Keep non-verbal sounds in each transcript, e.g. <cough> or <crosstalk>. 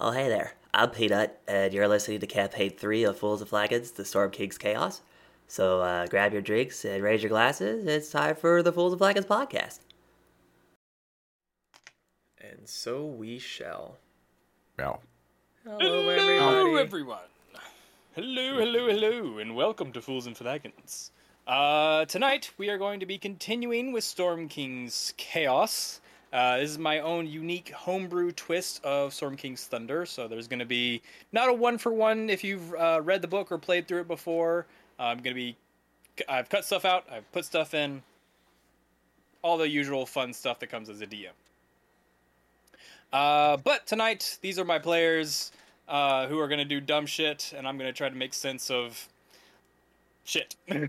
Oh, hey there. I'm Peanut, and you're listening to Campaign 3 of Fools and Flagons, The Storm King's Chaos. So uh, grab your drinks and raise your glasses. It's time for the Fools and Flagons podcast. And so we shall. Well, Hello, Hello, everybody. everyone. Hello, hello, hello, and welcome to Fools and Flagons. Uh, tonight we are going to be continuing with Storm King's Chaos. Uh, this is my own unique homebrew twist of Storm King's Thunder. So there's going to be not a one for one if you've uh, read the book or played through it before. I'm going to be. I've cut stuff out. I've put stuff in. All the usual fun stuff that comes as a DM. Uh, but tonight, these are my players uh, who are going to do dumb shit, and I'm going to try to make sense of shit. <laughs>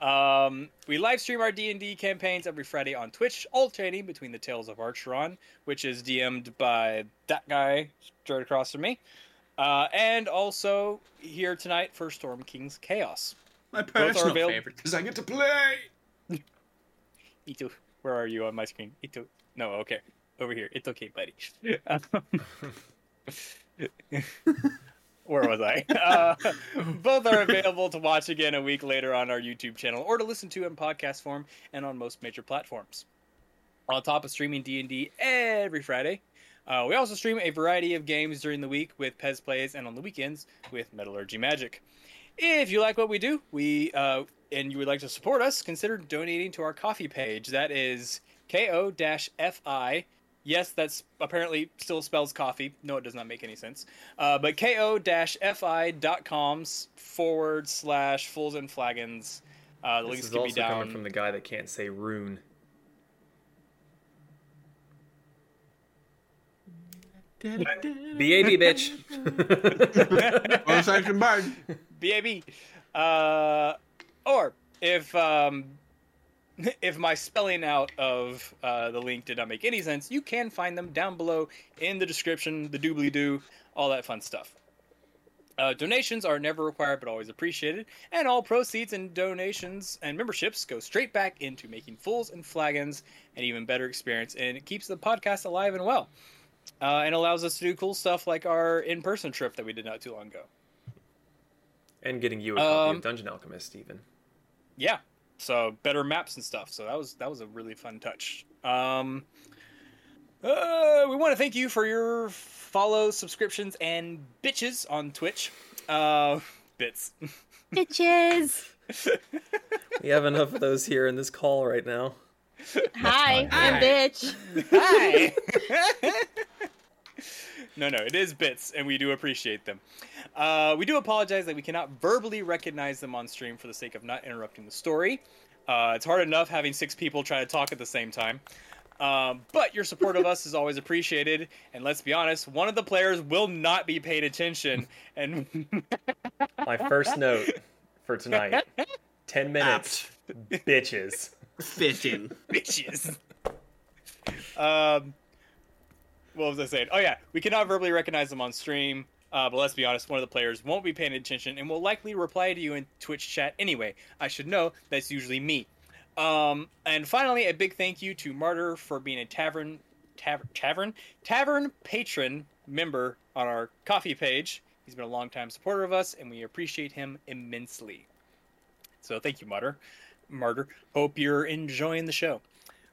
um, we live stream our D&D campaigns every Friday on Twitch, alternating between the Tales of Archeron, which is DM'd by that guy straight across from me, uh, and also here tonight for Storm King's Chaos. My personal avail- favorite because I get to play. Ito, where are you on my screen? Ito, no, okay, over here. It's okay, buddy. <laughs> where was I? <laughs> Uh, both are available to watch again a week later on our YouTube channel, or to listen to in podcast form and on most major platforms. On top of streaming D and D every Friday, uh, we also stream a variety of games during the week with Pez Plays, and on the weekends with Metallurgy Magic. If you like what we do, we uh, and you would like to support us, consider donating to our coffee page. That is ko-fi. Yes, that's apparently still spells coffee. No, it does not make any sense. Uh, but ko-fi.com s- forward slash fools and flagons. Uh, the This links is can be also down. coming from the guy that can't say rune. B.A.B. bitch. <laughs> One section bud. <laughs> BAB. Uh, or if um, <laughs> if my spelling out of uh, the link did not make any sense, you can find them down below in the description, the doobly doo, all that fun stuff. Uh, donations are never required but always appreciated, and all proceeds and donations and memberships go straight back into making fools and flagons an even better experience, and it keeps the podcast alive and well, uh, and allows us to do cool stuff like our in-person trip that we did not too long ago. and getting you a copy Um, of Dungeon Alchemist, even. yeah so better maps and stuff so that was that was a really fun touch um uh, we want to thank you for your follows subscriptions and bitches on twitch uh bits Bitches. We have enough of those here in this call right now. Hi, I'm Hi. bitch. <laughs> Hi. no, no, it is bits, and we do appreciate them. Uh, we do apologize that we cannot verbally recognize them on stream for the sake of not interrupting the story. Uh, it's hard enough having six people try to talk at the same time. Um, but your support of us is always appreciated, and let's be honest, one of the players will not be paid attention, and <laughs> My first note for tonight 10 minutes. Bitches. Fishing. bitches. um, what was I saying? Oh yeah, we cannot verbally recognize them on stream, uh, but let's be honest, one of the players won't be paying attention and will likely reply to you in Twitch chat anyway. I should know that's usually me. Um, and finally, a big thank you to Martyr for being a tavern, tavern, tavern, tavern patron member on our coffee page. He's been a longtime supporter of us, and we appreciate him immensely. So thank you, Martyr. Martyr. Hope you're enjoying the show.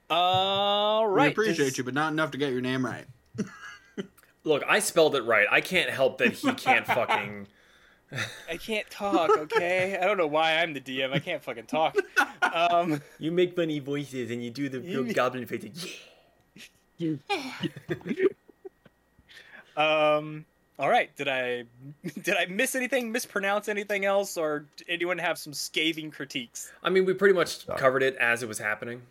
All right. we appreciate does- you, but not enough to get your name right. Look, I spelled it right. I can't help that he can't fucking. I can't talk, okay? I don't know why I'm the DM. I can't fucking talk. Um, <laughs> You make funny voices and you do the real goblin face. Yeah. um, all right. Did I did I miss anything? Mispronounce anything else? Or did anyone have some scathing critiques? I mean, we pretty much covered it as it was happening.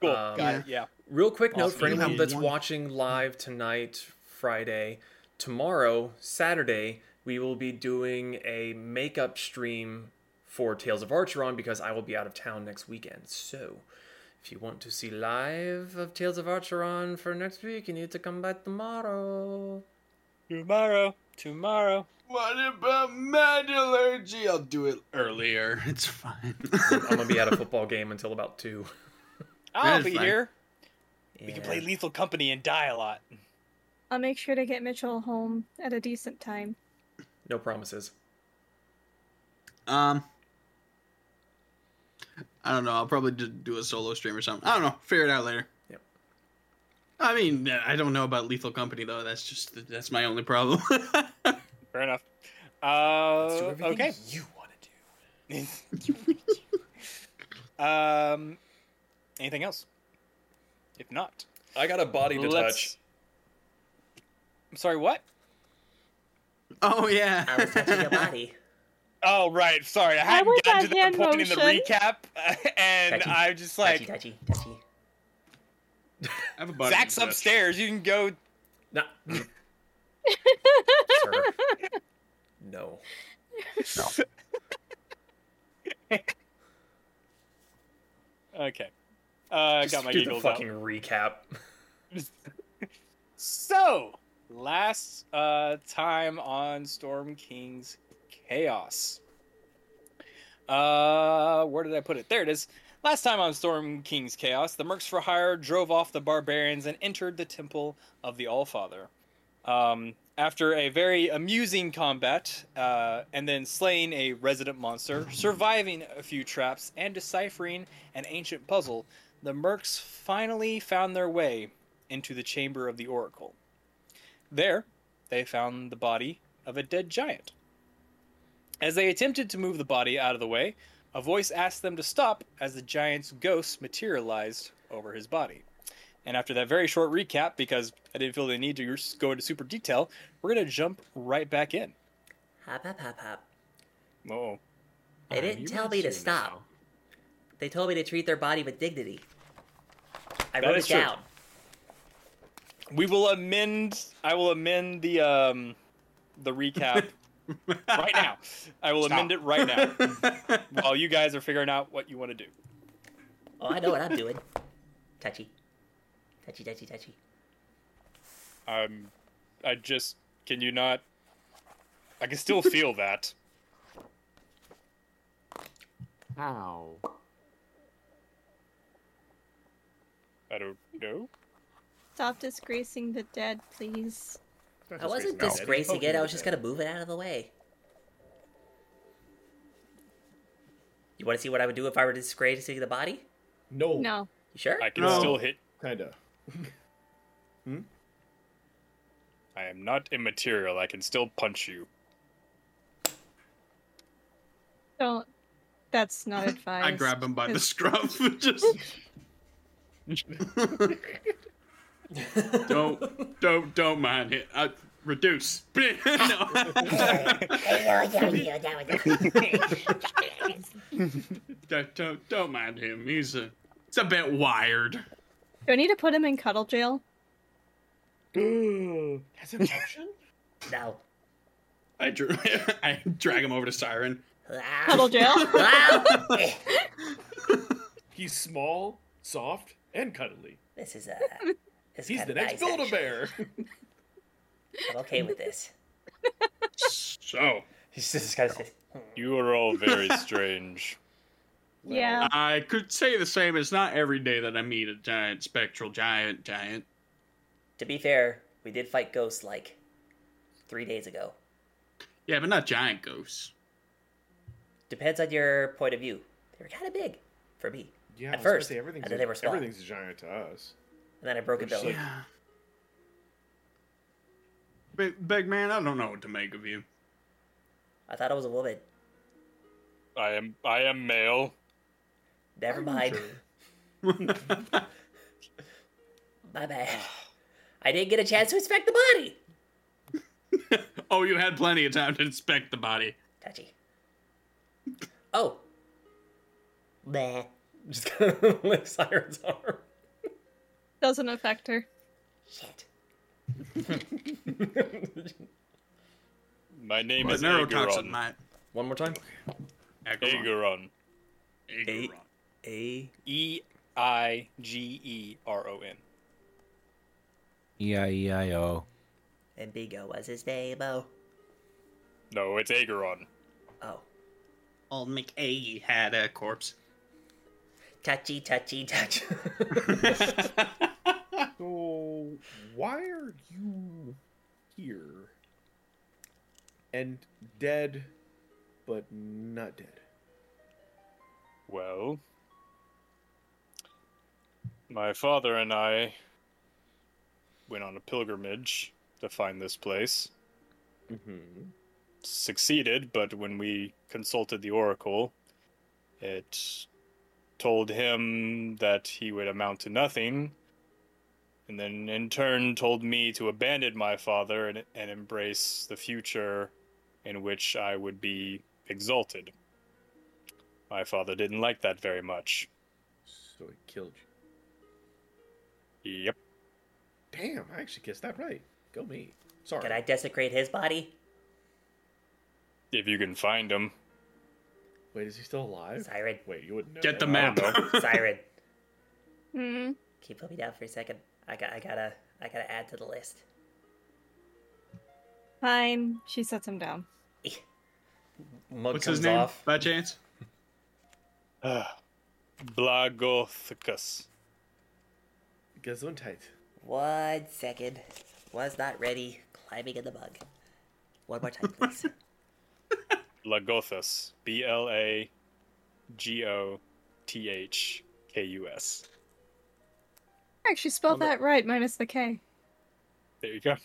Cool. Um, Got it. Yeah. Real quick note Awesome. for anyone Yeah. that's One- watching live tonight, Friday, tomorrow, Saturday, we will be doing a makeup stream for Tales of Archeron because I will be out of town next weekend. So, if you want to see live of Tales of Archeron for next week, you need to come by tomorrow. Tomorrow. Tomorrow. What about metallurgy? I'll do it earlier. <laughs> It's fine. I'm gonna be at a football game until about two. I'll is be fine. here. We Yeah. can play Lethal Company and die a lot. <laughs> I'll make sure to get Mitchell home at a decent time. No promises. Um, I don't know. I'll probably just do a solo stream or something. I don't know. Figure it out later. Yep. I mean, I don't know about Lethal Company though. That's just that's my only problem. <laughs> Fair enough. Uh, Let's do everything okay. You want to do. um, anything else? If not, I got a body to let's- touch. I'm sorry. What? oh yeah. I was touching <laughs> your body. Oh right. Sorry, I Why hadn't was gotten to that that hand point in the motion? recap, <laughs> and Touchy. I'm just like, touchy, touchy, touchy. <laughs> I have a body Zach's to touch. upstairs. You can go. <laughs> No. Sir. No. Okay. Uh, Just got my do giggles the out. fucking recap. So, last uh, time on Storm King's Chaos. Uh, where did I put it? There it is. Last time on Storm King's Chaos, the Mercs for Hire drove off the barbarians and entered the Temple of the Allfather. Um, after a very amusing combat, uh, and then slaying a resident monster, surviving a few traps, and deciphering an ancient puzzle, the Mercs finally found their way into the chamber of the oracle. There, they found the body of a dead giant. As they attempted to move the body out of the way, a voice asked them to stop as the giant's ghost materialized over his body. And after that very short recap, because I didn't feel the need to go into super detail, we're going to jump right back in. Hop, hop, hop, hop. Oh, They didn't tell me to stop. They told me to treat their body with dignity. I That wrote is it true. down. we will amend. I will amend the um, the <laughs> recap right now. I will amend it right now. <laughs> <laughs> while you guys are figuring out what you want to do. Oh, I know what I'm doing. Touchy. Touchy, touchy, touchy. Um, I just can you not? I can <laughs> still feel that. How? I don't know. Stop disgracing the dead, please. I wasn't disgracing it, I was just gonna move it out of the way. You wanna see what I would do if I were disgracing the body? Oh. No, No. You sure? I can No. still hit. kinda. I am not immaterial. I can still punch you. Don't. That's not <laughs> advised. I grab him by the It's- scruff. <laughs> Just don't, don't, don't mind it. I, reduce. <laughs> no. <laughs> don't, don't, don't mind him. He's a, it's a bit wired. Do I need to put him in cuddle jail? As emotion? <laughs> No. I, dr- <laughs> I drag him over to Siren. <laughs> Cuddle jail? Wow. <laughs> He's small, soft, and cuddly. This <laughs> is uh this is He's kinda the next nice, Build a Bear. actually. I'm okay with this. <laughs> So <laughs> He's just "Hmm." kind of You are all very <laughs> strange. yeah. I could say the same. It's not every day that I meet a giant spectral giant giant. To be fair, we did fight ghosts like three days ago. Yeah, but not giant ghosts. Depends on your point of view. They were kinda big. For me. Yeah, At I was gonna first, say everything's and then they were a, small. everything's a giant to us. And then I broke a Which is bone. like- Yeah. Big, big man, I don't know what to make of you. I thought I was a woman. I am. I am male. Never mind. <laughs> My bad. I didn't get a chance to inspect the body. <laughs> oh, you had plenty of time to inspect the body. Touchy. Oh. Bleh. Just kind <laughs> of lick Siren's arm. Doesn't affect her. Shit. My name But is neurotoxin Ageron. might. One more time. Ageron. Ageron. Ageron. A. E I G E R O N. E I E I O. And Bingo was his name. Oh. No, it's Ageron. Oh. Old McAgee had a <laughs> corpse. <laughs> Touchy, touchy, touch. Oh, why are you here and dead, but not dead? Well, my father and I went on a pilgrimage to find this place. Mm-hmm. Succeeded, but when we consulted the oracle, it told him that he would amount to nothing. And then, in turn, told me to abandon my father and, and embrace the future in which I would be exalted. My father didn't like that very much. So it killed you. Yep. Damn, I actually guessed that right. Go me. Sorry. Can I desecrate his body? If you can find him. <sighs> Wait, is he still alive? Siren. Wait, you wouldn't know. Get that. the map. <laughs> Siren. Hmm. Can you put me down for a second? I got I gotta I gotta add to the list. Fine. She sets him down. Mug What's comes his name? off. By chance? Blagothicus. Gesundheit. One second. Was not ready. Climbing in the mug. One more time, <laughs> please. Blagothus. B L A G O T H K U S. Actually, spelled the- that right, minus the K. There you go.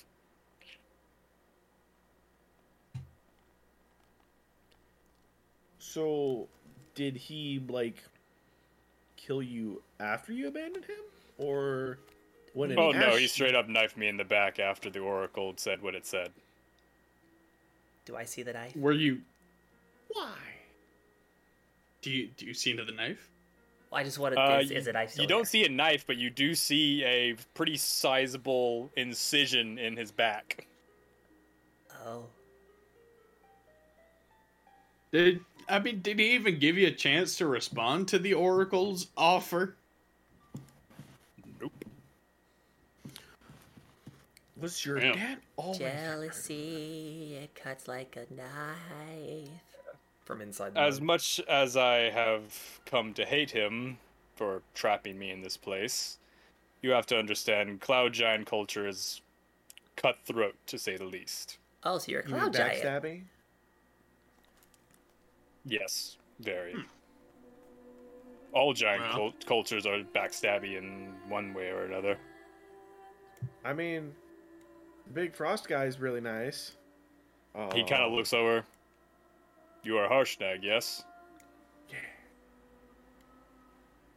So, did he like kill you after you abandoned him, or when? an Oh no, ash- he straight up knifed me in the back after the oracle had said what it said. Do I see the knife? Were you? Why? Do you do you see into the knife? I just wanted Uh, is, is the knife still You don't there? see a knife, but you do see a pretty sizable incision in his back. Oh. Did I mean? Did he even give you a chance to respond to the oracle's offer? Nope. Was your Yeah. dad always Jealousy, it cuts like a knife. from inside the As mug. much as I have come to hate him for trapping me in this place, you have to understand cloud giant culture is cutthroat to say the least. Oh, so you're a You mean cloud giant. backstabbing? Yes, very. All giant Well. cult- cultures are backstabby in one way or another. I mean, the big frost guy is really nice. Oh, He kind of looks over. You are Harshnag, yes? Yeah.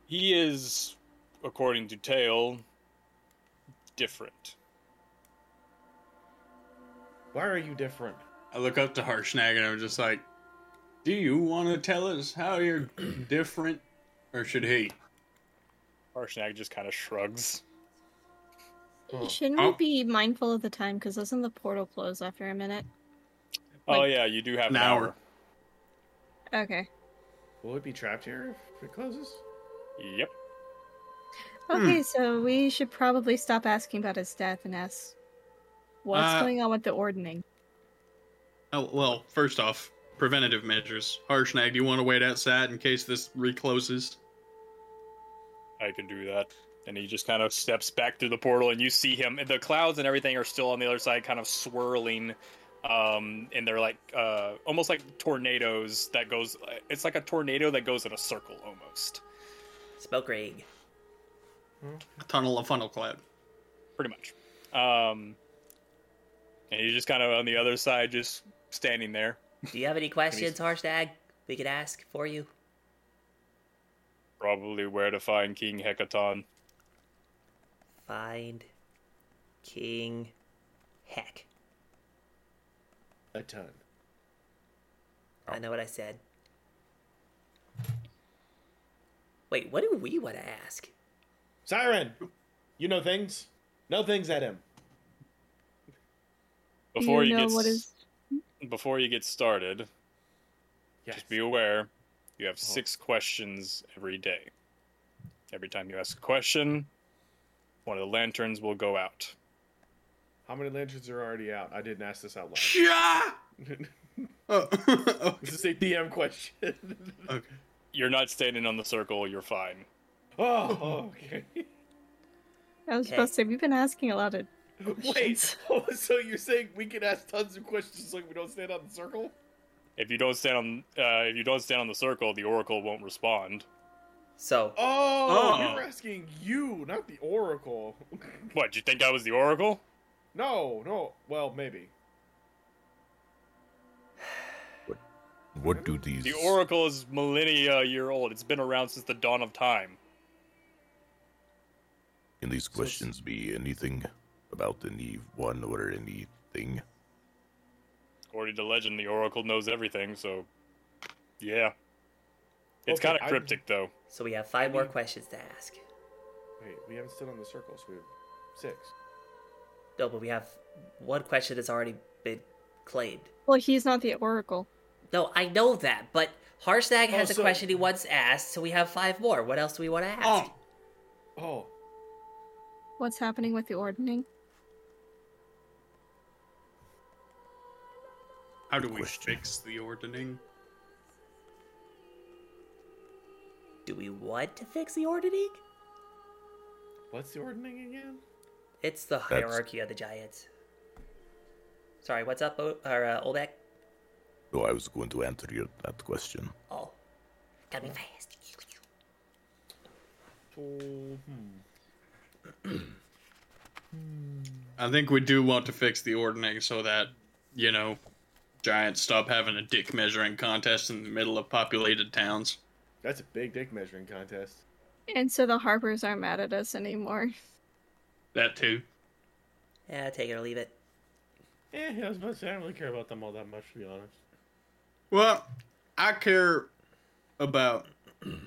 He is, according to tale, different. Why are you different? I look up to Harshnag and I'm just like, "Do you want to tell us how you're <clears throat> different, or should he?" Harshnag just kind of shrugs. Huh. Shouldn't Oh. we be mindful of the time? Because doesn't the portal close after a minute? oh, Like- yeah, you do have An an hour. hour. Okay. Will it be trapped here if it closes? Yep. Okay, so we should probably stop asking about his death and ask what's Uh, going on with the ordning. Oh well, first off, preventative measures. Harshnag, do you want to wait outside in case this recloses? I can do that. And he just kind of steps back through the portal, and you see him. The clouds and everything are still on the other side, kind of swirling. Um, and they're like uh, almost like tornadoes that goes. It's like a tornado that goes in a circle almost, Smoke ring. A tunnel, a funnel cloud. pretty much. Um, and he's just kind of on the other side, just standing there. Do you have <laughs> any questions, Harshnag? We could ask for you. Probably where to find King Hecaton. Find King Heck. A ton. Oh. I know what I said. Wait, what do we want to ask? Siren, you know things. No things at him. Before you you know get what is before you get started, Yes. Uh-huh. Just be aware, you have six questions every day. Every time you ask a question, one of the lanterns will go out. How many lanterns are already out? I didn't ask this out loud. <laughs> Sha! <laughs> Oh, <laughs> okay. this is a DM question. <laughs> okay. You're not standing on the circle, you're fine. oh, okay. I was Okay. supposed to say we've been asking a lot of <laughs> Wait, <laughs> oh, so you're saying we can ask tons of questions like we don't stand out in a circle? If you don't stand on, uh, if you don't stand on the circle, the oracle won't respond. So Oh, Uh-uh. Oh. you're asking you, not the Oracle. <laughs> What? You think I was the oracle? No, no. Well, maybe. What do these? The oracle is millennia year old. It's been around since the dawn of time. Can these questions be anything about any one or anything? According to legend, the oracle knows everything. So, yeah, it's Okay, kind I- of cryptic though. So we have five more questions to ask. Wait, we haven't stood on the circle, so we have six. No, but we have one question that's already been claimed. Well, he's not the oracle. No, I know that, but Harshnag has Oh, a so- question he once asked, so we have five more. What else do we want to ask? Oh, Oh, What's happening with the ordaining? how do we Question. fix the ordaining? Do we want to fix the ordaining? what's the ordaining again? It's the hierarchy of the giants. Sorry, what's up, o- or, uh, Oldak? No, I was going to answer you that question. Oh, gotta be fast. Oh, hmm. I think we do want to fix the ordaining so that, you know, giants stop having a dick measuring contest in the middle of populated towns. That's a big dick measuring contest. And so the harbors aren't mad at us anymore. That too. Yeah, take it or leave it. Eh, I was about to say I don't really care about them all that much, to be honest. Well, I care about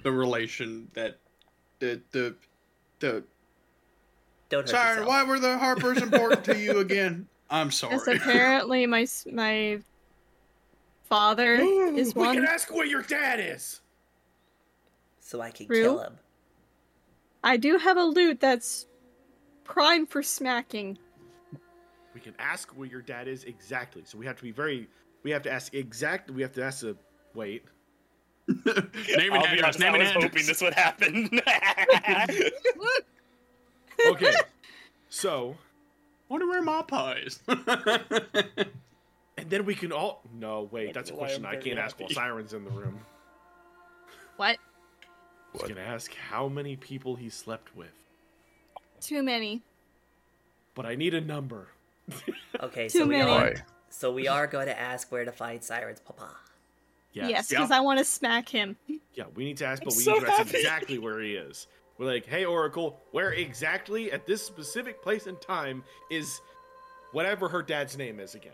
the relation that the the the. Don't hurt Sorry, yourself. why were the Harpers important to you again? I'm sorry. Because apparently my s- my father is we one. can ask where your dad is. So I can Rue? kill him. I do have a loot that's prime for smacking. We can ask where your dad is exactly. So we have to be very. We have to ask exactly. We have to ask the. <laughs> Wait. <laughs> name and I'll be address. honest, Name I and was address. hoping this would happen. <laughs> Okay. so, Wonder where my pie is. <laughs> and then we can all. No, wait. Like, That's a why question I'm I very can't ask while happy. Siren's in <laughs> the room. What? Just gonna ask how many people he slept with, Too many. but I need a number. Okay, Too so we many. are. Why? So we are going to ask where to find Siren's papa. Yes, Yeah. because I want to smack him. Yeah, we need to ask, but I'm we so need to ask happy. exactly where he is. We're like, hey, Oracle, where exactly at this specific place and time is whatever her dad's name is again?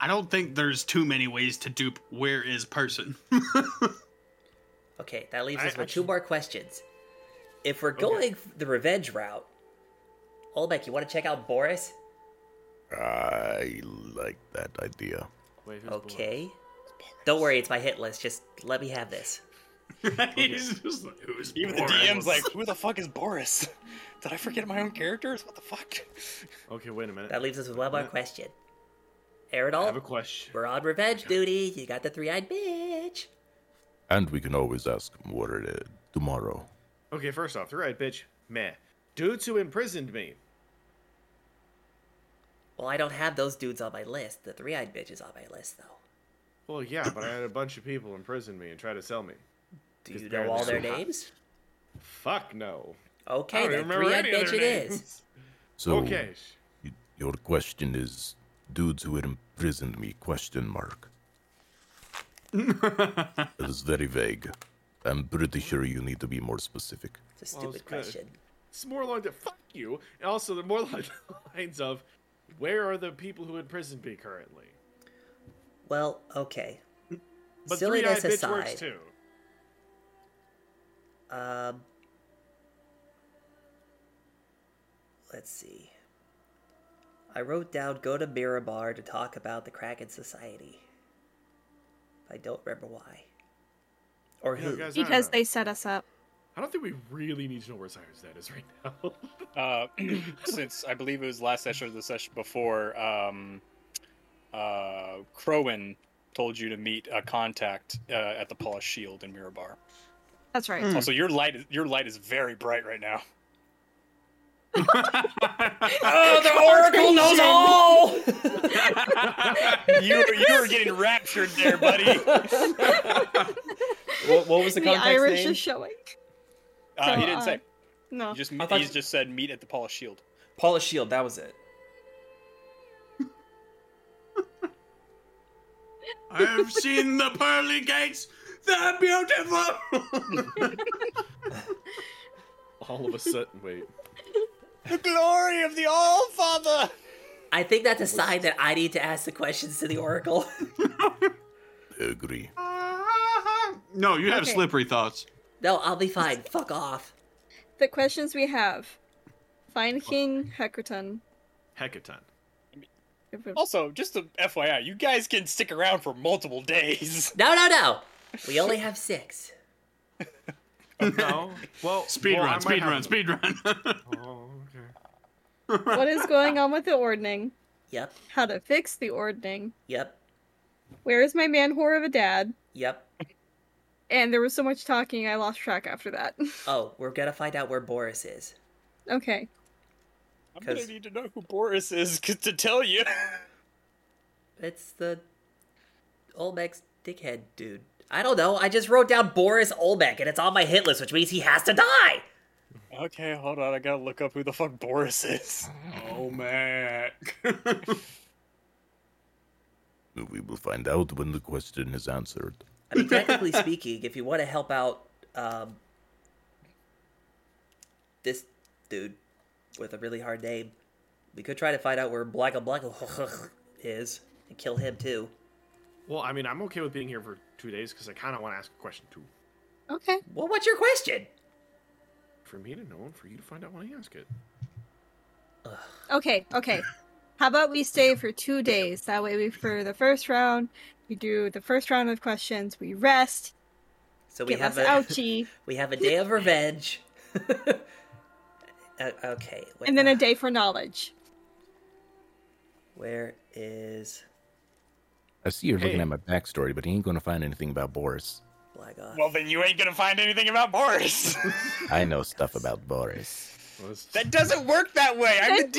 I don't think there's too many ways to dupe where is person. <laughs> Okay, that leaves I- us with I two can- more questions. If we're going the revenge route, Olbeck, you want to check out Boris? I like that idea. Wait, who's Okay. Don't worry, it's my hit list. Just let me have this. He's just like, who's Even the boring? DM's like, "Who the fuck is Boris? <laughs> Did I forget my own characters? What the fuck?" Okay, wait a minute. That leaves us with one more Yeah. question. I have a Aerodol, question. we're on revenge duty. You got the three-eyed bitch. And we can always ask what it is tomorrow. Okay, first off, right, bitch. Meh. Dudes who imprisoned me. Well, I don't have those dudes on my list. The three-eyed bitch is on my list, though. Well, yeah, but I had a bunch of people imprison me and try to sell me. Do Because you they're know all the their same. names? Fuck no. Okay, I then don't remember three-eyed any of bitch their it is. names. So okay. y- your question is dudes who imprisoned me <laughs> question mark. it is very vague. I'm pretty sure you need to be more specific. It's a Well, it's stupid good. question. It's more along the fuck you, and also the more <laughs> along the lines of where are the people who imprisoned me currently? Well, okay. But Silliness three-eyed bitch aside. works too. Um, let's see. I wrote down go to Mirabar to talk about the Kraken Society. I don't remember why. Or You know, who. guys, I don't Because know. they set us up. I don't think we really need to know where Cyrus Dad is right now. <laughs> Uh, <clears throat> since I believe it was last session or the session before, um, uh, Crowan told you to meet a contact uh, at the Polish Shield in Mirabar. Hmm. That's right. <laughs> Also, your light is your light is very bright right now. Oh, the Oracle knows all. <laughs> You were, you were getting raptured there, <laughs> buddy. Uh, What, what was the The context Irish name? is showing. Uh, he didn't say. No. He just I thought he's you- just said meet at the Paula Shield. Paula Shield. That was it. <laughs> I've seen the pearly gates. They're beautiful. <laughs> All of a sudden, wait. The glory of the All Father. I think that's a sign that I need to ask the questions to the Oracle. <laughs> Agree. no, you have Okay. slippery thoughts. no, I'll be fine. Fuck off. The questions we have: Find King Hecaton. Hecaton. Oh. Also, just a FYI, you guys can stick around for multiple <laughs> days. No, no, no. We only have six. No. Well, Speed well, I run, might speed have run, them. speed run. Oh, okay. What is <laughs> going on with the ordning? Yep, How to fix the ordning? yep, Where is my man whore of a dad? yep. And there was so much talking, I lost track after that. <laughs> Oh, we're gonna find out where Boris is. okay. I'm gonna 'Cause- need to know who Boris is <laughs> 'cause- to tell you. It's the Olmec's dickhead dude. I don't know. I just wrote down Boris Olmec, and it's on my hit list, which means he has to die. Okay, hold on. I gotta look up who the fuck Boris is. oh, <laughs> Mac. We will find out when the question is answered. I mean, technically <laughs> speaking, if you want to help out um, this dude with a really hard name, we could try to find out where Blacka Blacka <laughs> is and kill him too. Well, I mean, I'm okay with being here for two days because I kind of want to ask a question too. Okay. Well, what's your question? For me to know and for you to find out when I ask it. Okay. Okay. How about we stay for two days? That way, we for the first round, we do the first round of questions. We rest. So we Give us have a <laughs> ouchie, we have a day of revenge. <laughs> Uh, okay, wait, and then a uh, day for knowledge. Where is I see you're Hey. looking at my backstory, but you ain't gonna find anything about Boris. Blagoth? <laughs> Well, then you ain't gonna find anything about <laughs> Boris. I know stuff about Boris. that doesn't work that way. I'm the It's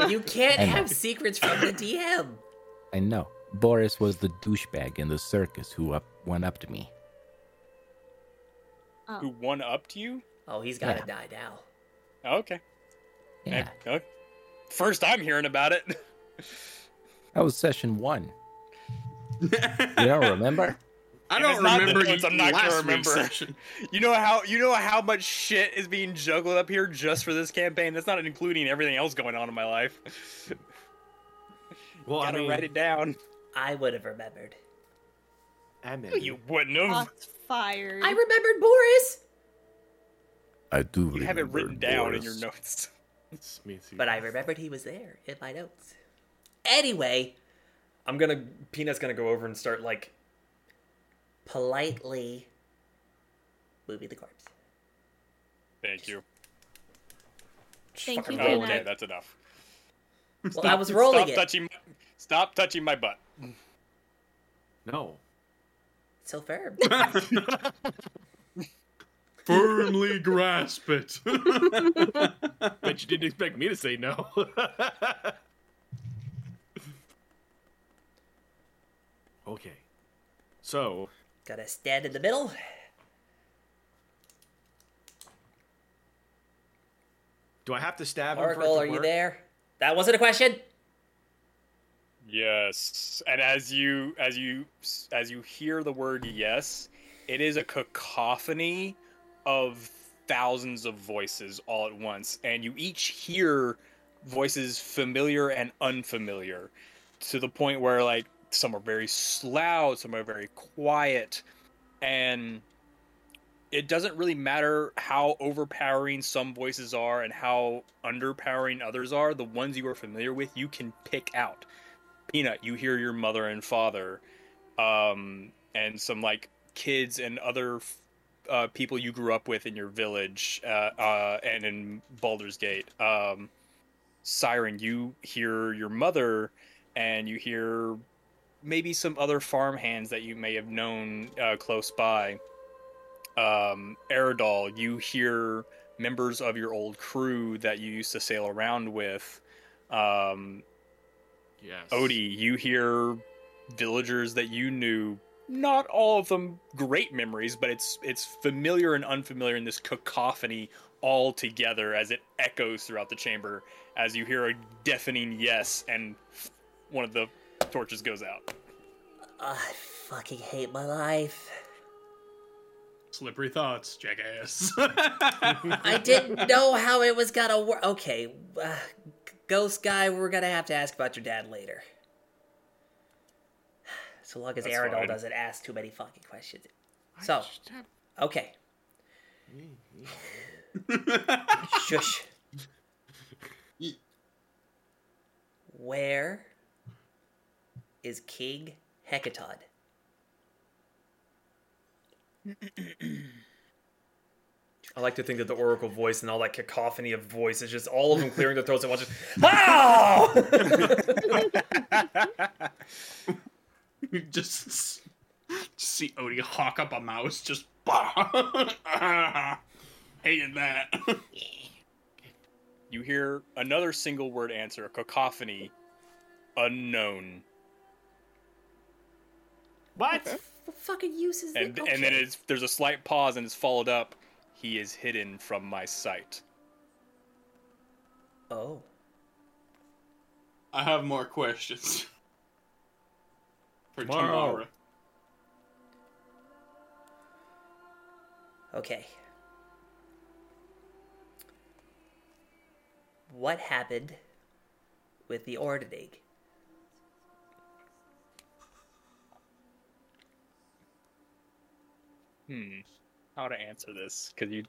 DM. DM! you can't I know. have secrets from the DM. I know. Boris was the douchebag in the circus who up went up to me. Who one upped you? Oh, he's gotta die now. Oh, okay. Yeah. Eh, okay. First, I'm hearing about it. <laughs> That was session one. You don't remember? I If don't it's not the remember notes, you I'm not gonna last week's remember. session. <laughs> You know how you know how much shit is being juggled up here just for this campaign. That's not including everything else going on in my <laughs> life. Well, I Gotta mean, write it down. I would have remembered. I mean, You wouldn't <laughs> Uh, have. Shots fired. Mm-hmm. I remembered Boris, I do you have it written down in your notes. it's me too. but I remembered he was there in my notes. Anyway, I'm gonna Peanut's gonna go over and start like politely moving the corpse. <laughs> Thank you. Thank you. fucking for roll Okay, that. that's enough. Well, I was rolling Stop it. touching. My, stop touching my butt. No. So firm. <laughs> Firmly grasp it. Bet you didn't expect me to say no. <laughs> okay. So, Gotta stand in the middle. do I have to stab him? for it Oracle, to are you work? there? That wasn't a question. Yes. And as you as you as you hear the word yes, it is a cacophony of thousands of voices all at once and you each hear voices familiar and unfamiliar to the point where like some are very s- loud, some are very quiet and it doesn't really matter how overpowering some voices are and how underpowering others are. The ones you are familiar with, you can pick out. Peanut, you hear your mother and father, um, and some like kids and other f- uh, people you grew up with in your village uh, uh, and in Baldur's Gate. Um, Siren, you hear your mother, and you hear maybe some other farmhands that you may have known uh, close by. Um, Aerodol, you hear members of your old crew that you used to sail around with. Um, Yes. Odie, you hear villagers that you knew. Not all of them great memories, but it's it's familiar and unfamiliar in this cacophony all together as it echoes throughout the chamber as you hear a deafening yes and one of the torches goes out. I fucking hate my life. Slippery thoughts, jackass. <laughs> I <laughs> didn't know how it was gonna work. Okay, uh, Ghost Guy, we're gonna have to ask about your dad later. <sighs> So long as That's Aerodol fine. doesn't ask too many fucking questions. So, <laughs> okay. Shush. Where is King Hecatod? I like to think that the Oracle voice and all that cacophony of voices, just all of them clearing their throats and watching. <laughs> Ah! <laughs> just, just see Odie hawk up a mouse, just <laughs> bah. hated that. <laughs> You hear another single word answer, a cacophony, unknown, What? What fucking use is and that? and then it's there's a slight pause and it's followed up. He is hidden from my sight. Oh. I have more questions for Tomorrow. tomorrow. Okay. What happened with the Ordenig? Hmm. How to answer this? Because you.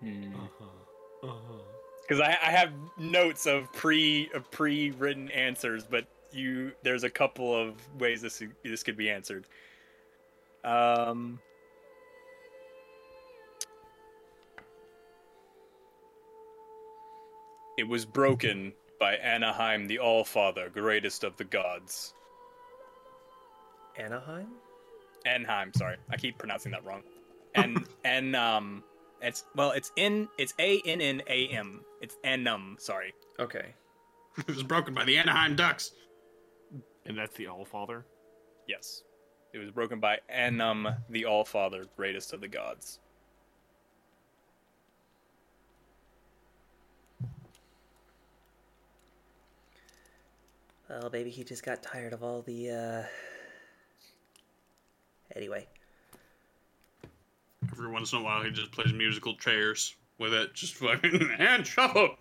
Hmm. Because I, I have notes of pre of pre-written answers, but you there's a couple of ways this this could be answered. Um. It was broken by Anaheim the Allfather, greatest of the gods. Anaheim? Anaheim. Sorry, I keep pronouncing that wrong. And and um, it's well, it's in it's A N N A M. It's Anum. Sorry. Okay. It was broken by the Anaheim Ducks. And that's the Allfather. Yes, it was broken by Anum, the Allfather, greatest of the gods. Well, maybe he just got tired of all the, uh. Anyway. Every once in a while, he just plays musical chairs with it, just fucking <laughs> and shuffle.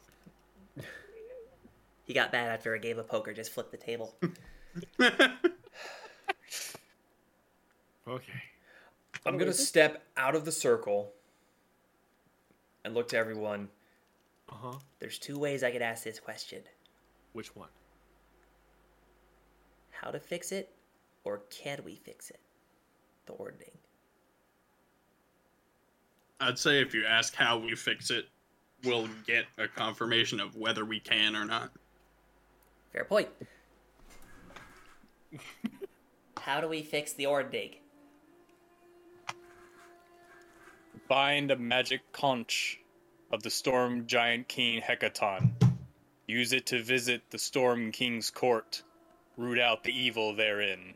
He got mad after a game of poker, just flipped the table. Okay. I'm gonna step out of the circle and look to everyone. Uh huh. There's two ways I could ask this question Which one? how to fix it, or can we fix it? The Ordening. I'd say if you ask how we fix it, we'll get a confirmation of whether we can or not. Fair point. how do we fix the Ordening? Find a magic conch of the storm giant king Hecaton. Use it to visit the storm king's court. Root out the evil therein.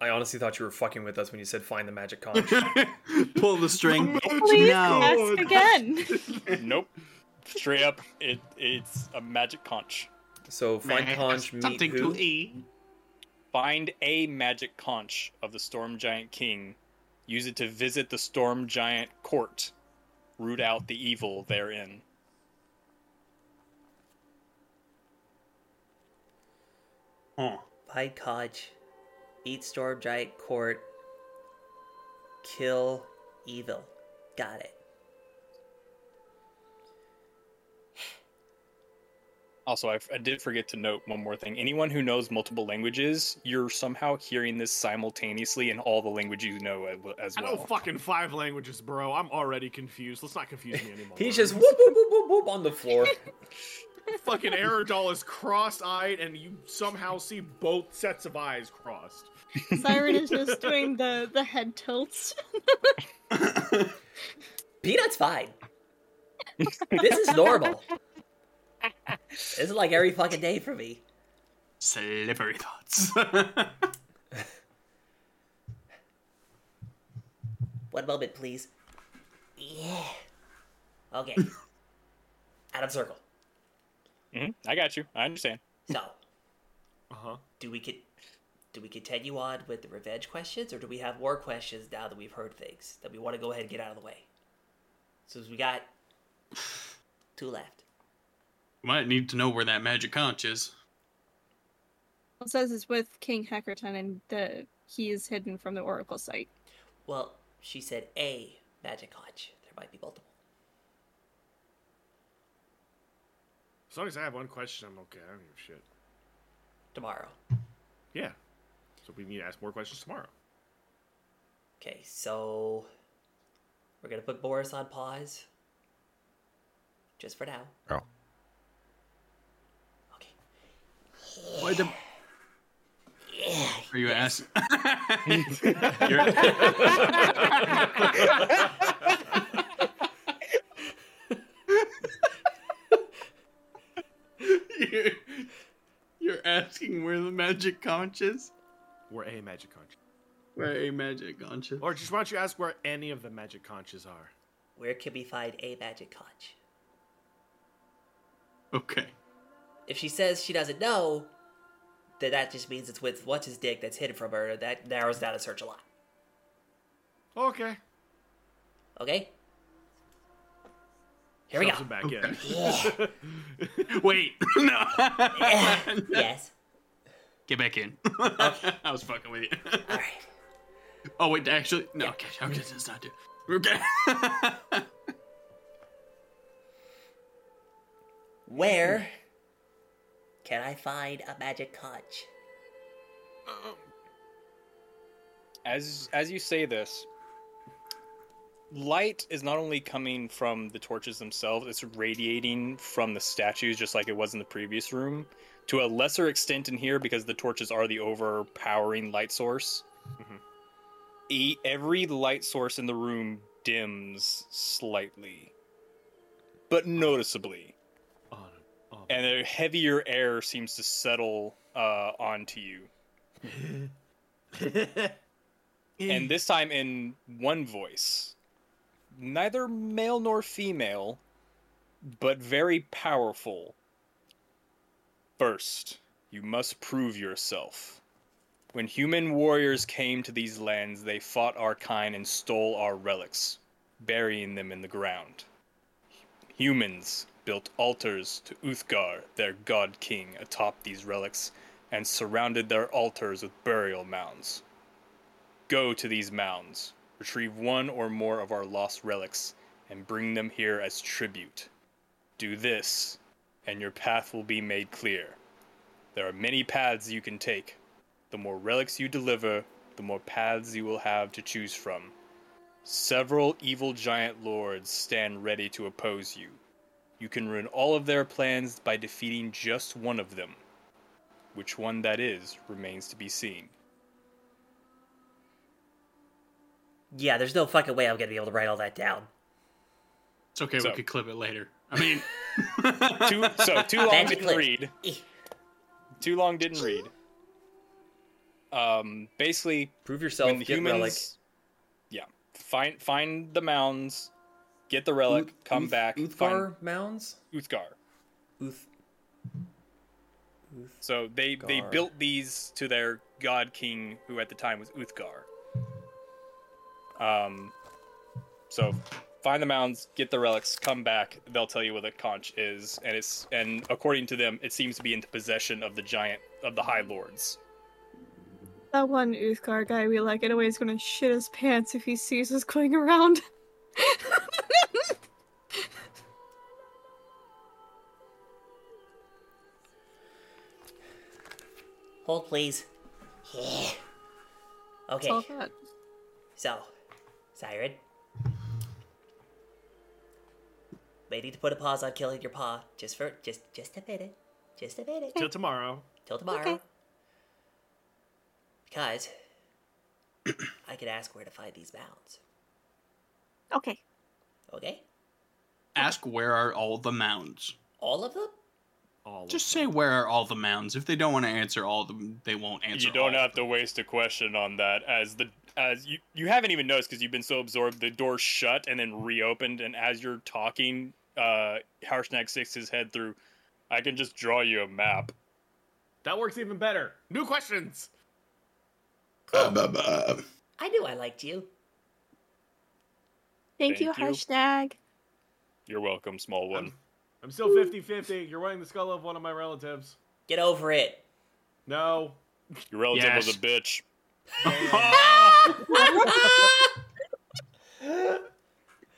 I honestly thought you were fucking with us when you said find the magic conch. Pull the string. Please ask <laughs> again. nope. Straight up, it it's a magic conch. so find conch, meet Something who? to eat. Find a magic conch of the storm giant king. Use it to visit the storm giant court. Root out the evil therein. Huh. Pine Codge, beat Storm Giant Court, kill evil. Got it. Also, I, f- I did forget to note one more thing. Anyone who knows multiple languages, you're somehow hearing this simultaneously in all the languages you know a- as I know well. fucking five languages, bro. I'm already confused. Let's not confuse me anymore. He's just whoop whoop whoop whoop whoop on the floor. fucking Aerodol is cross-eyed, and you somehow see both sets of eyes crossed. Siren is just doing the the head tilts. Peanut's fine. this is normal. This is like every fucking day for me. Slippery <laughs> thoughts. One moment, please. Yeah. Okay. Out of circle. Mhm, I got you. I understand. So, Uh huh. do we con- do we continue on with the revenge questions, or do we have more questions now that we've heard things that we want to go ahead and get out of the way? Since we got two left. Might need to know where that magic conch is. It says it's with King Hackerton, and the he is hidden from the Oracle site. Well, she said a magic conch. There might be multiple. As long as I have one question, I'm okay. I don't give a shit. Tomorrow. Yeah. So we need to ask more questions tomorrow. Okay, so we're gonna put Boris on pause. Just for now. Oh, Okay. What the? Yeah. Are you asking? <laughs> you're, <laughs> you're asking where the magic conch is? We're a magic conch. Where a magic conch is? Or just why don't you ask where any of the magic conches are? Where can we find a magic conch? Okay. <laughs> If she says she doesn't know, then that just means it's with what's his dick that's hidden from her. That narrows down the search a lot. Okay. Okay. Here we Shoves go. him back in. Yeah. Wait. <laughs> <laughs> no. <laughs> yes. Get back in. I was fucking with you. <laughs> All right. Oh wait, actually, no. Okay, okay, that's not do. Okay. <laughs> Where can I find a magic conch? As as you say this, light is not only coming from the torches themselves; it's radiating from the statues, just like it was in the previous room, to a lesser extent in here because the torches are the overpowering light source. Mhm. E- every light source in the room dims slightly, but noticeably On, on. and the heavier air seems to settle uh, onto you. and this time in one voice, neither male nor female, but very powerful. First, you must prove yourself. When human warriors came to these lands, they fought our kind and stole our relics, burying them in the ground. Humans built altars to Uthgar, their god king, atop these relics, and surrounded their altars with burial mounds. Go to these mounds, retrieve one or more of our lost relics, and bring them here as tribute. Do this, and your path will be made clear. There are many paths you can take. The more relics you deliver, the more paths you will have to choose from. Several evil giant lords stand ready to oppose you. You can ruin all of their plans by defeating just one of them. Which one that is remains to be seen. Yeah, there's no fucking way I'm gonna be able to write all that down. it's okay. So- We could clip it later. I <laughs> mean, Too, so too long Magic didn't clip. read. Eh. Too long didn't read. Um, basically, Prove yourself. when the get humans, relic. yeah, find find the mounds, get the relic, Uth- come Uth- back, Uthgar find mounds. Uthgar. Oof. So they they Uthgar. built these to their god king, who at the time was Uthgar. Um, so find the mounds, get the relics, come back. They'll tell you where the conch is, and it's and according to them, it seems to be in the possession of the giant of the High Lords. That one Uthgar guy we like anyway is gonna shit his pants if he sees us going around. Hold, please. Yeah. Okay. <laughs> It's all that. So, Siren, May need to put a pause on killing your paw just for just just a minute, just a minute Till tomorrow. till tomorrow. Because <coughs> I could ask where to find these mounds. Okay. Okay, Ask where are all the mounds. all of them. All of Just say where are all the mounds. If they don't want to answer all of them, they won't answer. you don't all have of to waste a question on that as the as you you haven't even noticed because you've been so absorbed the door shut and then reopened and as you're talking uh harshnag sticks his head through i can just draw you a map That works even better. New questions. <laughs> them. Bah, bah, bah. I knew I liked you. Thank, Thank you, you. Harshnag. you're welcome small Um, one I'm still 50 50. You're wearing the skull of one of my relatives. Get over it. No. your relative was Yes. a bitch Ah!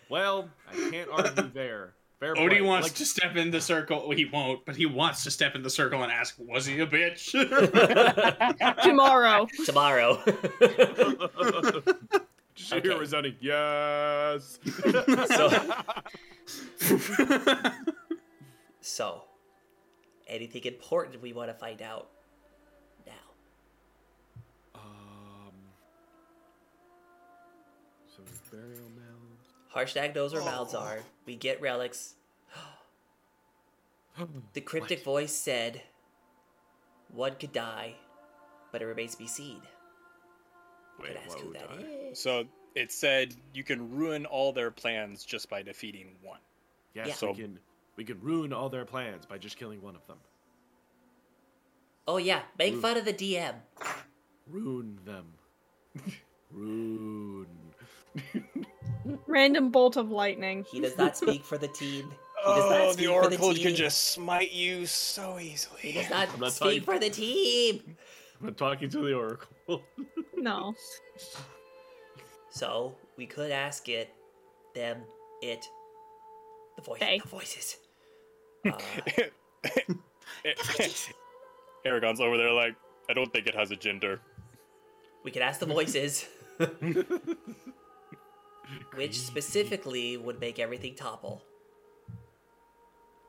Well, I can't argue there. Fair Odie play. wants Like, to step in the circle. Well, he won't, but he wants to step in the circle and ask, "Was he a bitch?" Tomorrow. Tomorrow. <laughs> just hear Okay. resounding, yes. so, so, anything important we want to find out now? Um, so burial Oh. mound. Harshnag knows where mounds are. We get <gasps> relics. The cryptic voice said, "One could die, but it remains to be seen." Could ask who that is. so it said you can ruin all their plans just by defeating one <laughs> Yes, Yeah. So- we can we can ruin all their plans by just killing one of them. Oh yeah, make fun of the DM. Ruin them. ruin. Random bolt of lightning. He does not speak for the team. He does not oh speak the for the oracle team. can just smite you so easily He does not, I'm not speak talking- for the team. I'm talking to the oracle. No. So we could ask it, them, it, the voice, They. the voices. Uh, aragon's over there like i don't think it has a gender we could ask the <laughs> voices. Which specifically would make everything topple.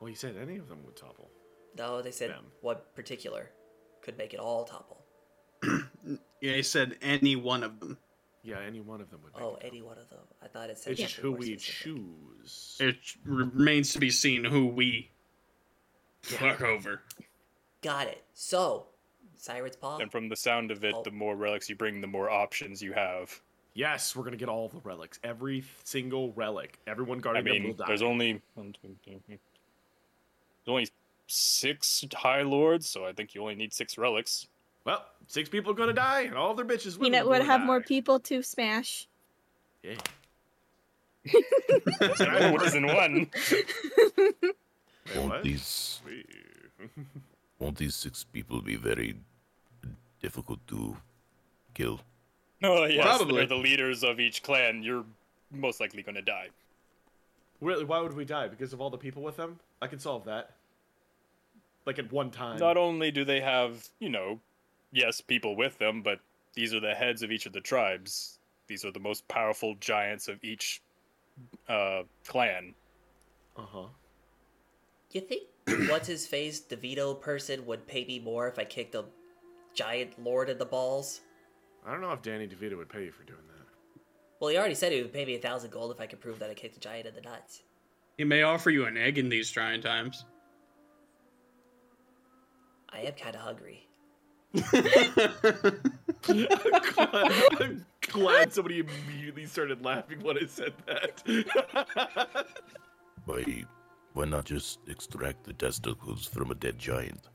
well, you said any of them would topple. No, they said Them. what particular could make it all topple. yeah, he said any one of them. Yeah, any one of them would. Make Oh, it. any one of them. I thought it said It's just something who more we specific. choose. It remains to be seen who we fuck over. Got it. So, Siren's paw. and from the sound of it Oh. the more relics you bring the more options you have Yes, we're gonna get all the relics. Every single relic. Everyone I guarding them will mean, die. there's only one, two, three, four. there's only six High Lords, so I think you only need six <laughs> relics. Well, six people are gonna die, and all of their bitches. women Peanut will would have die. more people to smash. <laughs> Yeah. Nine <laughs> worse than one. <laughs> Wait, Won't what? these won't these six people be very difficult to kill? No, Oh, yes, Probably. they're the leaders of each clan. You're most likely going to die. Really? Why would we die? Because of all the people with them? I can solve that. Like at one time. Not only do they have, you know, yes, people with them, but these are the heads of each of the tribes. These are the most powerful giants of each uh, clan. Uh huh. You <clears throat> think what's his face DeVito person would pay me more if I kicked a giant lord in the balls? I don't know if Danny DeVito would pay you for doing that. Well, he already said he would pay me a thousand gold if I could prove that I kicked a giant in the nuts. He may offer you an egg in these trying times. I am kind of hungry. <laughs> I'm glad somebody immediately started laughing when I said that. <laughs> Why why not just extract the testicles from a dead giant?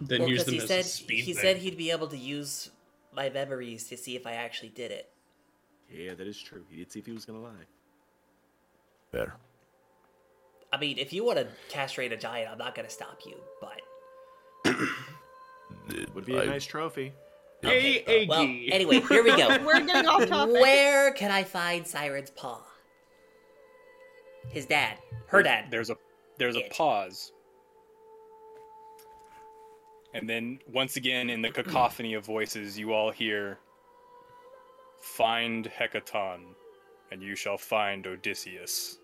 Then well, use because them he as said a speed he thing. said he'd be able to use my memories to see if I actually did it. yeah, that is true. He did see if he was gonna lie. Fair. I mean, if you want to castrate a giant, I'm not gonna stop you. But Uh, Would be a I- nice trophy. Hey, Aggie. <laughs> well, anyway, here we go. We're getting off topic. Where can I find Siren's paw? His dad, her dad. There's a there's a It. pause. And then once again in the cacophony of voices you all hear Find Hecaton and you shall find Odysseus.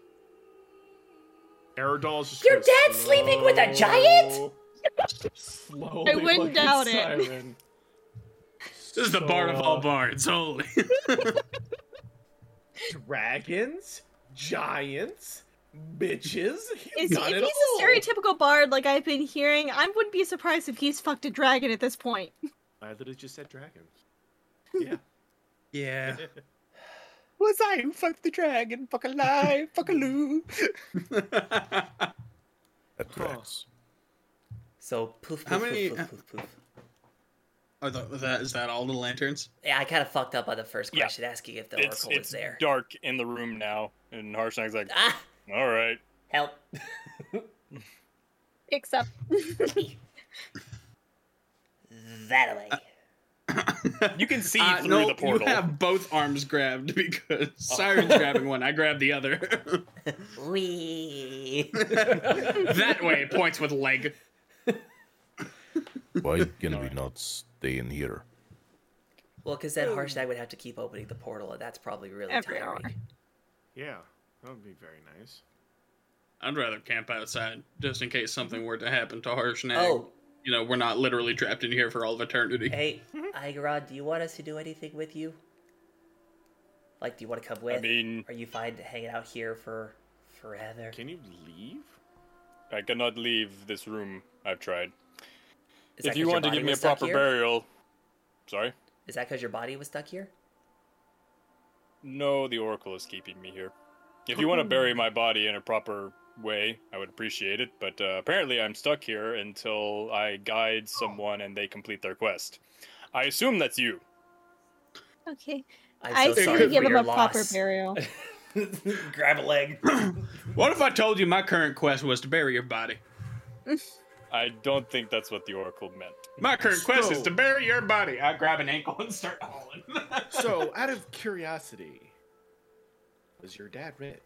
Aerodol's just Your goes dad's sleeping with a giant? Slowly, I wouldn't like, doubt it. siren. This is the barn of all barns. Holy. Dragons, giants, bitches. Is, if He's done he's it all. a stereotypical bard like I've been hearing, I wouldn't be surprised if he's fucked a dragon at this point. I literally just said dragons. Yeah. Yeah. Was I who fucked the dragon? Fuck alive, fuck a loo. That tracks. So poof, poof, How many- uh, poof, poof, poof, poof. <laughs> Are the, is that is that all the lanterns? Yeah, I kind of fucked up on the first Yeah. question, asking if the It's, oracle it's was there. dark in the room now, and Harshnag's like, <laughs> Ah, all right. help! Picks up. That way. You can see Uh, through no, the portal. Oh. you have both arms grabbed <laughs> because <laughs> Siren's grabbing one. I grabbed the other. <laughs> Wee. that way points with leg. Why can we not stay in here? <laughs> Well, because then Harshnag would have to keep opening the portal, and that's probably really Every tiring. hour. Yeah. That would be very nice. I'd rather camp outside just in case something were to happen to Harshnag. Oh, You know, we're not literally trapped in here for all of eternity. hey, Mm-hmm. Igorod, do you want us to do anything with you? Like, do you want to come with? I mean, Are you fine hanging out here for forever? Can you leave? I cannot leave this room. I've tried. Is that if 'cause you your want to body give me a was stuck proper here? burial, sorry. Is that because your body was stuck here? No, the oracle is keeping me here. If you want to bury my body in a proper way, I would appreciate it. But uh, apparently, I'm stuck here until I guide someone and they complete their quest. I assume that's you. <laughs> Okay. I'm I so say sorry we give for him your a proper loss. <laughs> burial. Grab a leg. What if I told you my current quest was to bury your body? I don't think that's what the oracle meant. My current quest is So- to bury your body. I grab an ankle and start hauling. <laughs> So, out of curiosity, was your dad rich?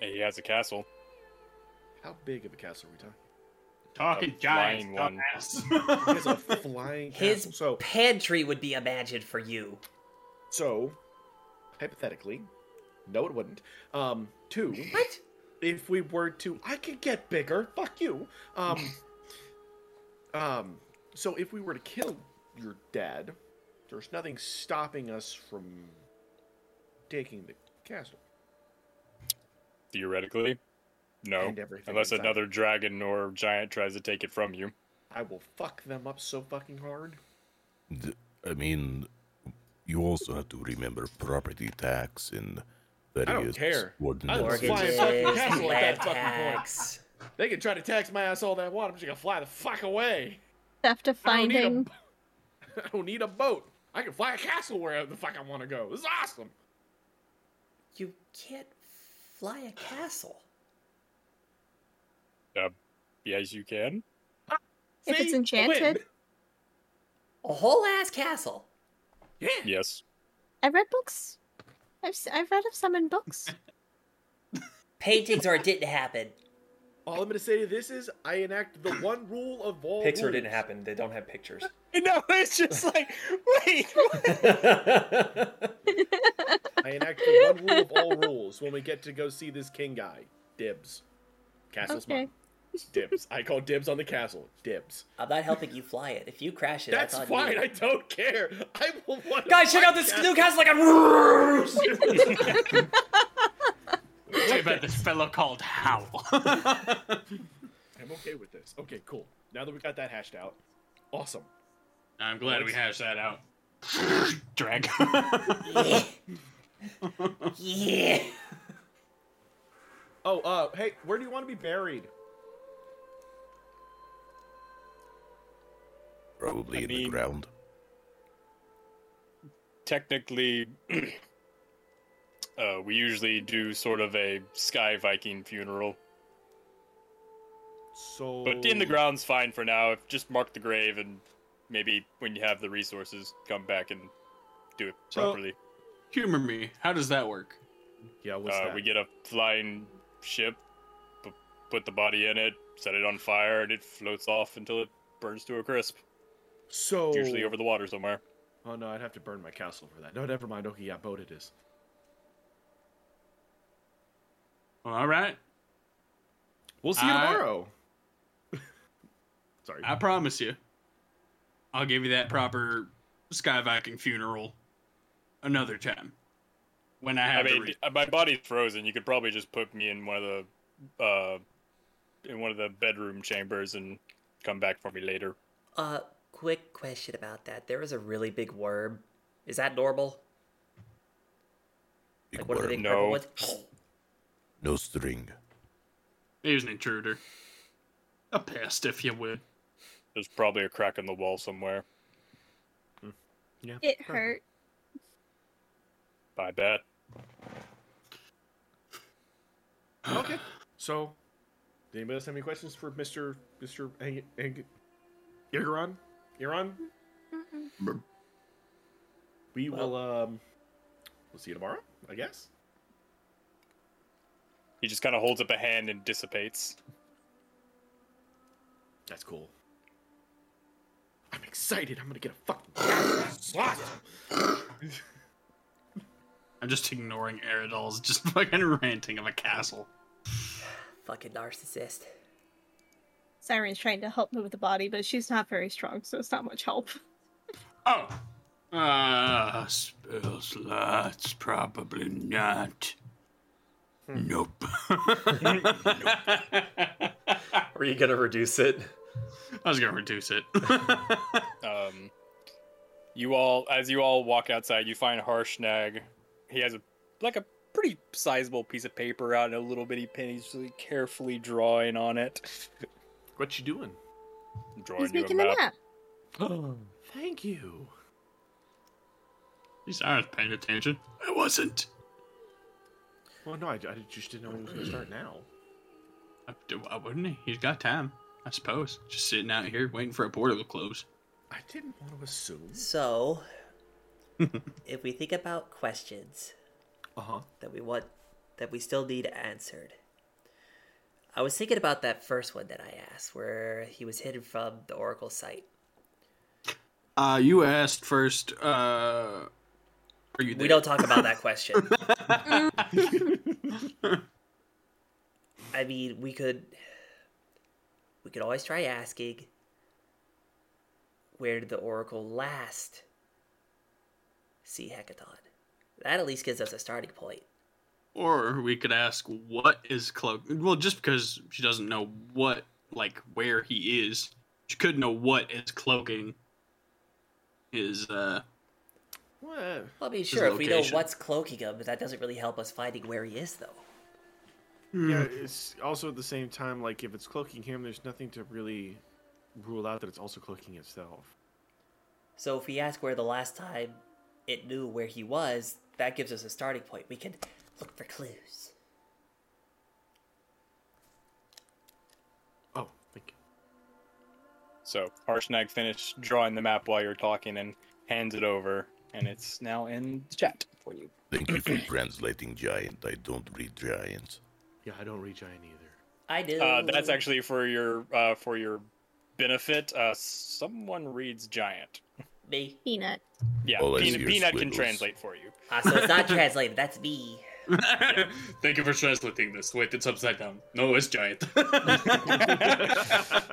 He has a castle. How big of a castle are we talking? Talking A giants, flying one. <laughs> He dumbass. has a flying His castle. So, pantry would be imagined for you. so hypothetically, no, it wouldn't. Um, two. What? If we were to, I could get bigger. Fuck you. <laughs> Um, um. So if we were to kill your dad, there's nothing stopping us from taking the castle. Theoretically, no. And everything Unless inside. another dragon or giant tries to take it from you. I will fuck them up so fucking hard. D- I mean, you also have to remember property tax and various care. I don't fly ordinances. a Mortgages, fucking castle at land that fucking point. tax. They can try to tax my ass all they want. I'm just gonna fly the fuck away. Theft of I don't need a finding. bo- <laughs> I don't need a boat. I can fly a castle wherever the fuck I want to go. This is awesome. You can't fly a castle. Yes, you can. If it's See? I win. enchanted. A whole ass castle. Yeah. Yes. I've read books. I've, s- I've read of some <laughs> in books. Paintings or it didn't happen. All I'm gonna say to this is, I enact the one rule of all. Pixar rules. didn't happen. They don't have pictures. No, it's just like, <laughs> wait. <laughs> I enact the one rule of all rules when we get to go see this king guy. Dibs. Castle's Okay. mine. Dibs. I call dibs on the castle. Dibs. I'm not helping you fly it. If you crash it, That's that's on fine. you. I don't care. I will want. Guys, check out this new castle I got. What about this fellow called Howl? <laughs> I'm okay with this. Okay, cool. Now that we got that hashed out, awesome. I'm glad we hashed that out. Drag. <laughs> yeah. Oh, uh, hey, where do you want to be buried? Probably I in the mean- ground. Technically, <clears throat> uh, we usually do sort of a sky Viking funeral, So. but in the ground's fine for now. If just mark the grave and maybe when you have the resources, come back and do it So, properly. Humor me. How does that work? Yeah, what's Uh, that? we get a flying ship, p- put the body in it, set it on fire, and it floats off until it burns to a crisp. so. Usually over the water somewhere. Oh no, I'd have to burn my castle for that. No, never mind. Okay, yeah, boat it is. Well, all right. We'll see you I- tomorrow. <laughs> Sorry. I promise you. I'll give you that proper Sky Viking funeral another time. When I I have the mean, uh, re- my body's frozen. You could probably just put me in one of the, uh, in one of the bedroom chambers and come back for me later. Uh, quick question about that. There is a really big worm. Is that normal? like one of the big purple No. ones? No string. He was an intruder. A pest, if you would. There's probably a crack in the wall somewhere. Yeah. It hurt. I bet. <laughs> Okay. So, did anybody else have any questions for Mister Mister Iran? Iran? We will. Um, we'll see you tomorrow, I guess. He just kind of holds up a hand and dissipates. That's cool. I'm excited. I'm gonna get a fucking slot. I'm just ignoring Aerodol's just <laughs> fucking ranting of a castle. Fucking narcissist. Siren's trying to help move the body, but she's not very strong, so it's not much help. Oh! Ah, spell slots, probably not. Nope. <laughs> Are you gonna reduce it? I was gonna reduce it. <laughs> Um, you all, as you all walk outside, you find Harshnag. He has a like a pretty sizable piece of paper out and a little bitty pen. He's really carefully drawing on it. What you <gasps> doing? Drawing He's you making the map. Thank you. These aren't paying attention. I wasn't. Well, no, I, I just didn't know when it was gonna start now. I- Why wouldn't he? He's got time, I suppose. Just sitting out here waiting for a portal to close. I didn't want to assume. So, if we think about questions Uh huh. that we want, that we still need answered, I was thinking about that first one that I asked, where he was hidden from the Oracle site. Uh, you asked first. Uh, are you? There? We don't talk about that question. I mean, we could we could always try asking where did the oracle last see Hecaton? That at least gives us a starting point. Or we could ask what is cloak. Well, just because she doesn't know what, like where he is, she could know what is cloaking. Is uh, <laughs> What? Well, I mean, His sure, if we know location. what's cloaking him, but that doesn't really help us finding where he is, though. Yeah, it's also at the same time, like if it's cloaking him, there's nothing to really rule out that it's also cloaking itself. So if we ask where the last time it knew where he was, that gives us a starting point. We can look for clues. Oh, thank you. So Harshnag finished drawing the map while you're talking and hands it over, and it's now in the chat for you. Thank you for translating giant. I don't read giants. Yeah, I don't read giant either. <laughs> I do. Uh, that's actually for your uh, for your benefit. Uh, someone reads giant. me. Peanut. Yeah, All I see Peanut, are Peanut can squiggles. translate for you. Ah, so it's not translated. That's me. Thank you for translating this. Wait, it's upside down. No, it's <laughs> giant. <laughs>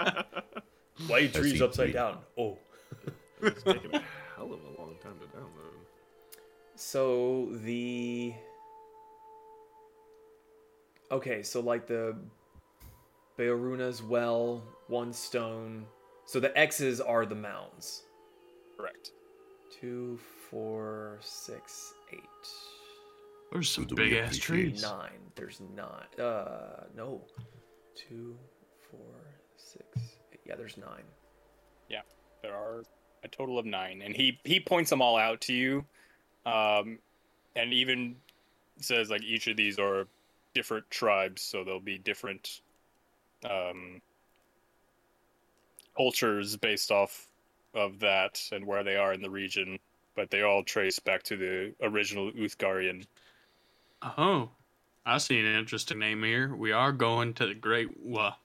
Why I trees see upside green. down? Oh. It's taking a hell of a long time to download. So the Okay, so like the Beoruna's well, one stone. So the X's are the mounds. Correct. Two, four, six, eight. There's some Do we big ass appreciate- trees. Nine. There's nine. Uh, no. Two, four, six. Eight. Yeah, there's nine. Yeah, there are a total of nine, and he he points them all out to you, um, and even says like each of these are different tribes, so there'll be different um, cultures based off of that and where they are in the region, but they all trace back to the original Uthgarian. Oh, I see an interesting name here. We are going to the Great. Well,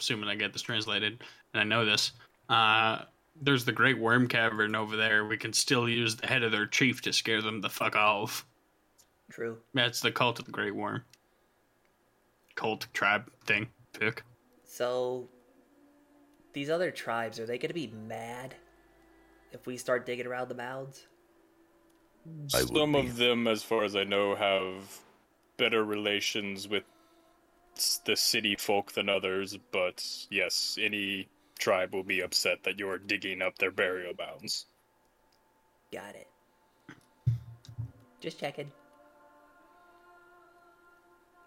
assuming I get this translated, and I know this. Uh, there's the Great Worm Cavern over there. We can still use the head of their chief to scare them the fuck off. True. That's the cult of the Great Worm. Cult tribe thing. pick. So, these other tribes, are they going to be mad if we start digging around the mounds? I would Some be. of them, as far as I know, have better relations with s- the city folk than others, but yes, any tribe will be upset that you're digging up their burial mounds. Got it. Just checking.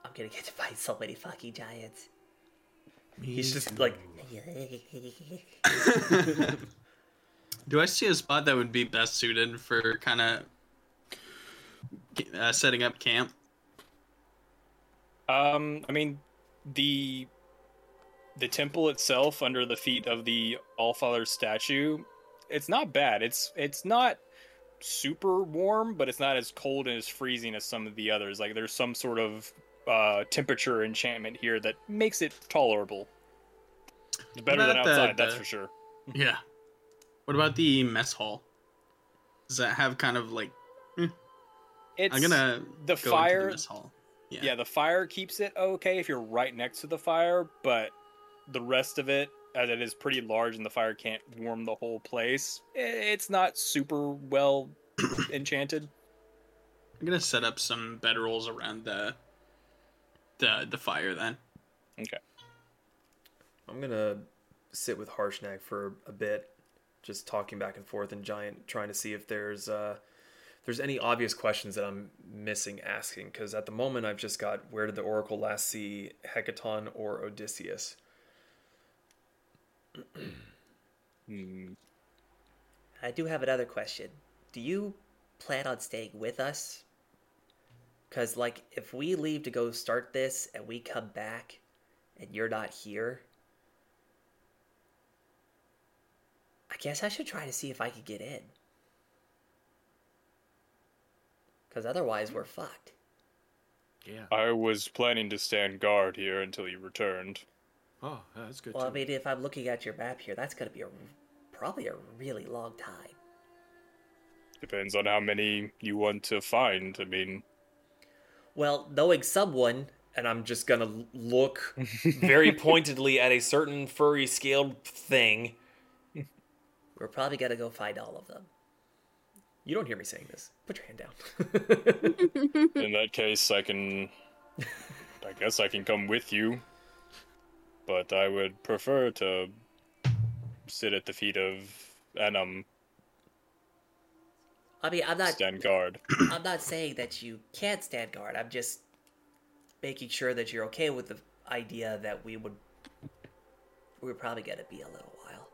I'm gonna get to fight so many fucking giants. <laughs> He's just like. Do I see a spot that would be best suited for kind of uh, setting up camp? Um, I mean, the the temple itself, under the feet of the All Father statue, it's not bad. It's it's not super warm, but it's not as cold and as freezing as some of the others. Like there's some sort of uh, temperature enchantment here that makes it tolerable. It's better Not than bad, outside, that's though. for sure. Yeah. What about the mess hall? Does that have kind of like It's I'm gonna go the into fire. mess hall? Yeah. the fire keeps it okay if you're right next to the fire, but the rest of it, as it is pretty large and the fire can't warm the whole place, i- it's not super well <coughs> enchanted. I'm gonna set up some bedrolls around the the the fire then. Okay. I'm gonna sit with Harshnag for a bit, just talking back and forth and Giant, trying to see if there's uh, if there's any obvious questions that I'm missing asking. Because at the moment, I've just got where did the Oracle last see Hecaton or Odysseus? Hmm. I do have another question. Do you plan on staying with us? Because, like, if we leave to go start this and we come back and you're not here, I guess I should try to see if I could get in. Because otherwise, we're fucked. Yeah. I was planning to stand guard here until you returned. Oh, that's good. Well, I mean, if I'm looking at your map here, that's going to be a, probably a really long time. Depends on how many you want to find. I mean, Well, knowing someone, and I'm just gonna l- look very pointedly at a certain furry scaled thing. We're probably going to go find all of them. You don't hear me saying this. Put your hand down. in that case, I <laughs> can. I guess I can come with you, but I would prefer to sit at the feet of Anum, <laughs> I mean, I'm not. stand guard. I'm not saying that you can't stand guard. I'm just making sure that you're okay with the idea that we would. We're probably gonna be a little while.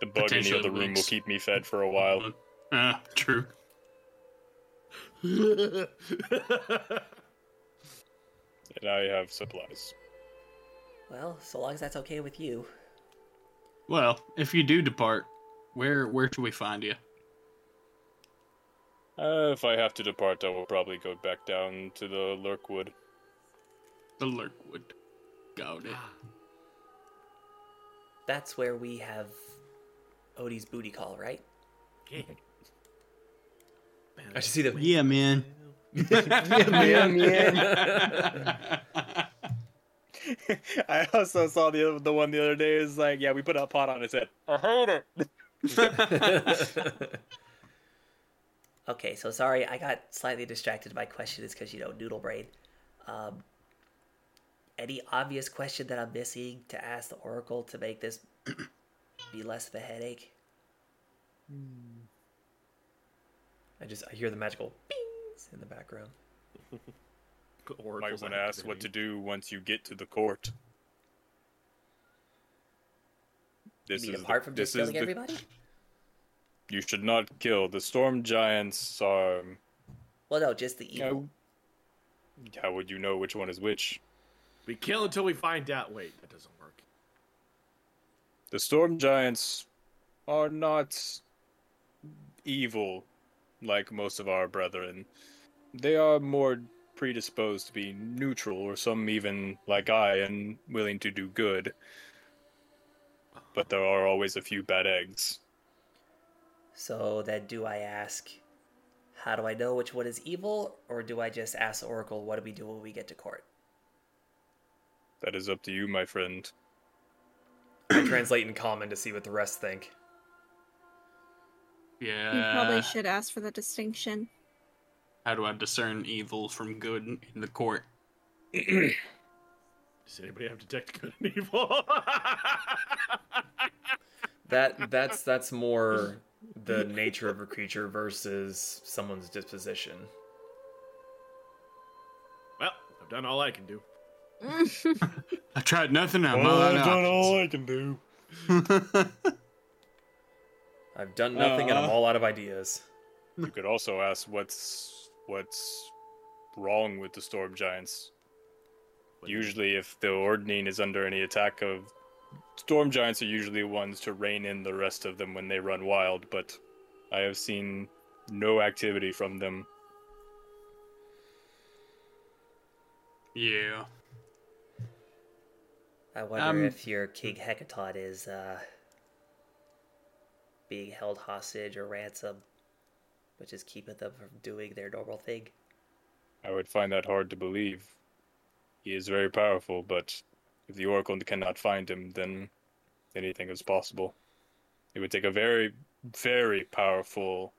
The bug in the Potentially other room will links. keep me fed for a while. Ah, true. And I have supplies. Well, so long as that's okay with you. Well, if you do depart, where where should we find you? Uh, if I have to depart, I will probably go back down to the Lurkwood. The Lurkwood. Got it. That's where we have Odie's booty call, right? I just see the <sighs> Yeah, man. yeah, I also saw the the one the other day. Is like, yeah, we put a pot on his head. I heard it. Okay, so sorry, I got slightly distracted. My question is because you know noodle brain. Um, any obvious question that I'm missing to ask the Oracle to make this <clears throat> be less of a headache? Hmm. I just I hear the magical pings in the background. Might want to ask what to do once you get to the court. This you mean is apart the, from this just is killing the- everybody? You should not kill the storm giants. um, Are Well, no, just the evil. how would you know which one is which? We kill until we find out. Wait, that doesn't work. The storm giants are not evil like most of our brethren. They are more predisposed to be neutral, or some even like I, and willing to do good. But there are always a few bad eggs. So then, do I ask, how do I know which one is evil, or do I just ask the Oracle, what do we do when we get to court? That is up to you, my friend. I translate in common to see what the rest think. Yeah. Uh, You probably should ask for the distinction. How do I discern evil from good in the court? Does anybody have detect good and <laughs> evil? That that's that's more the nature of a creature versus someone's disposition. well, I've done all I can do. I tried nothing. I'm Well, all I've out. done all Oh, I can do. I've done nothing and I'm Uh-huh. all out of ideas. You could also ask what's what's wrong with the storm giants. Usually, if the Ordnine is under any attack of storm giants, are usually ones to rein in the rest of them when they run wild. But I have seen no activity from them. <laughs> Yeah. I wonder Um, if your King Hecatot is uh, being held hostage or ransom, which is keeping them from doing their normal thing. I would find that hard to believe. He is very powerful, but if the Oracle cannot find him, then anything is possible. It would take a very, very powerful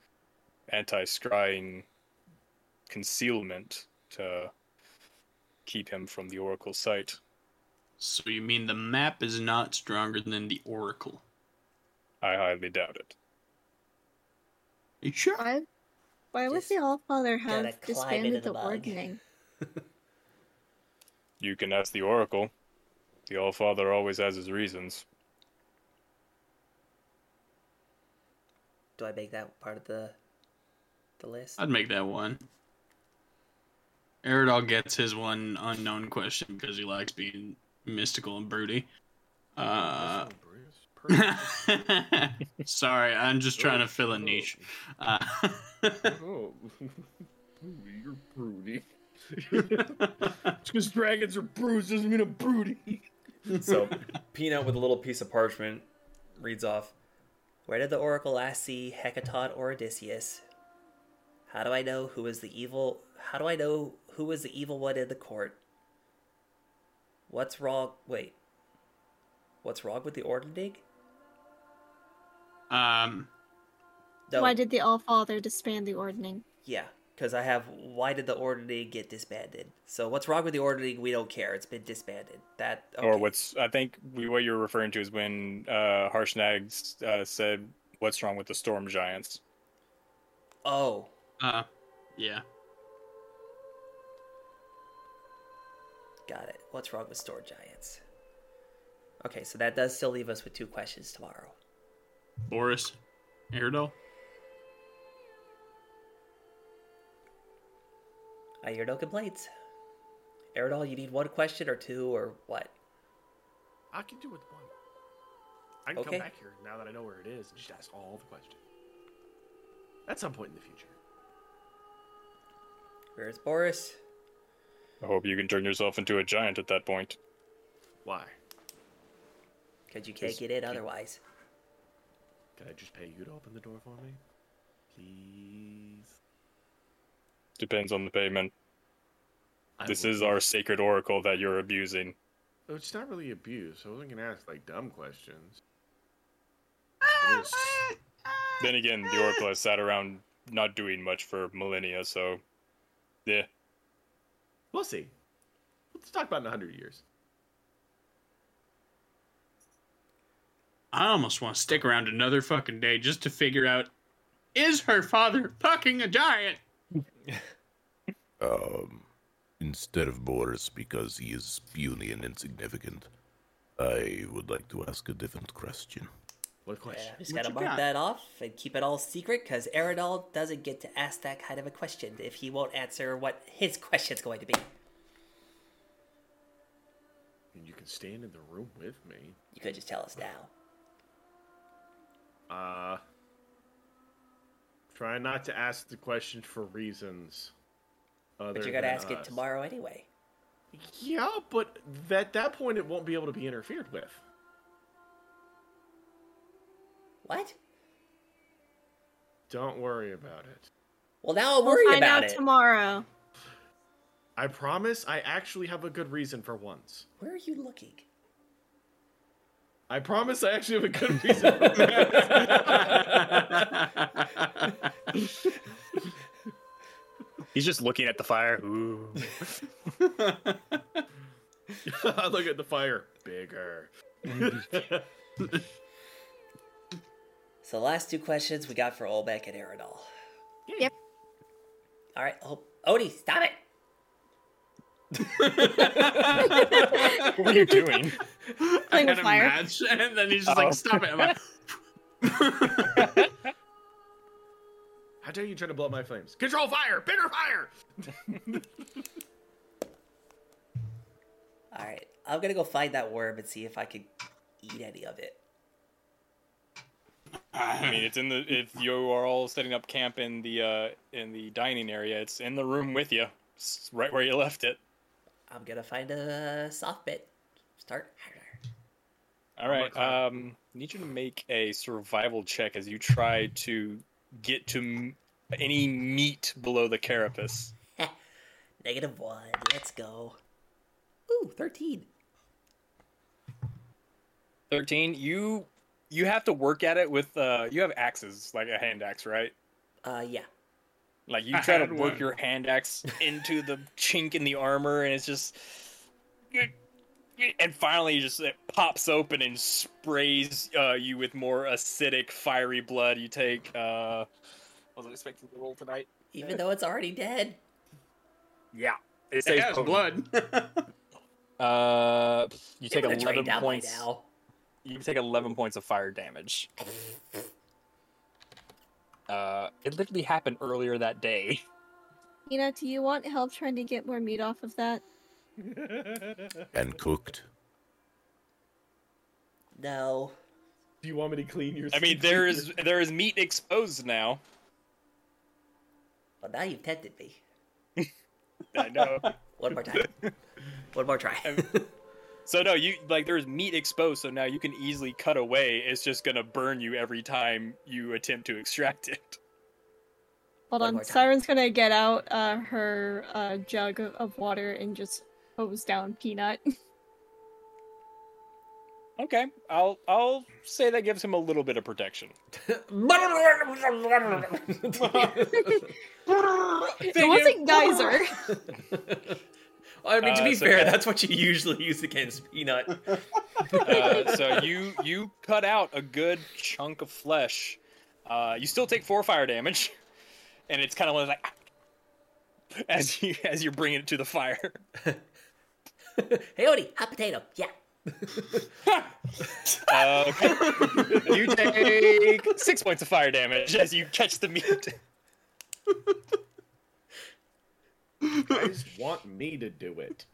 anti scrying concealment to keep him from the Oracle's sight. So you mean the map is not stronger than the oracle? I highly doubt it. sure? Why, why would the Allfather have climb into disbanded the the, mug. ordning? You can ask the Oracle. The All Father always has his reasons. Do I make that part of the the list? I'd make that one. Eridol gets his one unknown question because he likes being mystical and broody. Uh, <laughs> Oh, <laughs> sorry, I'm just trying to fill a niche. Uh, <laughs> <laughs> Oh, you're broody. Just because dragons are bruised doesn't mean I'm broody. So <laughs> Peanut with a little piece of parchment reads off. Where did the Oracle last see Hecaton or Odysseus? How do I know who is the evil? How do I know who is the evil one in the court? What's wrong? Wait. What's wrong with the ordning? um, No. Why did the Allfather disband the ordning? Yeah, because I have. Why did the ordning get disbanded? So what's wrong with the ordning? We don't care. It's been disbanded. That Or what's I think we, what you're referring to is when uh, Harshnag uh, said, "What's wrong with the storm giants?" Oh, uh, yeah. got it. What's wrong with store giants? Okay, so that does still leave us with two questions tomorrow. Boris, Eridol. I hear no complaints. Eridol, you need one question or two or what? I can do with one. I can Okay. come back here now that I know where it is and just ask all the questions. At some point in the future. Where's Boris? I hope you can turn yourself into a giant at that point. Why? Because you can't Is- get in can- otherwise. Can I just pay you to open the door for me? Please. Depends on the payment. I this will- is our sacred oracle that you're abusing. Oh, It's not really abuse. I wasn't gonna ask like dumb questions. Ah, Then again, the oracle has sat around not doing much for millennia, so yeah. We'll see. Let's talk about in 100 years. I almost want to stick around another fucking day just to figure out is her father fucking a giant? Um, instead of Boris, because he is puny and insignificant, I would like to ask a different question. What question? Just What gotta you mark got? that off and keep it all secret because Eridol doesn't get to ask that kind of a question if he won't answer what his <laughs> question's going to be. And you can stand in the room with me. You could just tell us now. Uh. Try not to ask the question for reasons. Other But you're gonna than ask it us. tomorrow anyway. Yeah, but at that point, it won't be able to be interfered with. What? Don't worry about it. Well, now I'm We'll worried find about out it. tomorrow. I promise I actually have a good reason for once. Where are you looking? I promise I actually have a good reason for <laughs> <laughs> once. He's just looking at the fire. Ooh. Look at the fire. Bigger. So the last two questions we got for Olbeck and Aerodol. Yep. All right. Oh, Odie, stop it. what are you <laughs> doing? Playing with fire. match, <laughs> and then he's just like, "Stop it!" I'm like, How dare you try to blow up my flames? Control fire! Bigger fire! All right. I'm gonna go find that worm and see if I can eat any of it. I mean, it's in the if you are all setting up camp in the uh in the dining area, it's in the room with you, it's right where you left it. I'm gonna find a soft bit. Start. All right, um, need you to make a survival check as you try to get to m- any meat below the carapace. Negative one. Let's go. Ooh, thirteen. Thirteen. You you have to work at it with uh you have axes like a hand axe, right? Uh, yeah. Like you I try to had work one. your hand axe into the chink in the armor, and it's just, and finally, just it pops open and sprays uh, you with more acidic, fiery blood. You take. Uh, I wasn't expecting to roll tonight. Even though it's already dead. Yeah, it "It has blood." <laughs> Uh, you take It would've eleven drained out by points. now. You take eleven points of fire damage. Uh, it literally happened earlier that day. Nina, do you want help trying to get more meat off of that? And cooked. No. Do you want me to clean your I mean, there is there is meat exposed now. Well, now you've tempted me. I know. One more time. One more try. <laughs> So no, you like there's meat exposed, so now you can easily cut away. It's just gonna burn you every time you attempt to extract it. Hold One on. more time. Siren's gonna get out uh, her uh, jug of, of water and just hose down Peanut. Okay, I'll I'll say that gives him a little bit of protection. it wasn't Geyser. I mean, to Uh, be so- fair, that's what you usually use against <laughs> Peanut. Oh, Uh, so you you cut out a good chunk of flesh. Uh, you still take four fire damage, and it's kind of like ah, as you as you're bringing it to the fire. <laughs> <laughs> hey, Odie, hot potato. Yeah. Uh, okay. you take six points of fire damage as you catch the meat. guys <laughs> want me to do it.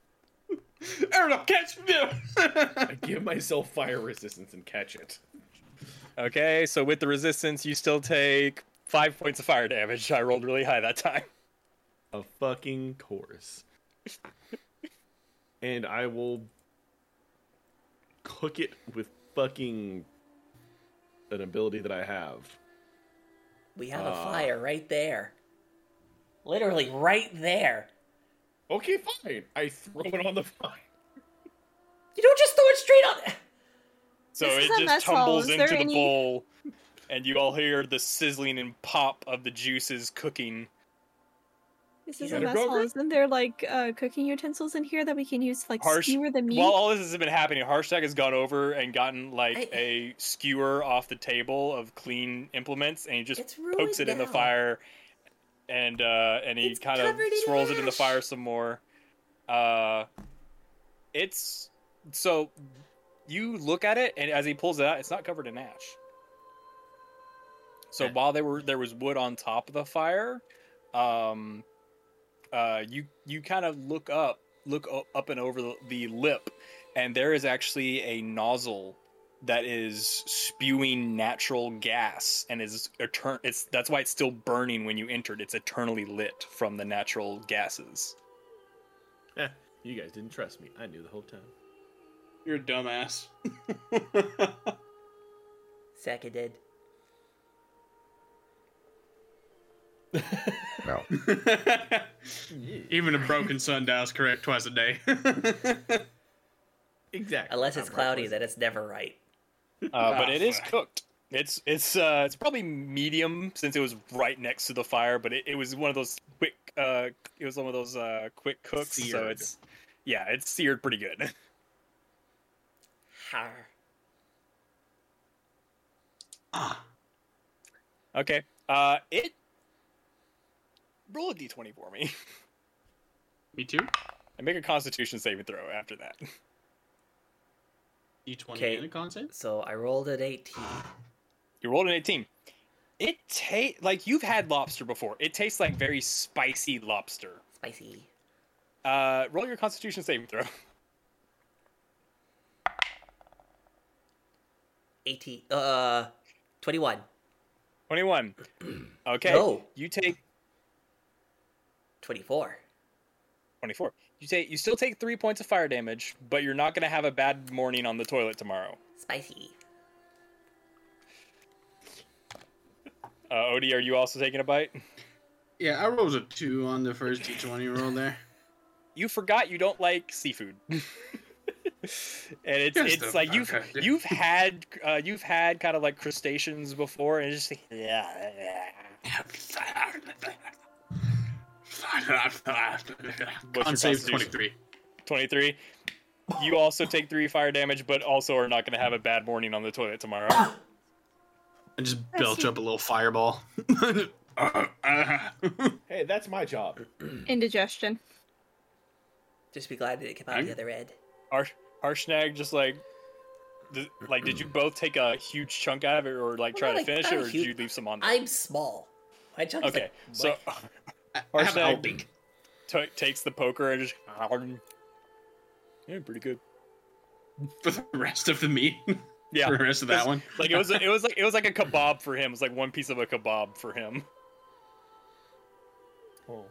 Aerodol, catch me! I give myself fire resistance and catch it. Okay, so with the resistance, you still take five points of fire damage. I rolled really high that time. A fucking chorus. and I will cook it with fucking an ability that I have. We have a Ah. fire right there. Literally right there. Okay, fine. I throw it on the fire. <laughs> You don't just throw it straight on. So This is it a mess just hall. tumbles Is into there the any- bowl, and you all hear the sizzling and pop of the juices cooking. This You is a gotta mess go, hall. girl. Isn't there like uh, cooking utensils in here that we can use to like Harsh. skewer the meat? While all this has been happening, Harshtag has gone over and gotten like I- a skewer off the table of clean implements, and he just It's ruined pokes it in the now. fire, and uh, and he It's kind of covered in swirls it in the ash. fire some more. Uh, it's so you look at it, and as he pulls it out, it's not covered in ash. So Okay. while there were there was wood on top of the fire, um, uh, you you kind of look up, look o- up and over the, the lip, and there is actually a nozzle that is spewing natural gas and is etern- it's that's why it's still burning when you entered it's eternally lit from the natural gases Eh, you guys didn't trust me. I knew the whole time. You're a <laughs> dumbass. Seconded. No. Even a broken sundial's correct twice a <laughs> day. exactly. Unless it's cloudy, then it's never right. Uh, but it is cooked. It's it's uh, it's probably medium since it was right next to the fire, but it, it was one of those quick uh, it was one of those uh, quick cooks, so Seared. it's yeah, it's seared pretty good. <laughs> Har. Ah, Okay, uh, it roll a d twenty for me. <laughs> Me too. I make a Constitution saving throw after that. D twenty Okay. in the concept. So I rolled an 18. You rolled an 18. It tastes like you've had lobster before. It tastes like very spicy lobster. Spicy. Uh, roll your Constitution saving throw. <laughs> 18. Uh, 21. <clears throat> 21. Okay. No. You take 24. 24. You take you still take 3 points of fire damage, but you're not going to have a bad morning on the toilet tomorrow. Spicy. Uh, Odie, are you also taking a bite? <laughs> Yeah, I rolled a two on the first D twenty roll <laughs> there. You forgot you don't like seafood. <laughs> and it's Yes, the- it's like you've okay. you've had uh, you've had kind of like crustaceans before and it's just like, yeah, What's Con your save constitution? twenty three. 23. You also take three fire damage, but also are not going to have a bad morning on the <laughs> toilet tomorrow. I just belch up a little fireball. Hey, that's my job. Indigestion. Just be glad that it came out the other end. Arsh- Arshnag just like, th- like, did you both take a huge chunk out of it, or like try Well, to not like- finish it, not or a did huge- you leave some on there? I'm small. My junk is okay, like- <laughs> so I <laughs> have an Arshnag owl beak. t- takes the poker and just, <laughs> yeah, pretty good. <laughs> for the rest of the meat. <laughs> Yeah, for the rest of that one. like it was, it was like it <laughs> was like a kebab for him. It was like one piece of a kebab for him. Oh.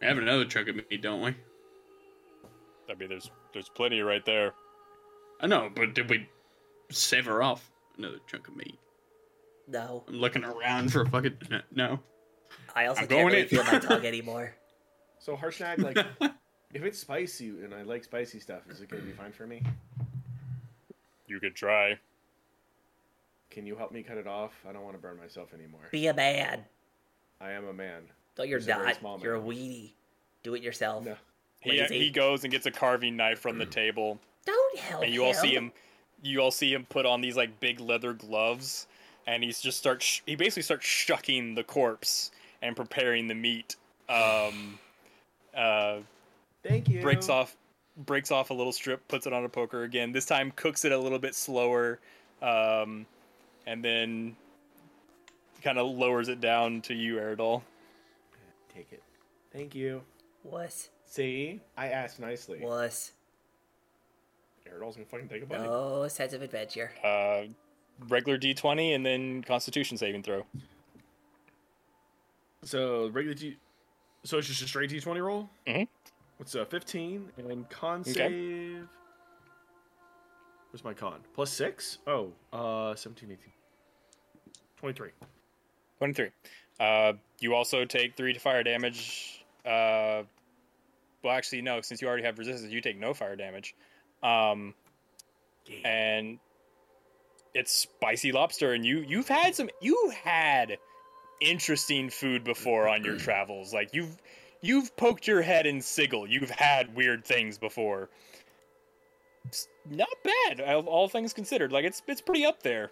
We have another chunk of meat, don't we? I mean, there's there's plenty right there. I know, but did we sever off another chunk of meat? no. I'm looking around for a fucking no. I also I'm can't going really in. feel <laughs> my tongue anymore. So Harshnag, like, if it's spicy and I like spicy stuff, is it gonna be fine for me? You could try. Can you help me cut it off? I don't want to burn myself anymore. Be a man. I am a man. No, you're He's a very not. small You're a man. weenie. Do it yourself. No. He, Lazy. he goes and gets a carving knife from the table, Don't help and you all see him. him. You all see him put on these like big leather gloves, and he's just starts. Sh- he basically starts shucking the corpse and preparing the meat. Um, uh, Thank you. breaks off, breaks off a little strip, puts it on a poker again. This time cooks it a little bit slower, um, and then kind of lowers it down to you, Eridol. Take it. Thank you. Wuss. See, I asked nicely. Wuss. Aerodol's gonna fucking take a bite. No sense of adventure. Uh, regular D20 and then Constitution saving throw. So regular D. So it's just a straight D twenty roll. Mhm. What's a fifteen and con Okay. save? Where's my con? Plus six? Oh, uh, 17, 18. 23. 23. Uh, you also take three to fire damage. Uh, well, actually, no, since you already have resistance, you take no fire damage. Um, and it's spicy lobster, and you you've had some you had interesting food before on your travels. Like you've you've poked your head in sigil. You've had weird things before. It's not bad, all all things considered. Like it's it's pretty up there,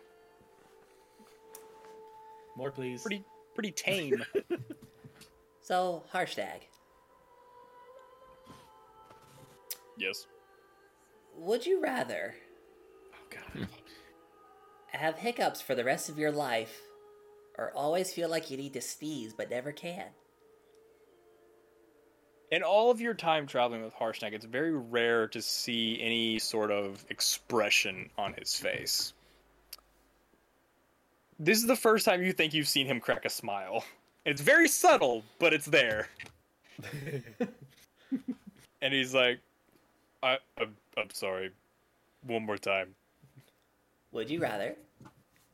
More, please. pretty pretty tame. So, Harshtag, yes. would you rather Oh god. <laughs> have hiccups for the rest of your life or always feel like you need to sneeze but never can? In all of your time traveling with Harshnag, it's very rare to see any sort of expression on his face. This is the first time you think you've seen him crack a smile. It's very subtle, but it's <laughs> there. and he's like, I, I'm, I'm sorry. One more time. Would you rather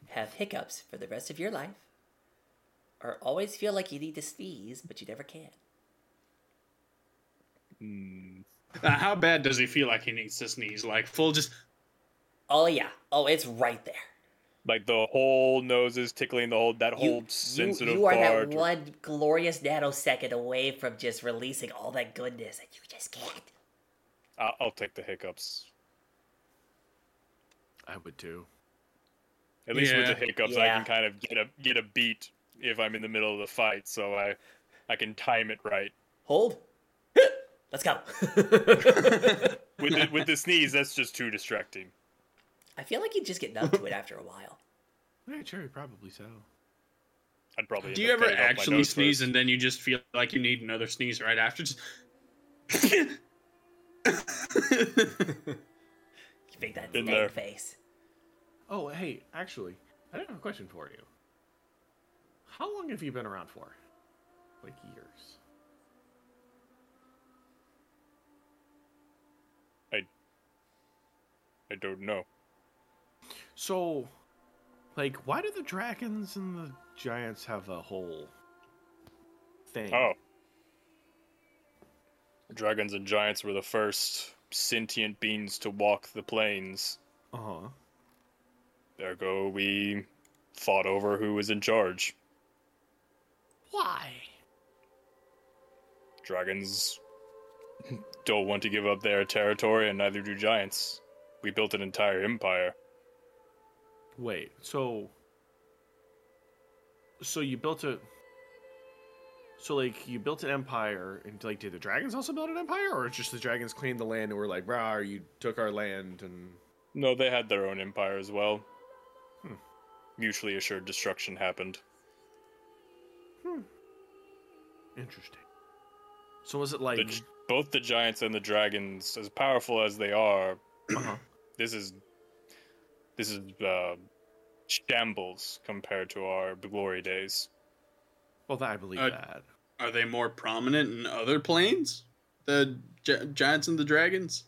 have hiccups for the rest of your life Or always feel like you need to sneeze, but you never can. Hmm. Now, how bad does he feel like he needs to sneeze? Like full just. Oh yeah. Oh, it's right there. Like the whole nose is tickling the whole that whole sensitive you are part. that one glorious nanosecond away from just releasing all that goodness, and you just can't. I- I'll take the hiccups. I would too. At least with Yeah. the hiccups, I Yeah. can kind of get a get a beat if I'm in the middle of the fight, so I I can time it right. Hold. <laughs> Let's go. <laughs> With the, <laughs> with the sneeze, that's just too distracting. I feel like you just get numb to it after a while. Yeah, sure, probably so. I'd probably. Do you ever actually sneeze and then you just feel like you need another sneeze right after? Just... You make that Been snake there. face. Oh, hey, actually, I have a question for you. How long have you been around for? Like years. I don't know. So, like, why do the dragons and the giants have a whole thing? Oh. Dragons and giants were the first sentient beings to walk the plains. Uh huh. Ergo, we fought over who was in charge. Why? Dragons <laughs> don't want to give up their territory, and neither do giants. We built an entire empire. Wait. So. So you built a. So like you built an empire, and like did the dragons also build an empire, or just the dragons claimed the land and were like, "Rah, you took our land," and No, they had their own empire as well. Hmm. Mutually assured destruction happened. interesting. So was it like The g- both the giants and the dragons, as powerful as they are, uh-huh. this is this is uh, shambles compared to our glory days. Well, I believe Uh, that. Are they more prominent in other planes? The gi- giants and the dragons,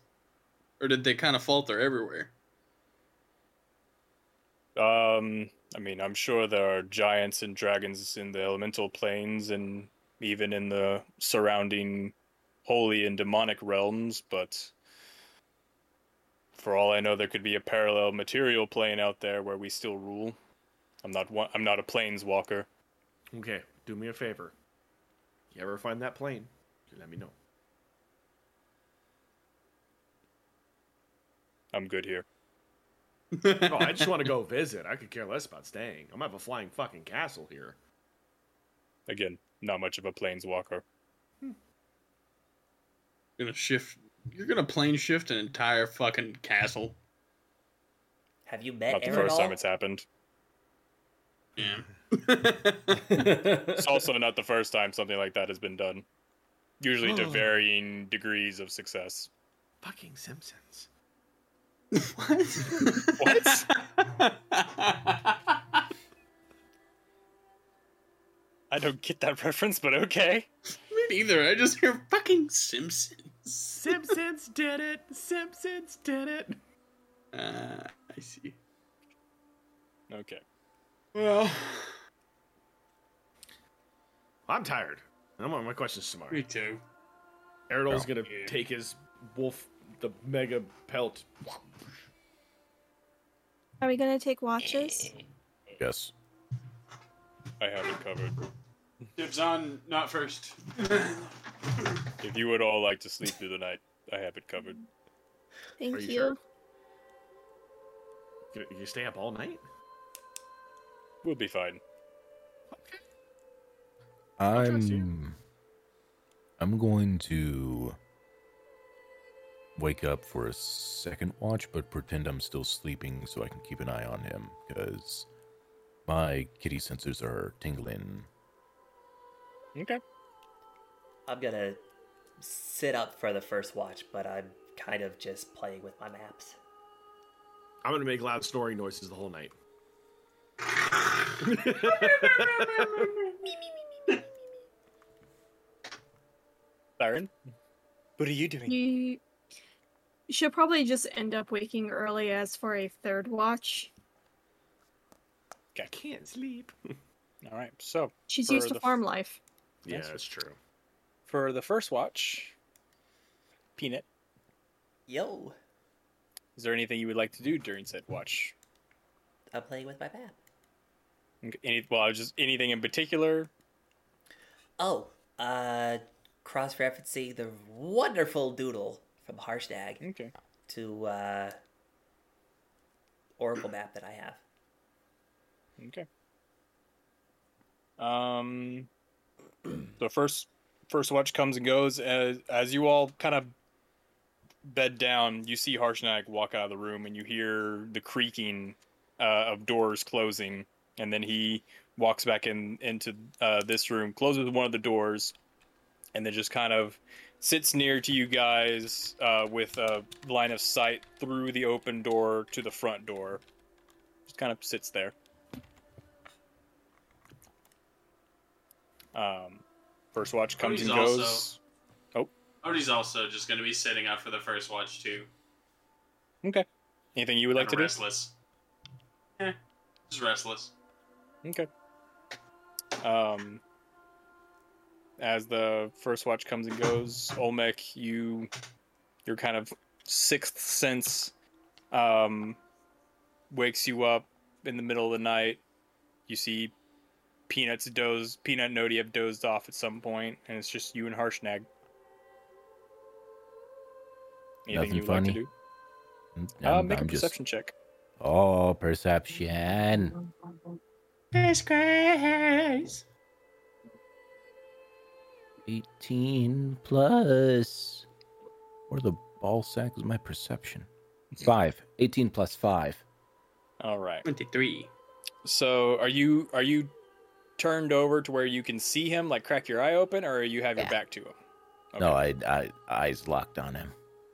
or did they kind of falter everywhere? Um, I mean, I'm sure there are giants and dragons in the elemental planes and even in the surrounding holy and demonic realms, but for all I know, there could be a parallel material plane out there where we still rule. I'm not one, I'm not a planeswalker. Okay, do me a favor. You ever find that plane? You let me know. I'm good here. oh, I just want to go visit. I could care less about staying. I'm gonna have a flying fucking castle here. Again, not much of a planeswalker. gonna shift. You're gonna plane shift an entire fucking castle. Have you met not the Eh, Aaron first all? time it's happened. Yeah. <laughs> it's also not the first time something like that has been done. Usually to Oh. varying degrees of success. Fucking Simpsons. What? I don't get that reference, but okay. Me neither. I just hear fucking Simpsons. Simpsons did it. Simpsons did it. Uh, I see. Okay. Well, I'm tired. I'm on my questions tomorrow. Me too. Aerodol's Oh, gonna yeah. take his wolf, the mega pelt. Are we gonna take watches? Yes. I have it covered. dibs on not first. If you would all like to sleep through the night, I have it covered. Thank Are you you. sure? You you stay up all night? We'll be fine. I'm. I'm going to wake up for a second watch, but pretend I'm still sleeping so I can keep an eye on him, because my kitty sensors are tingling. Okay. I'm gonna sit up for the first watch, but I'm kind of just playing with my maps. I'm gonna make loud snoring noises the whole night. Baron? What are you doing? You should probably just end up waking early as for a third watch. I can't sleep. All right, so She's for used to the- farm life. Yeah, Yes. that's true. for the first watch. Peanut, Yo, is there anything you would like to do during said watch? I'm playing with my map. Any, well, just anything in particular. Oh, uh, cross referencing the wonderful doodle from Harshtag okay. to uh, Oracle map that I have. Okay. Um, <clears throat> the first first watch comes and goes as as you all kind of bed down. You see Harshnag walk out of the room, and you hear the creaking uh, of doors closing. And then he walks back in into uh, this room, closes one of the doors, and then just kind of sits near to you guys uh, with a line of sight through the open door to the front door. Just kind of sits there. Um, first watch comes Cody's and also- goes. Oh, Odie's also just going to be sitting up for the first watch too. okay. Anything you would like to do? restless. Eh, just restless. Okay. Um, as the first watch comes and goes, Olmec, you, your kind of sixth sense, um, wakes you up in the middle of the night. You see, Peanuts doze, Peanut and Odie have dozed off at some point, and it's just you and Harshnag. Anything Nothing you would like to funny? do? Mm, Uh, I'm- make a I'm just- perception check. Oh, perception. Grace, grace. 18 plus. Where the ball sack is my perception? Five. 18 plus five. All right. Twenty-three. So are you are you turned over to where you can see him, like crack your eye open, or you have your back to him? No, I, I eyes locked on him.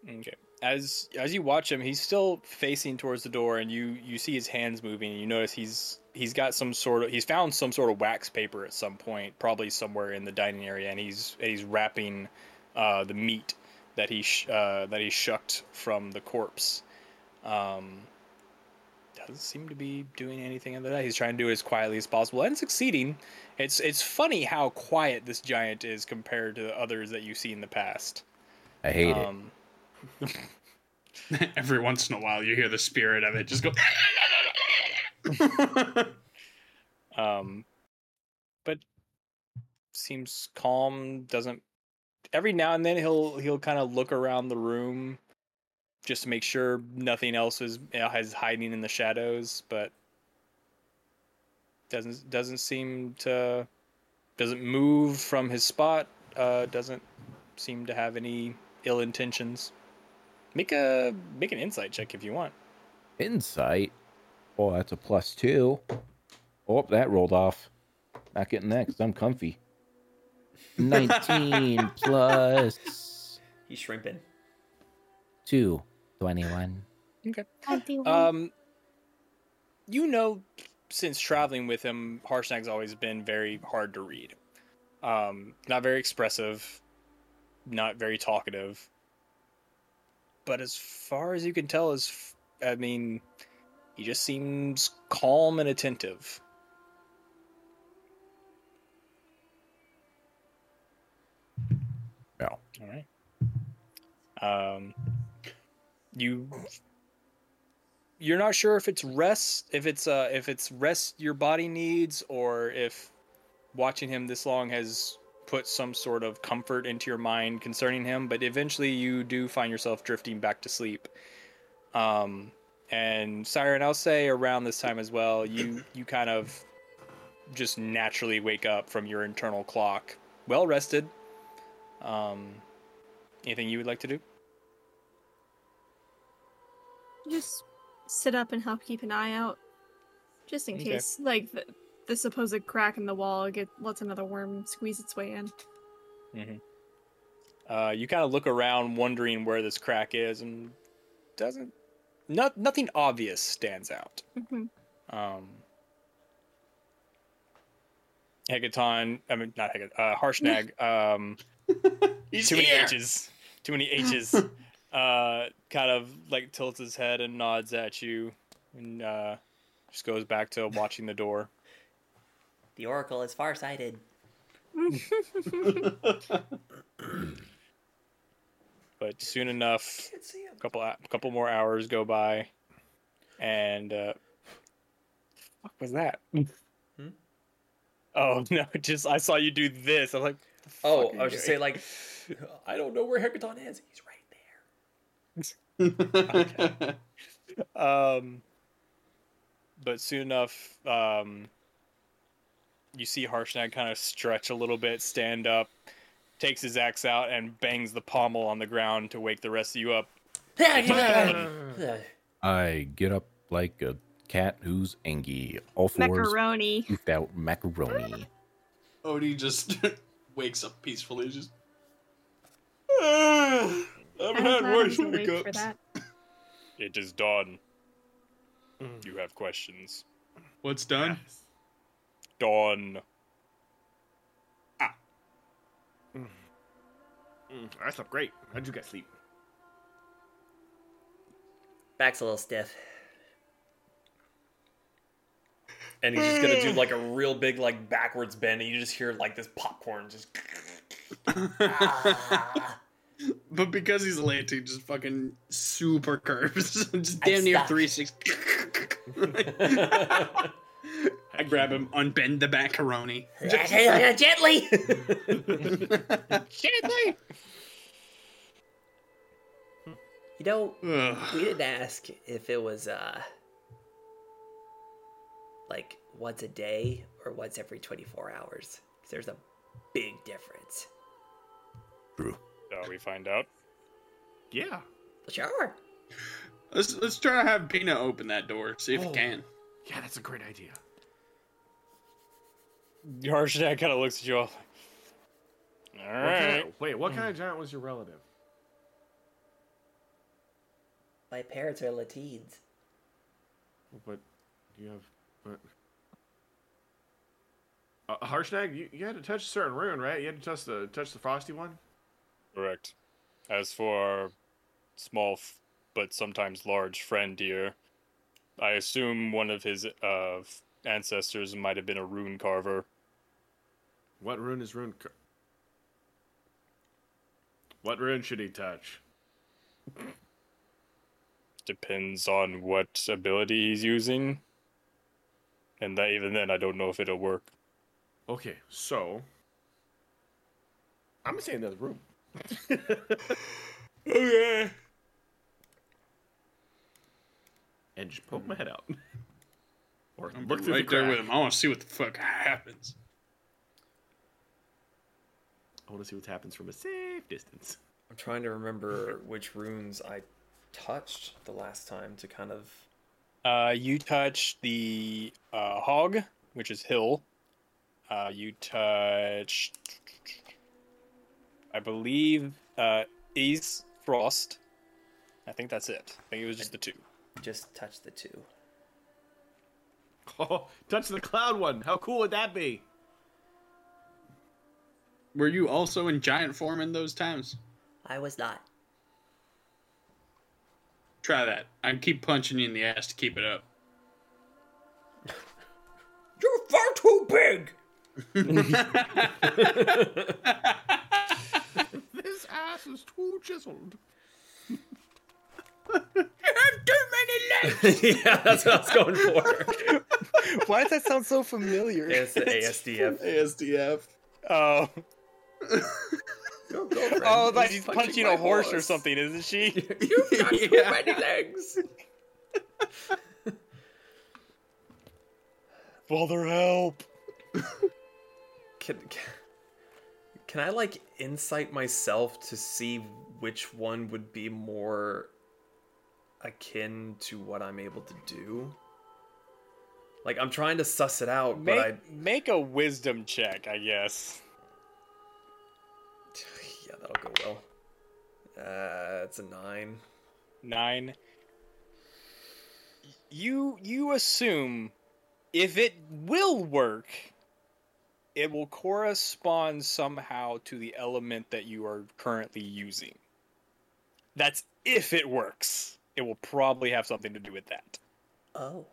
Okay. As as you watch him, he's still facing towards the door, and you you see his hands moving, and you notice he's he's got some sort of he's found some sort of wax paper at some point, probably somewhere in the dining area, and he's and he's wrapping uh, the meat that he sh- uh, that he shucked from the corpse. Um, doesn't seem to be doing anything other than that. He's trying to do it as quietly as possible and succeeding. It's it's funny how quiet this giant is compared to the others that you see in the past. I hate it. Um, <laughs> Every once in a while, you hear the spirit of it just <laughs> go. um but seems calm doesn't every now and then he'll he'll kind of look around the room just to make sure nothing else is is hiding in the shadows but doesn't doesn't seem to doesn't move from his spot uh doesn't seem to have any ill intentions make a make an insight check if you want Insight. Oh, that's a plus two. Oh, that rolled off. Not getting that 'cause I'm comfy. <laughs> 19 plus He's shrimping. 2. 21. okay Um, Um, you know, since traveling with him, Harshnag's always been very hard to read. Um, not very expressive, not very talkative. But as far as you can tell, is f- I mean, he just seems calm and attentive. Yeah. All right. Um, you you're not sure if it's rest, if it's uh, if it's rest your body needs, or if watching him this long has put some sort of comfort into your mind concerning him. But eventually, you do find yourself drifting back to sleep. Um, and Siren, I'll say around this time as well, you you kind of just naturally wake up from your internal clock, well rested. Um, anything you would like to do? Just sit up and help keep an eye out, just in Okay. case. Like the, the supposed crack in the wall get lets another worm squeeze its way in. Mm-hmm. Uh, you kind of look around, wondering where this crack is, and doesn't not nothing obvious stands out. Mhm. Um, Hegaton, I mean not Hegaton, <laughs> uh, Harshnag. Um, He's too here! many H's. <laughs> Too many H's. uh, kind of like tilts his head and nods at you, and uh, just goes back to watching the door. The Oracle is farsighted. But soon enough, <laughs> a couple a couple more hours go by, and uh, fuck was that? Oh <laughs> no! Just I saw you do this. I'm like, Oh, fuck are I you was just saying, doing? like, I don't know where Hecaton is. He's right um, but soon enough, um, you see Harshnag kind of stretch a little bit, stand up, takes his axe out, and bangs the pommel on the ground to wake the rest of you up. I get up like a cat who's angry. All fours <laughs> Macaroni. <laughs> poofed out macaroni. Odie just <laughs> wakes up peacefully. Just. "Ah, <laughs> I've had worse wake-ups." It is dawn. You have questions. What's done? Dawn. Mm, I slept great. How'd you guys sleep? <laughs> Back's a little stiff. And he's just Mm. gonna do like a real big like backwards bend, and you just hear like this popcorn just. Ah. But because he's late, he just fucking super curves. <laughs> just damn near stuck. <laughs> 360. I grab him, unbend the macaroni. <laughs> <laughs> Gently. Gently. You know, Ugh. we didn't ask if it was uh like once a day or once every 24 hours. 'Cause There's a big difference. Shall we find out? Yeah. Sure. Let's let's try to have Pina open that door. See if Oh. he can. Yeah, that's a great idea. Harshnag kind of looks at you all. All What kind right. of- wait, what kind of giant was your relative? My parents are Latines. What do you have? What? Uh, Harshnag, you, you had to touch a certain rune, right? You had to touch the touch the frosty one. Correct. As for our small f- but sometimes large friend here, I assume one of his uh, f- ancestors might have been a rune carver. What rune is rune? Car- what rune should he touch? Depends on what ability he's using. And that even then, I don't know if it'll work. Okay, so I'm gonna stay in the other room. Oh, Okay. And just poke my head out. <laughs> or I'm look through right the there with crack. him. I want to see what the fuck happens. I want to see what happens from a safe distance. <laughs> I'm trying to remember which runes I touched the last time to kind of. Uh, you touch the uh, hog, which is hill. Uh, you touch, I believe, uh, Ease Frost. I think that's it. I think it was just the two. Just touch the two. <laughs> Oh, touch the cloud one. How cool would that be? Were you also in giant form in those times? I was not. Try that. I keep punching you in the ass to keep it up. You're far too big. This ass is too chiseled. <laughs> yeah, that's what I was going for. <laughs> <laughs> Why does that sound so familiar? It's the ASDF. ASDF. Oh. oh, like is she's punching punching my a horse, or horse. <laughs> something, isn't she? Too many legs. Father, help! Can, can, can I like insight myself to see which one would be more akin to what I'm able to do? Like I'm trying to suss it out, Make, but I <sighs> make a wisdom check, I guess. yeah that'll go well. Uh, it's a nine. Nine. You you assume if it will work, it will correspond somehow to the element that you are currently using. That's if it works. It will probably have something to do with that. Oh.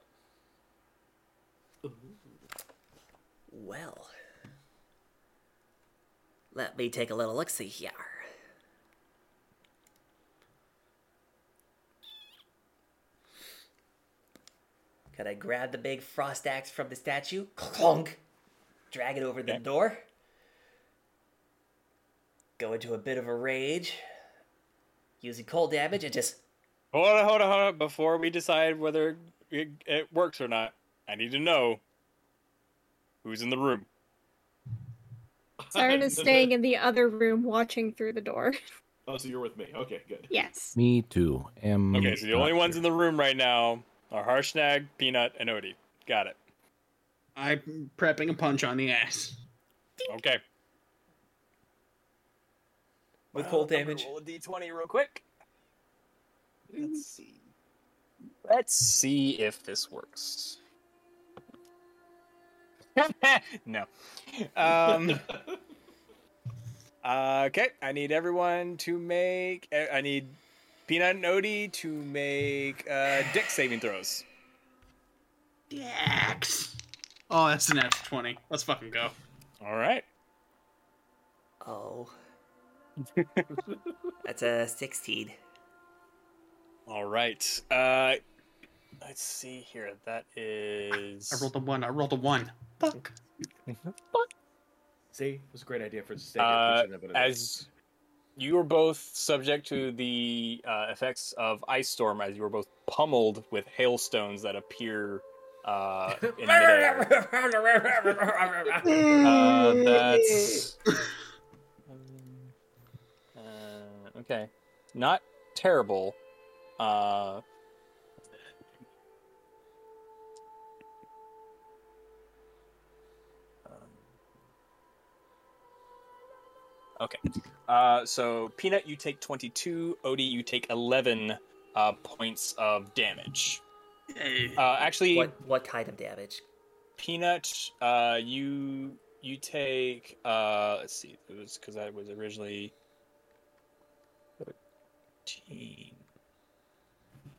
Well, let me take a little look see here. Gotta grab the big frost axe from the statue, clonk, drag it over the door, go into a bit of a rage, using cold damage, and just Hold on, hold on, hold on. Before we decide whether it, it works or not, I need to know who's in the room. Saren is staying in the other room watching through the door. <laughs> Oh, so you're with me. Okay, good. Yes. Me too. Am Okay, so the only ones in the room right now are Harshnag, Peanut, and Odie. Got it. I'm prepping a punch on the ass. Okay. With cold <laughs> damage. Roll a d20 real quick. Let's see. Let's see if this works. <laughs> no. Um, uh, okay, I need everyone to make. uh, I I need Peanut and Odie to make uh, dick saving throws. Dex. Oh, that's an F twenty. Let's fucking go. All right. <laughs> Oh. That's a 16. All right. Uh, let's see here. That is. I rolled a one. I rolled a one. Fuck. Mm-hmm. See, it was a great idea for us to Uh, it. as you were both subject to the uh, effects of ice storm, as you were both pummeled with hailstones that appear uh, in midair. Uh, that's uh, okay. Not terrible. Uh, um, Okay. Uh, so Peanut, you take 22. Odie, you take 11 uh, points of damage. Uh, actually, What, what kind of damage? Peanut, uh, you you take. Uh, let's see. It was because I was originally. 13.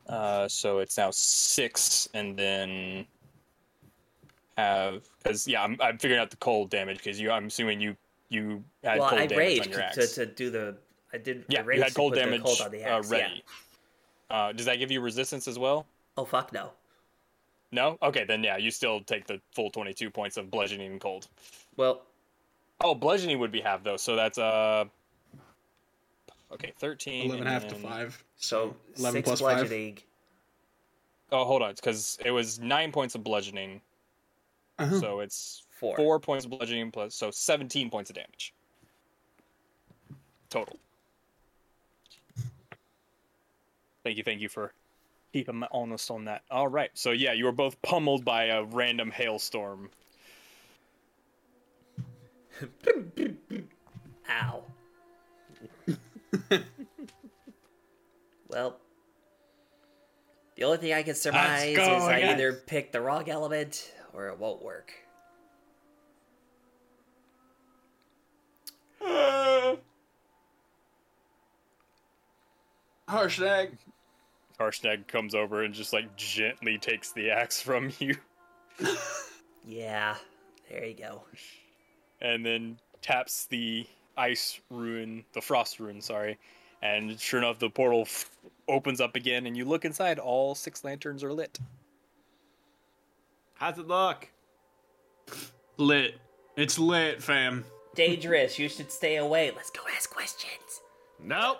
Uh, so it's now six, and then have because yeah, I'm, I'm figuring out the cold damage because you. I'm assuming you you had well, cold I damage raged on your axe. to, to do the. I did. I Yeah, raged you had to cold put the damage cold on the axe, uh, yeah. ready. Uh, does that give you resistance as well? Oh fuck no. No. Okay, then yeah, you still take the full twenty-two points of bludgeoning and cold. Well, Oh, bludgeoning would be half though, so that's uh. Okay, thirteen. Eleven and half to then- five. So eleven six plus five. bludgeoning. Oh, hold on, because it was nine points of bludgeoning, Uh-huh. so it's Four. Four points of bludgeoning plus, so seventeen points of damage total. Thank you, thank you for keeping my honest on that. All right, so yeah, you were both pummeled by a random hailstorm. <laughs> Ow. well, the only thing I can surmise go is I again. either picked the wrong element or it won't work. Harshnag. Harshnag comes over and just like gently takes the axe from <laughs> you, Yeah, there you go. and then taps the ice ruin, the frost ruin, sorry, and sure enough, the portal f- opens up again, and you look inside. All six lanterns are lit. How's it look? Lit. It's lit, fam. Dangerous. You should stay away. Let's go ask questions. <laughs> Nope.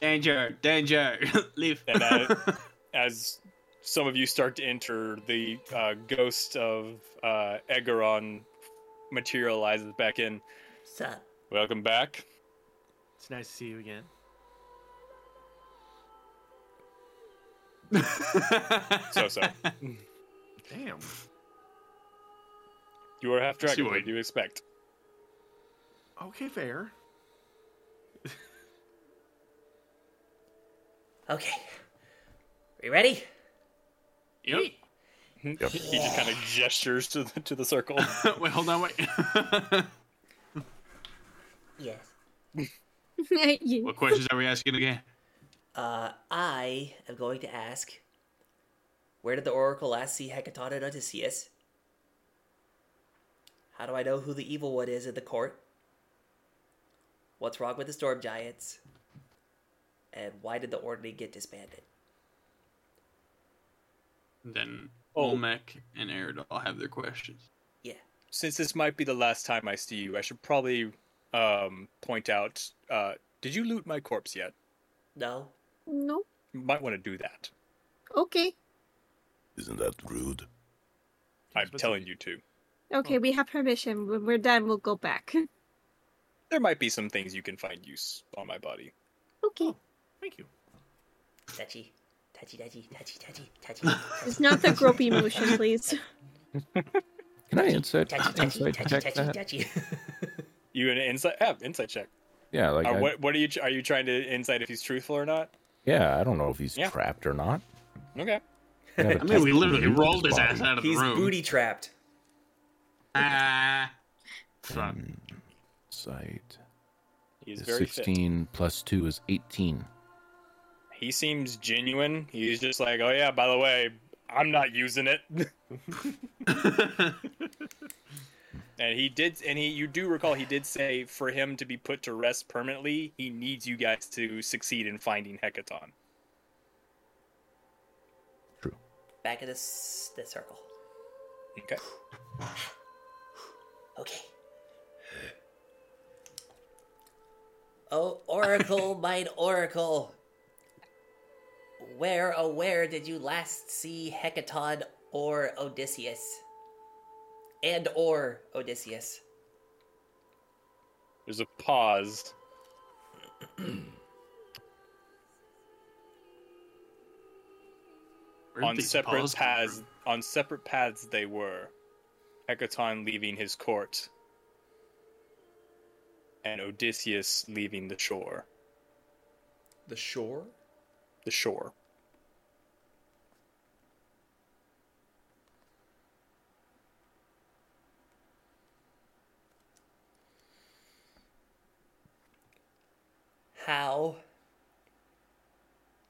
danger, danger. <laughs> Leave. And uh, as some of you start to enter, the uh, ghost of uh, Egeron materializes back in. Sup? Welcome back. It's nice to see you again. So so. Damn. You are half dragon. what What do you expect? Okay, fair. Okay. Are you ready? Yep. <laughs> he just kind of gestures to the, to the circle. wait, hold on, wait. <laughs> Yes. what questions are we asking again? Uh, I am going to ask, where did the Oracle last see Hecaton and Odysseus? How do I know who the evil one is at the court? What's wrong with the storm giants? And why did the Ordany get disbanded? Then Oh. Olmec and Eridol have their questions. Since this might be the last time I see you, I should probably um, point out uh, did you loot my corpse yet? No. No. You might want to do that. Okay. Isn't that rude? I'm telling you to. Okay, we have permission. When we're done, we'll go back. <laughs> There might be some things you can find use on my body. Okay. Thank you. Touchy, touchy, touchy, touchy, touchy, <laughs> touchy. It's not the gropey motion, please. Can I insight, touchy, touchy, insight touchy, check touchy, that? touchy. You gonna insight? Have insight check. Yeah, like Are- I- Uh, what? What are you? Are you trying to insight if he's truthful or not? yeah, I don't know if he's Yeah. trapped <laughs> or not. Okay. I mean, we literally rolled his ass out of the He's room. booty trapped. Ah. Fuck. Sight. He's is very fit. Sixteen plus two is eighteen. He seems genuine. He's just like, oh yeah, by the way, I'm not using it. <laughs> and he did, and he, you do recall, he did say for him to be put to rest permanently, he needs you guys to succeed in finding Hecaton. Back of this the circle. Okay. Okay. <gasps> Oh, <laughs> Oracle, mine Oracle. Where, oh, where did you last see Hecaton or Odysseus? And or Odysseus. There's a pause. Where did on these separate paws come paths, on separate paths they were. Hecaton leaving his court, and Odysseus leaving the shore. The shore? The shore. How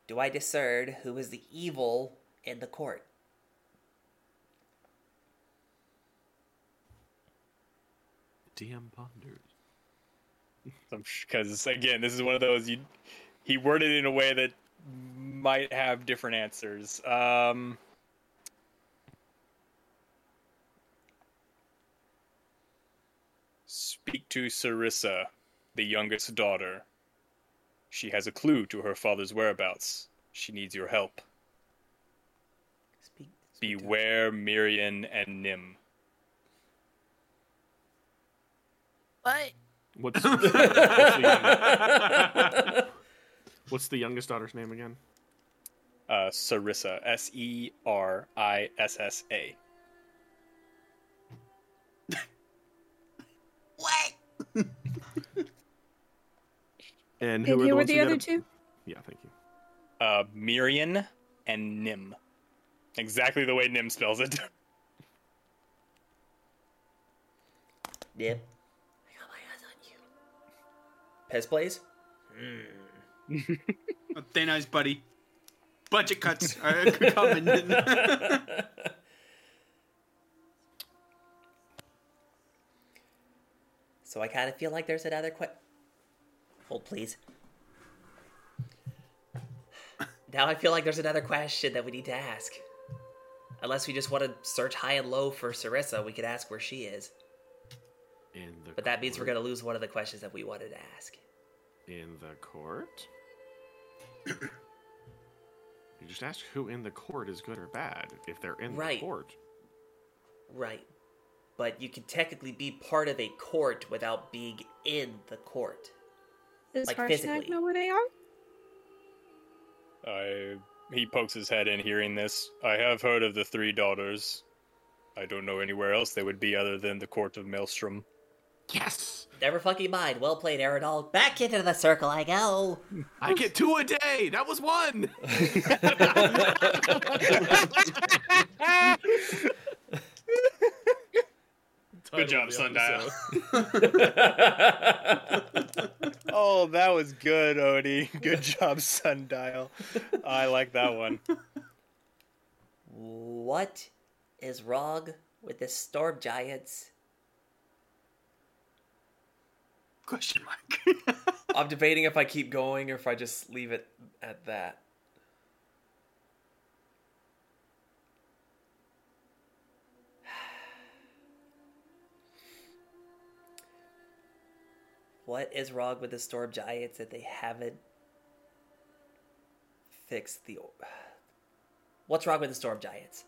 do I discern who is the evil in the court? DM ponders. because again, this is one of those you he worded it in a way that might have different answers. Um, speak to Sarissa, the youngest daughter. She has a clue to her father's whereabouts. She needs your help. Speak. Beware Mirian and Nim. What? <laughs> What's, what's, the, <laughs> what's the youngest daughter's name again? Uh, Sarissa, S E R I S S A. What? And And who who are were the, the other ones who two? got a- Yeah, thank you. uh, Mirian and Nim. Exactly the way Nim spells it. <laughs> Yep. I got my eyes on you. Pez plays? Oh, Stay nice, buddy. Budget cuts <laughs> are <laughs> coming. So I kind of feel like there's another que- Hold, please. Now I feel like there's another question that we need to ask. Unless we just want to search high and low for Sarissa, we could ask where she is. In the But that means we're going to lose one of the questions that we wanted to ask. in the <coughs> court. you just ask who in the court is good or bad. If they're in Right. the court, Right. But you can technically be part of a court without being in the court. Does Like, Harshnag physically. know where they are? I, he pokes his head in hearing this. I have heard of the three daughters. I don't know anywhere else they would be other than the court of Maelstrom. yes, Never fucking mind. Well played, Aerodol. Back into the circle I go. I get two a day. That was one. Good job, Sundial. <laughs> oh, that was good, Odie. <laughs> Good job, Sundial. I like that one. What is wrong with the storm giants Question mark. I'm debating if I keep going or if I just leave it at that. What is wrong with the storm giants that they haven't fixed the? What's wrong with the storm giants?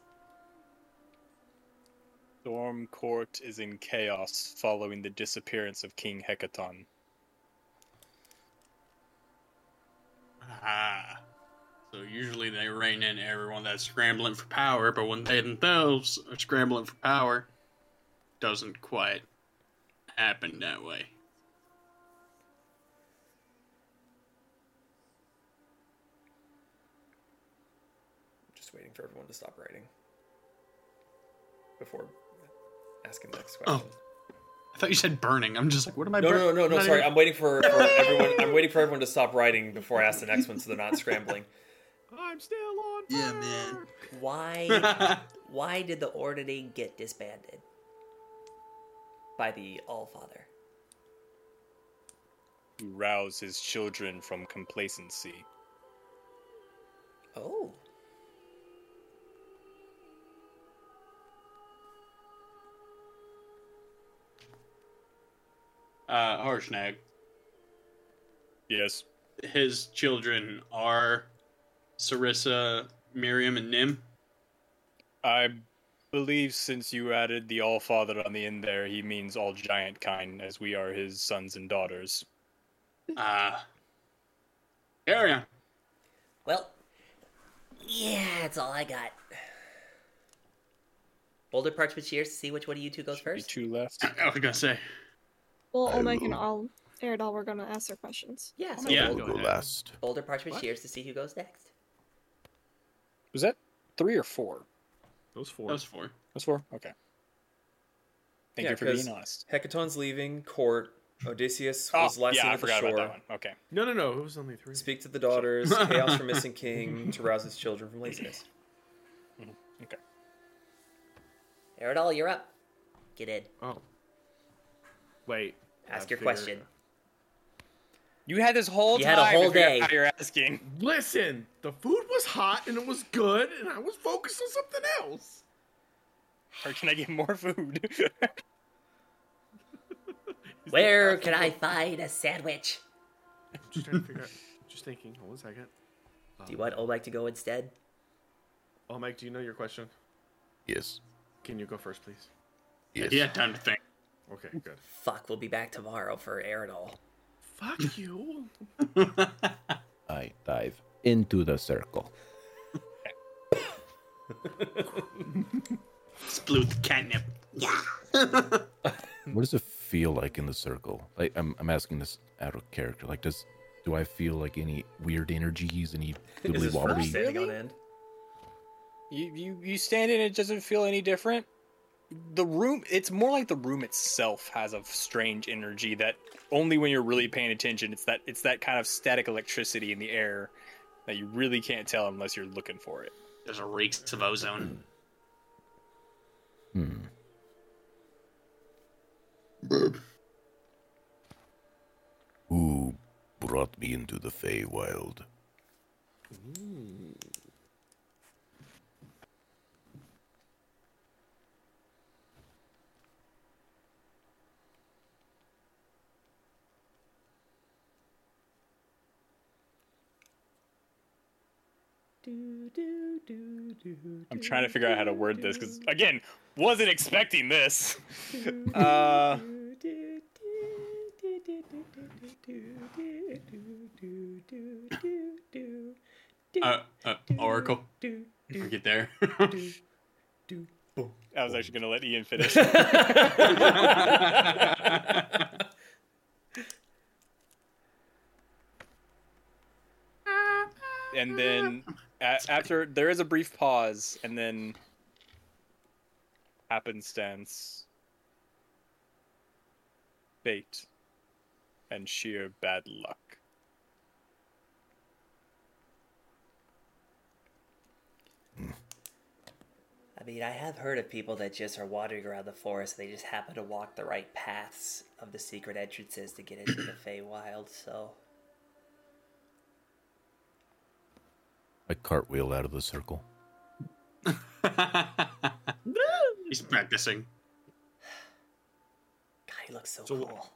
<laughs> Storm Court is in chaos following the disappearance of King Hecaton. Ah. So usually they rein in everyone that's scrambling for power, but when they themselves are scrambling for power, doesn't quite happen that way. Just waiting for everyone to stop writing before asking the next Oh. question. I thought you said burning. I'm just like, what am I No, bur- no, no, no, not Sorry, even- I'm waiting for, for everyone. I'm waiting for everyone to stop writing before I ask the next one, so they're not <laughs> scrambling. I'm still on. Yeah, man. Why? why did the ordaining get disbanded by the Allfather? to rouse his children from complacency. Oh, Uh, Harshnag. Yes. His children are Sarissa, Miriam, and Nim. I believe since you added the All Father on the end there, he means all giant kind, as we are his sons and daughters. Ah. carry on. Well, yeah, that's all I got. Boulder Parchment Shears to see which one of you two goes first. Two left. I was gonna say. Well, Olmec and all Aerodol were gonna ask their questions. Yeah, so Yeah. I'll Boulder, go last. Boulder Parchment What? Shears to see who goes next. Was that three or four? Those four. That was four. That's four. Okay. Thank you for being 'cause honest. Hecaton's leaving court. Odysseus was oh, last yeah, seen I at the forgot shore. about that one. Okay. No, no, no. It was only three. Speak to the <laughs> daughters. chaos from missing king to rouse his children from laziness. Okay. Aerodol, you're up. Get in. Oh. Wait. Ask I your figured- question. You had this whole You time. had a whole to figure out day. How you're asking. <laughs> Listen, the food was hot and it was good, and I was focused on something else. Or can I get more food? <laughs> <laughs> Where can I find a sandwich? I'm just trying to figure out. <laughs> Just thinking. Hold on a second. Do you want Olmec to go instead? Oh, Mike, do you know your question? Yes. Can you go first, please? Yes. He had time to think. Okay, <laughs> good. Fuck, we'll be back tomorrow for Aerodol. Fuck you. I dive into the circle. Sploot the catnip. What does it feel like in the circle? Like I'm, I'm asking this out of character. Like does do I feel like any weird energies, any <laughs> Is wibbly this first wobbly? standing on end? You you you stand in it doesn't feel any different. The room it's more like the room itself has a strange energy that only when you're really paying attention it's that it's that kind of static electricity in the air that you really can't tell unless you're looking for it. There's a reeks of ozone. Hmm. Who brought me into the Feywild? I'm trying to figure out how to word this cuz again, wasn't expecting this. Uh Uh, uh, Oracle. We get there. I was actually going to let Ian finish. and then a- after there is a brief pause and then happenstance fate and sheer bad luck I mean, I have heard of people that just are wandering around the forest. They just happen to walk the right paths of the secret entrances to get into <clears throat> the Feywild. So I cartwheel out of the circle. <laughs> He's practicing. God, he looks so, So what- cool.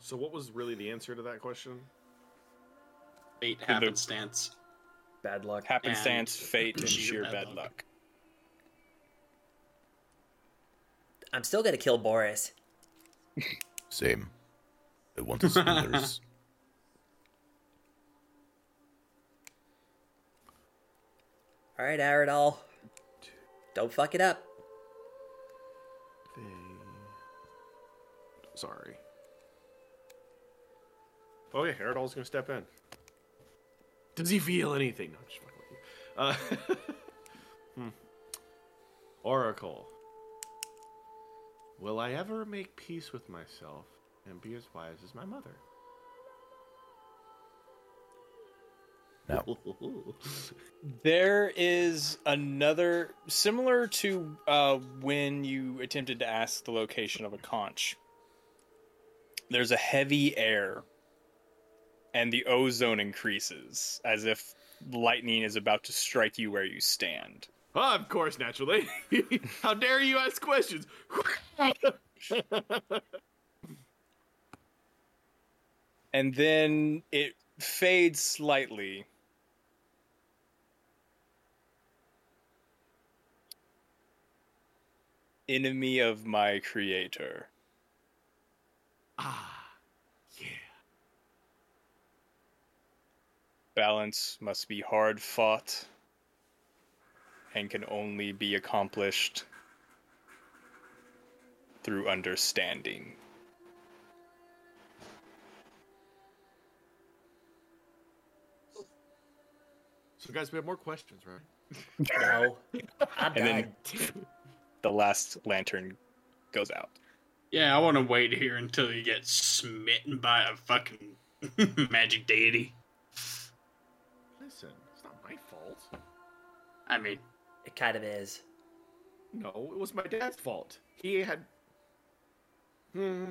So, what was really the answer to that question? Fate happenstance. Bad luck. Happenstance, fate, and sheer bad luck. I'm still gonna kill Boris. Same. I want to see others. All right, Aradol. Don't fuck it up. They. Sorry. Oh yeah, Herodol's gonna step in. Does he feel anything? No, I'm just fucking with you. Uh, <laughs> hmm. Oracle. Will I ever make peace with myself and be as wise as my mother? No. There is another similar to uh, when you attempted to ask the location of a conch. There's a heavy air, and the ozone increases as if lightning is about to strike you where you stand. Ah, <laughs> of course, naturally. <laughs> How dare you ask questions? <laughs> And then it fades slightly. Enemy of my creator. ah, yeah. Balance must be hard fought and can only be accomplished through understanding. So, guys, we have more questions, right? No. I'm and dying. then the last lantern goes out. Yeah, I want to wait here until you get smitten by a fucking <laughs> magic deity. Listen, it's not my fault. I mean, It kind of is. No, it was my dad's fault. He had. Hmm,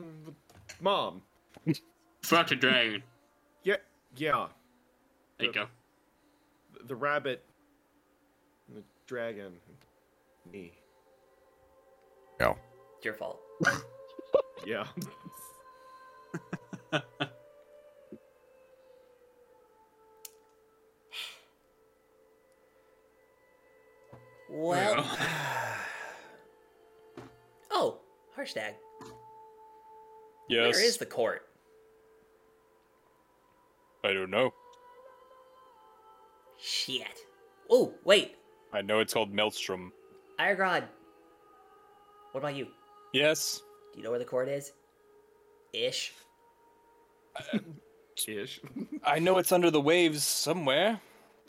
Mom. fuck a dragon. Yeah, yeah. There you go. The rabbit. and The dragon. and Me. No. It's your fault. Yeah. <laughs> Well. <sighs> oh, Harshtag. Yes. Where is the court? I don't know. Shit. Oh, wait. I know it's called Maelstrom. Irongrod. What about you? Yes. Do you know where the court is? Ish. Ish. I know it's under the waves somewhere.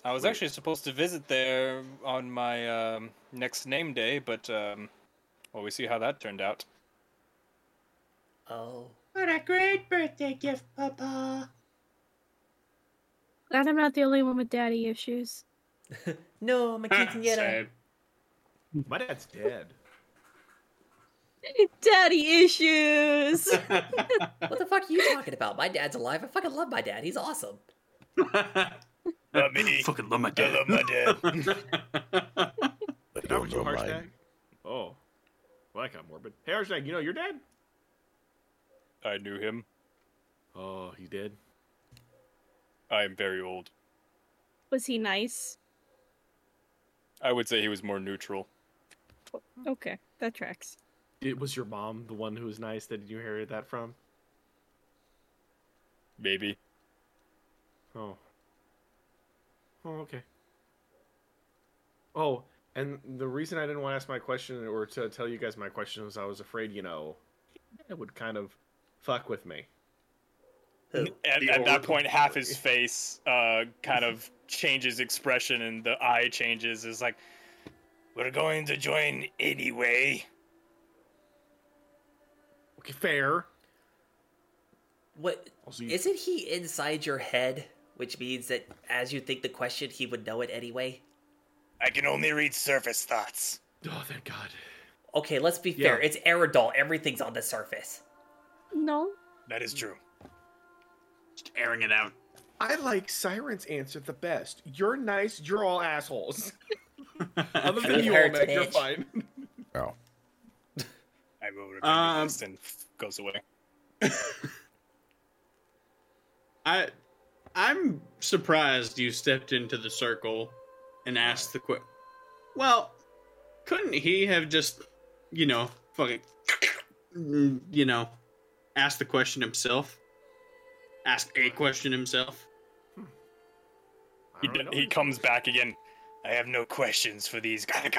I was actually supposed to visit there on my um, next name day, but um, well, we see how that turned out. Oh. What a great birthday gift, Papa. Glad I'm not the only one with daddy issues. no, I'm a <laughs> quinceanera. Sad. My dad's dead. <laughs> Daddy issues. what the fuck are you talking about? My dad's alive. I fucking love my dad. He's awesome. Not me. Fucking love my dad. I That was don't you, know Harshnag? mine. Oh. Well, that got morbid. Hey, Harshnag, you know your dad? I knew him. Oh, he did? I am very old. Was he nice? I would say he was more neutral. Okay, that tracks. It was your mom the one who was nice that you inherited that from? Maybe. Oh. Oh, okay. Oh, and the reason I didn't want to ask my question or to tell you guys my question was I was afraid, you know, it would kind of fuck with me. Who? At, The at that Oracle. point, half his face uh, kind of changes expression and the eye changes. It's like, we're going to join anyway. Okay, fair. What Also, you- isn't he inside your head? Which means that as you think the question, he would know it anyway. I can only read surface thoughts. Oh, thank God. Okay, let's be Yeah. fair. It's Aerodol. Everything's on the surface. No. That is true. Just airing it out. I like Siren's answer the best. You're nice, you're <laughs> all assholes. Other than you, Olmec, you're fine. Oh. I voted Um, against and goes away. I I'm surprised you stepped into the circle and asked the quick. Well, couldn't he have just, you know, fucking, you know, asked the question himself? Asked a question himself. He, d- he comes back again. I have no questions for these guys.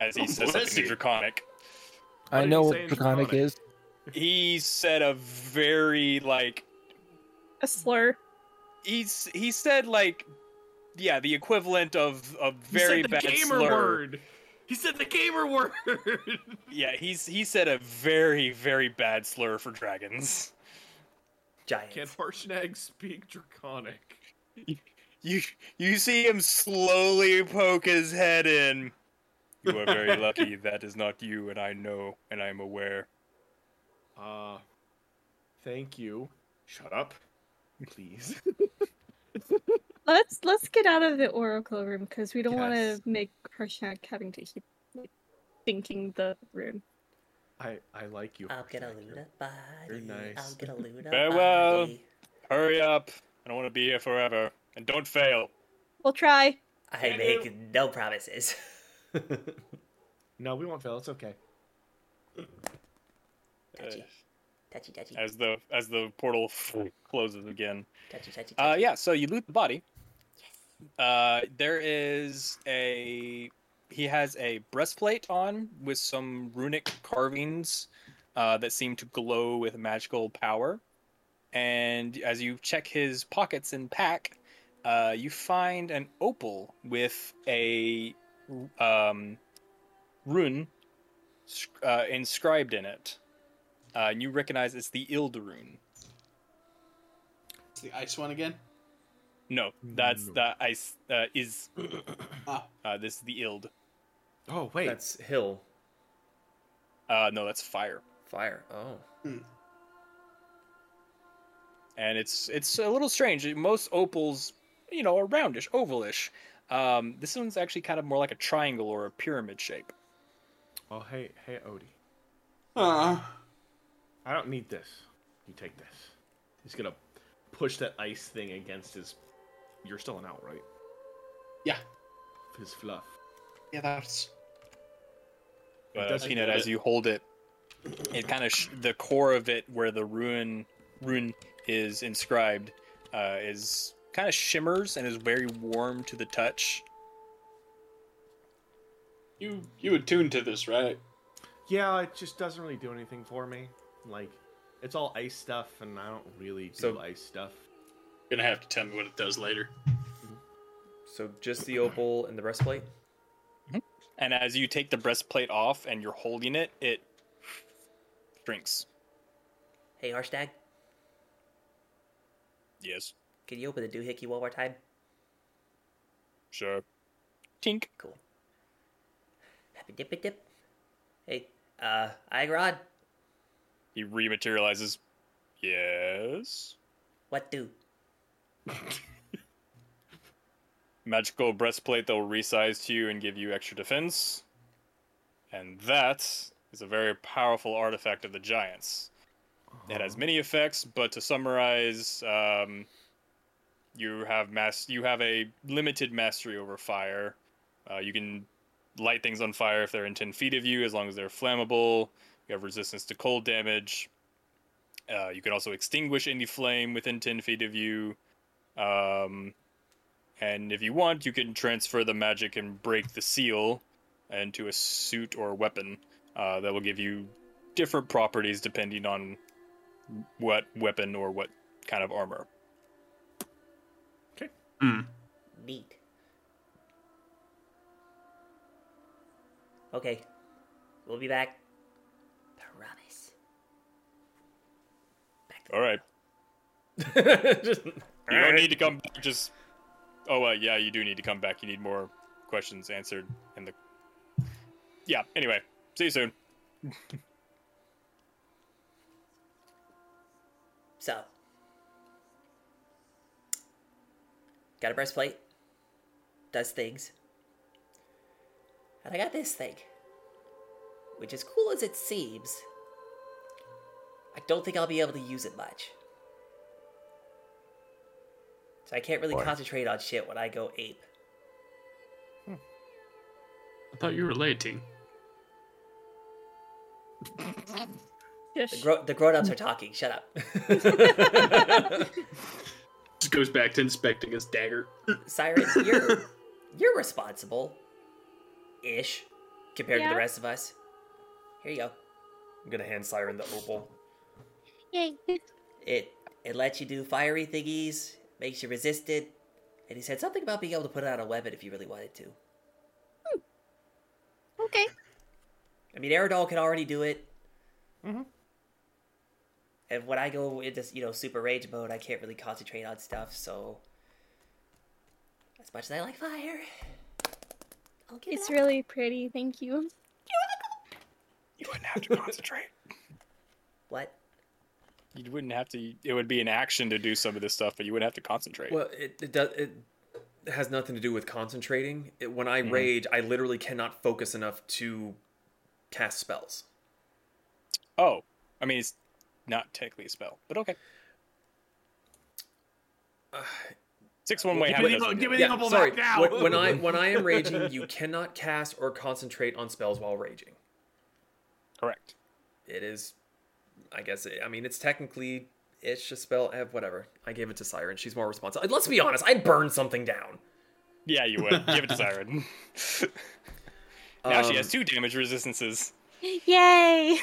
As he says What something is he? in Draconic. I did know he what say in draconic Draconic? is. He said a very like a slur. He's he said like yeah, the equivalent of a very he said the bad gamer slur. word. He said the gamer <laughs> word. Yeah, he's he said a very very bad slur for dragons. Giant. Can Harshnag speak draconic? You you see him slowly poke his head in. You are very lucky. That is not you, and I know, and I am aware. Uh, thank you. Shut up, please. <laughs> Let's let's get out of the oracle room because we don't want to Yes. make Harshnag having to keep like, thinking the rune. I I like you. I'll get a Luna body. You're nice. I'll get a Luna Farewell. body. Hurry up. I don't want to be here forever. And don't fail. We'll try. I make no promises. <laughs> No, we won't fail. It's okay. Touchy. Touchy, touchy. Uh, As the as the portal closes again. Touchy, touchy, touchy. Uh, yeah, so you loot the body. Uh, there is a. He has a breastplate on with some runic carvings uh, that seem to glow with magical power. And as you check his pockets and pack, uh, you find an opal with a um, rune sc- uh, inscribed in it. Uh, and you recognize it's the Ildarune. It's the ice one again. No, Mm, that's the ice uh, is. Ah. Uh, this is the Ild. Oh wait, That's hill Uh, no, that's fire, fire. Oh, and it's it's a little strange. Most opals, you know, are roundish, ovalish. Um, this one's actually kind of more like a triangle or a pyramid shape. Oh hey hey Odie, Uh, I don't need this. You take this. He's gonna push that ice thing against his. You're still an out, right? yeah, His fluff. yeah, that's But does uh, Peanut, hold as it. you hold it, it kind of sh- the core of it, where the ruin rune is inscribed, uh, is kind of shimmers and is very warm to the touch. you. You attuned to this, right? Yeah, it just doesn't really do anything for me. Like, it's all ice stuff, and I don't really do So- ice stuff. Gonna have to tell me what it does later. so just the opal and the breastplate. And as you take the breastplate off and you're holding it, it shrinks. Hey, Harshnag, Yes, can you open the doohickey one more time? sure. Tink. Cool. Happy dip, dip, dip. Hey, uh, Igrod, He rematerializes. Yes. what do? Magical breastplate that will resize to you and give you extra defense. And that is a very powerful artifact of the giants. It has many effects, but to summarize, um, you have mas- you have a limited mastery over fire. Uh, you can light things on fire if they're in 10 feet of you, as long as they're flammable. You have resistance to cold damage. Uh, you can also extinguish any flame within 10 feet of you. Um, and if you want, you can transfer the magic and break the seal into a suit or weapon uh, that will give you different properties depending on what weapon or what kind of armor. Neat. Okay, we'll be back. Promise. Back to All right. Just- You don't need to come back. Just. Oh, uh, yeah, you do need to come back. You need more questions answered in the yeah. Anyway, see you soon. So, got a breastplate, does things, and I got this thing, which, as cool as it seems, I don't think I'll be able to use it much. So I can't really Why? concentrate on shit when I go ape. I thought you were relating. The, gro- the grown-ups are talking. Shut up. <laughs> Just goes back to inspecting his dagger. Cyrus, you're you're responsible, ish, compared to Yeah. the rest of us. Here you go. I'm gonna hand Siren the opal. Yay. It it lets you do fiery thingies, makes you resistant, and he said something about being able to put it on a weapon if you really wanted to. Hmm. Okay. I mean, Aerodol can already do it. Mhm. And when I go into you know super rage mode, I can't really concentrate on stuff. So as much as I like fire, It's really pretty. Thank you. You wouldn't have to concentrate. What? <laughs> You wouldn't have to. It would be an action to do some of this stuff, but you wouldn't have to concentrate. Well, it, it does. It has nothing to do with concentrating. It, when I rage, I literally cannot focus enough to cast spells. Oh, I mean, it's not technically a spell, <sighs> but okay. Six one Well, way. give how me it the- doesn't give do me it. the Yeah, opal sorry. back now. When- when <laughs> I- when I am raging, you cannot cast or concentrate on spells while raging. Correct. It is, I guess. It, I mean, it's technically it's a spell. eh, Whatever. I gave it to Siren. She's more responsible. Let's be honest. I'd burn something down. Yeah, you <laughs> would. Give it to Siren. now she has Um, two damage resistances. Yay!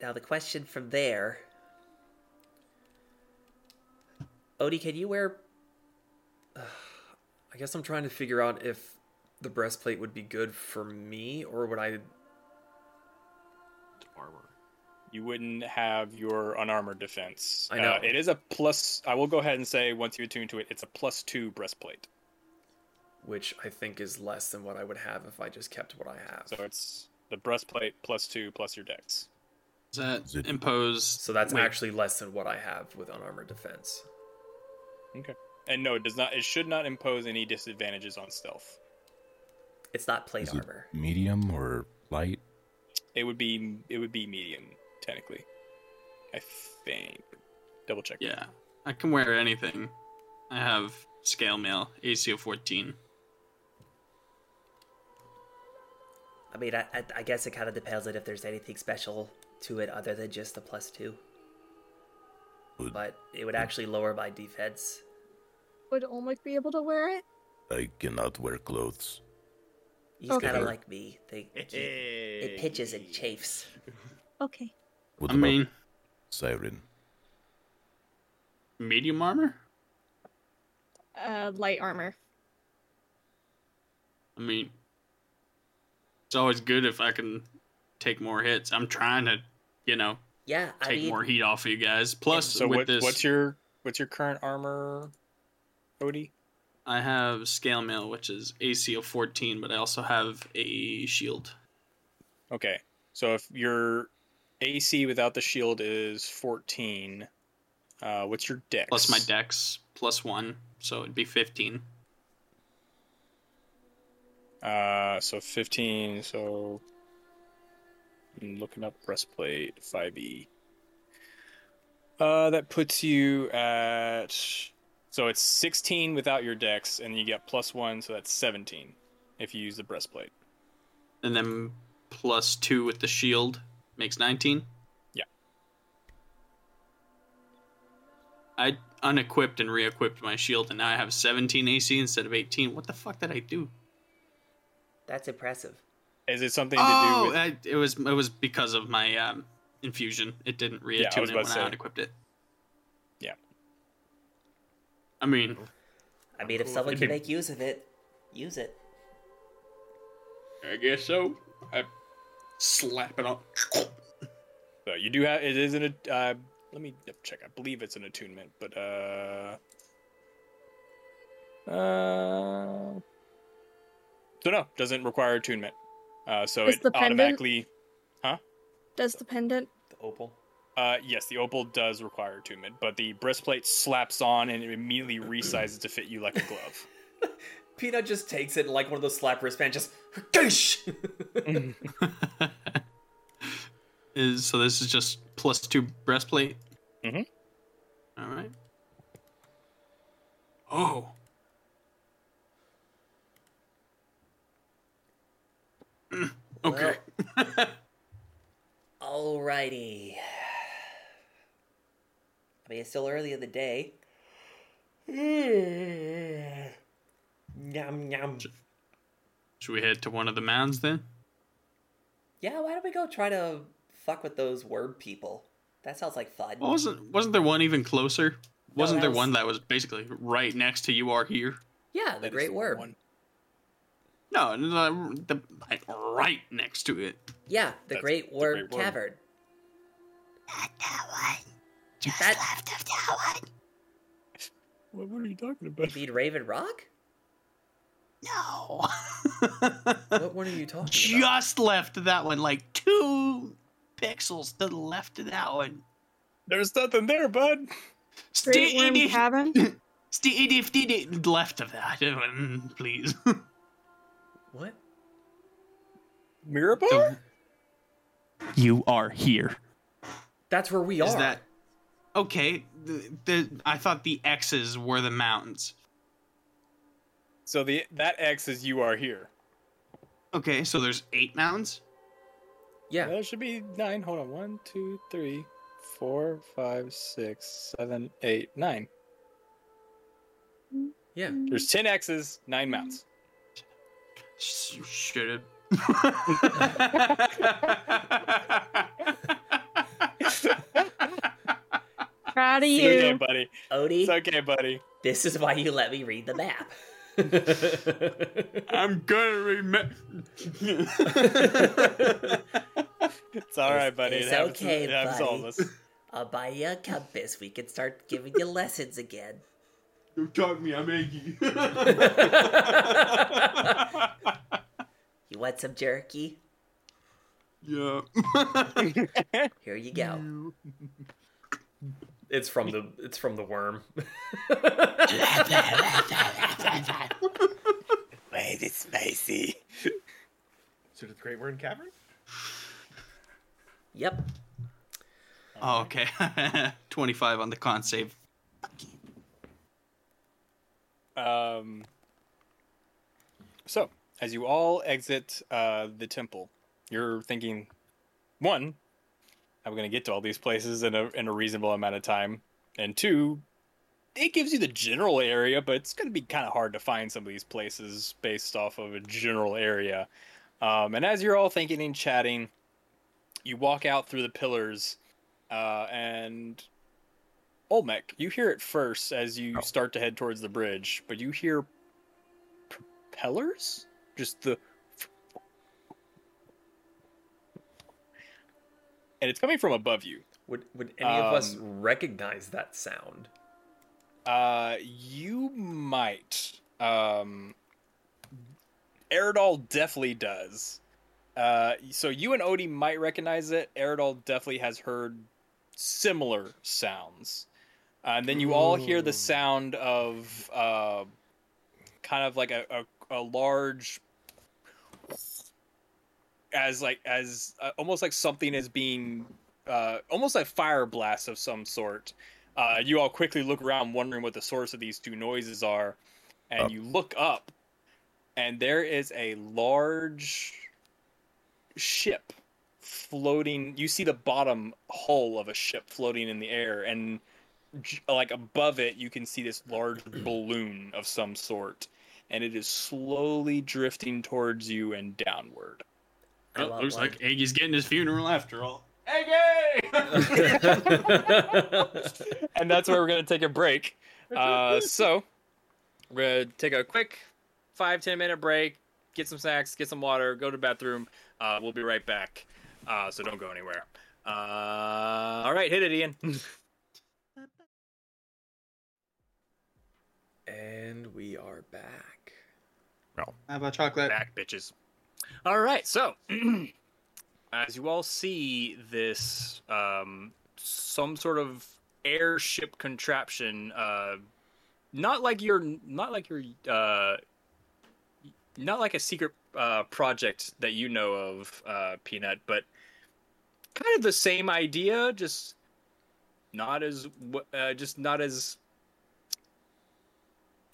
Now the question from there, Odie, can you wear? I guess I'm trying to figure out if the breastplate would be good for me or would I armor. You wouldn't have your unarmored defense. I know. Uh, it is a plus. I will go ahead and say once you attune to it, it's a plus two breastplate. which I think is less than what I would have if I just kept what I have. So it's the breastplate plus two plus your dex. Does that impose? So that's wait. actually less than what I have with unarmored defense. Okay. And no, it does not. It should not impose any disadvantages on stealth. It's not plate Is it medium or light? It would be. It would be medium technically. I think. Double check. Yeah, I can wear anything. I have scale mail, ACO 14. I mean, I, I, I guess it kind of depends on if there's anything special to it other than just the plus two. But it would actually lower my defense. Would Olmec be able to wear it? I cannot wear clothes. He's Okay. kind of like me. <laughs> They, it pitches and chafes. Okay. What I mean, Siren. medium armor? Uh, light armor. I mean, it's always good if I can take more hits. I'm trying to, you know, Yeah, I take mean- more heat off of you guys. Plus, So with what, this, what's your what's your current armor, Odie? I have scale mail, which is ACO 14, but I also have a shield. Okay. So if your AC without the shield is 14, uh, what's your dex? Plus my dex, plus one, so it'd be 15. Uh, so 15. So I'm looking up breastplate 5e. Uh, that puts you at. So it's 16 without your dex, and you get plus one, so that's 17 if you use the breastplate. And then plus two with the shield makes 19. Yeah. I unequipped and re-equipped my shield, and now I have 17 AC instead of 18. What the fuck did I do? That's impressive. Is it something to oh, do with. I, it was it was because of my um, infusion. It didn't reattune Yeah, I was it about when to I say. unequipped it. Yeah. I mean, I mean, if Cool. someone It'd <laughs> can be- make use of it, use it. I guess so. I slap it on. So you do have it is an att- uh, let me double check. I believe it's an attunement, but uh, uh, So no, doesn't require attunement. Uh, so Is it the pendant- automatically, huh? Does the pendant? The opal. Uh, yes, the opal does require attunement, but the breastplate slaps on and it immediately resizes to fit you like a glove. Peanut just takes it like one of those slap wristbands, just <laughs> goosh. Is so this is just plus two breastplate. Mm-hmm. All right. Oh. Okay. Alrighty. I mean, it's still early in the day. <sighs> Yum yum. Should we head to one of the mounds then? Yeah, why don't we go try to fuck with those worm people? That sounds like fun. Well, wasn't wasn't there one even closer? wasn't that there was- one that was basically right next to you are here? Yeah, the great worm. No, no, the, like, right next to it. Yeah, the That's great the worm Great Worm. cavern. <laughs> Just left of that one. <laughs> What, what are you talking about? You mean Raven Rock? No. <laughs> what one are you talking Just left of that one, like two pixels to the left of that one. There's nothing there, bud. Great Worm Cavern? Steve left of that, <laughs> one, please. <laughs> What? Mirabar? You are here. That's where we Is that okay? The, the I thought the X's were the mountains. So the that X is you are here. Okay, so there's eight mounds. Yeah. Well, it should be nine. Hold on. One, two, three, four, five, six, seven, eight, nine. Yeah. There's ten X's, <laughs> nine mounts. You should have. Proud of It's okay, you. buddy. Odie. It's okay, buddy. This is why you let me read the map. I'm gonna remember. It's all right, buddy. It's it happens, to- okay, it happens to all buddy. of us. I'll buy you a compass. We can start giving you <laughs> lessons again. You taught me. I'm Iggy. <laughs> You want some jerky? yeah. Here you go. It's from the it's from the worm. <laughs> Wait, it's spicy. So did the Great Worm Cavern? Yep. Oh, okay. <laughs> 25 on the con save. Um, so, as you all exit uh, the temple, you're thinking, one, I'm going to get to all these places in a, in a reasonable amount of time. And two, it gives you the general area, but it's going to be kind of hard to find some of these places based off of a general area. Um, and as you're all thinking and chatting, you walk out through the pillars, uh, and Olmec, you hear it first as you start to head towards the bridge, but you hear propellers? Just the. And it's coming from above you. Would would any of us Um, recognize that sound? Uh, you might. Um, Aerodol definitely does. Uh, so you and Odie might recognize it. Aerodol definitely has heard similar sounds. Uh, and then you all hear the sound of uh, kind of like a, a, a large as like as uh, almost like something is being uh, almost like fire blast of some sort. Uh, you all quickly look around, wondering what the source of these two noises are, and you look up, and there is a large ship floating. You see the bottom hull of a ship floating in the air, and j- like above it, you can see this large <clears throat> balloon of some sort, and it is slowly drifting towards you and downward. Oh, looks like Iggy's getting his funeral after all. and that's where we're going to take a break. Uh, so we're going to take a quick five ten minute break, get some snacks, get some water, go to the bathroom. Uh, we'll be right back. Uh, so don't go anywhere. Uh, all right, hit it, Ian. <laughs> And we are back. Well, Uh, Have a chocolate. Back bitches. All right, so <clears throat> as you all see this, um, some sort of airship contraption, uh, not like your, not like your, uh, not like a secret uh, project that you know of, uh, Peanut, but kind of the same idea, just not as, w- uh, just not as <laughs>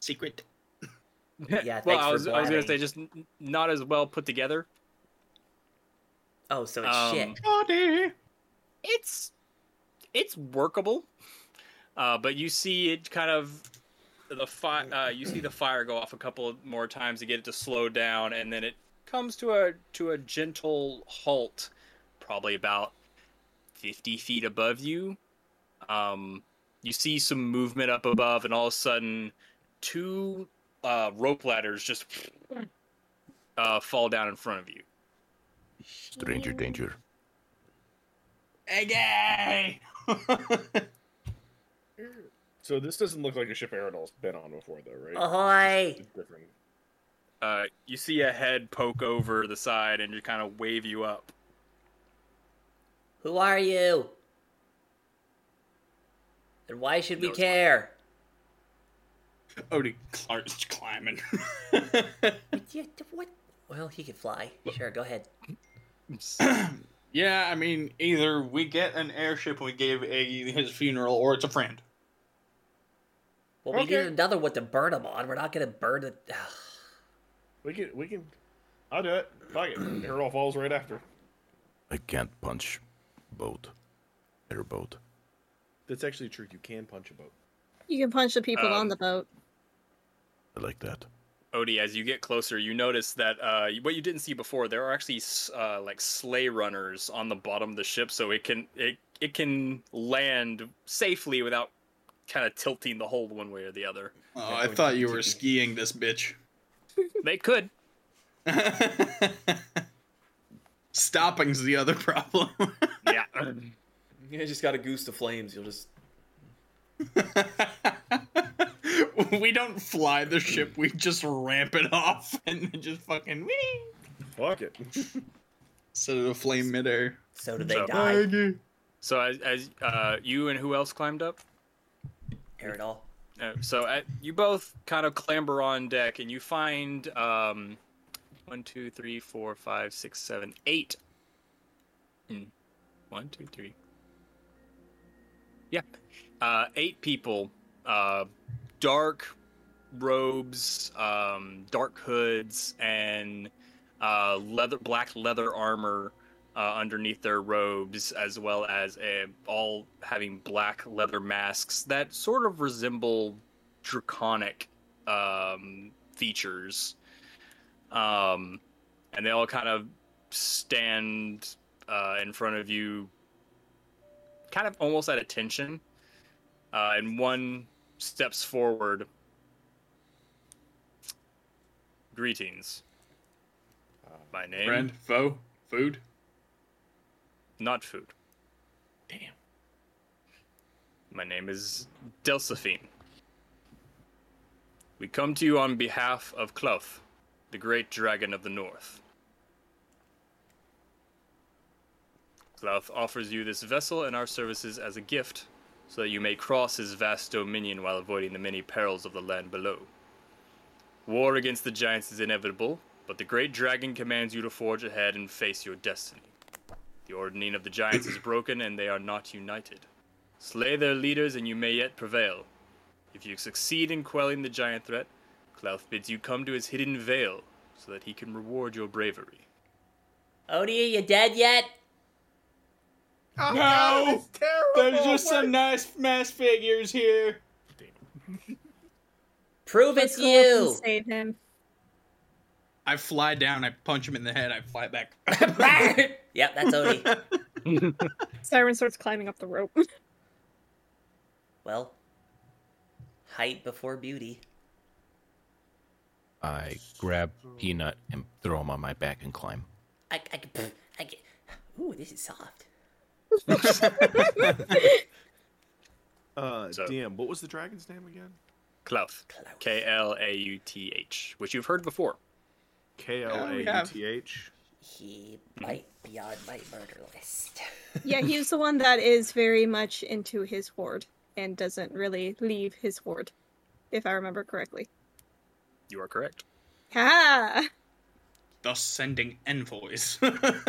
secret. Yeah, well, thanks I for was, I was gonna blabbing. say just n- not as well put together. Oh, so it's Um, shit. It's it's workable, uh, but you see it kind of the fi- uh, you see the fire go off a couple more times to get it to slow down, and then it comes to a to a gentle halt, probably about fifty feet above you. Um, you see some movement up above, and all of a sudden, two uh, rope ladders just uh, fall down in front of you. Stranger danger. <laughs> Egay! So this doesn't look like a ship Aeronol's been on before, though, right? Ahoy! It's different. Uh, you see a head poke over the side and just kind of wave you up. Who are you? And why should we No, it's care? Odie Clark's climbing. Yeah, d- what? Well, he can fly. Sure, go ahead. yeah, I mean, either we get an airship we gave Iggy his funeral, or it's a friend. Well, we Okay. need another one to burn him on. We're not gonna burn it. we can, we can. I'll do it. Fuck it. Aeronol falls right after. I can't punch boat. Airboat. That's actually true. You can punch a boat. You can punch the people on Um, the boat. I like that. Odie, as you get closer, you notice that uh, what you didn't see before, there are actually s- uh, like sleigh runners on the bottom of the ship, so it can it it can land safely without kind of tilting the hold one way or the other. Oh, I thought you were skiing this bitch. <laughs> They could. Stopping's the other problem. <laughs> yeah. <laughs> You just got to goose the flames. You'll just. we don't fly the ship, we just ramp it off <laughs> and then just fucking wee. Fuck <laughs> it. Set it aflame midair. So do they So- die? So as, as uh, you and who else climbed up? Aerodol. Uh, so uh, you both kind of clamber on deck, and you find um, one, two, three, four, five, six, seven, eight. Hmm. One, two, three. Yeah, uh, eight people, uh, dark robes, um, dark hoods, and uh, leather black leather armor uh, underneath their robes, as well as uh all having black leather masks that sort of resemble draconic um, features. Um, and they all kind of stand uh, in front of you, kind of almost at attention. Uh, and one steps forward. Greetings. My name. Friend, foe, food. Not food. Damn. My name is Delphine. We come to you on behalf of Cloth, the great dragon of the north. Cloth offers you this vessel and our services as a gift, so that you may cross his vast dominion while avoiding the many perils of the land below. War against the giants is inevitable, but the great dragon commands you to forge ahead and face your destiny. The ordaining of the giants is broken, and they are not united. Slay their leaders, and you may yet prevail. If you succeed in quelling the giant threat, Clouth bids you come to his hidden veil, so that he can reward your bravery. Odie, you dead yet? no! There's just some nice mass figures here. Prove Let's go up and Save him. I fly down, I punch him in the head, I fly back. <laughs> yep, that's Odie. Siren starts climbing up the rope. <laughs> Well, height before beauty. I grab Peanut and throw him on my back and climb. I, I can, I can, ooh, this is soft. Uh, Uh, So- damn. What was the dragon's name again? Clouth. K L A U T H, which you've heard before. K L Oh, A yeah. U T H. He might be on my murder list. yeah, he's the one that is very much into his ward and doesn't really leave his ward, if I remember correctly. You are correct. Ha! Thus sending envoys. <laughs>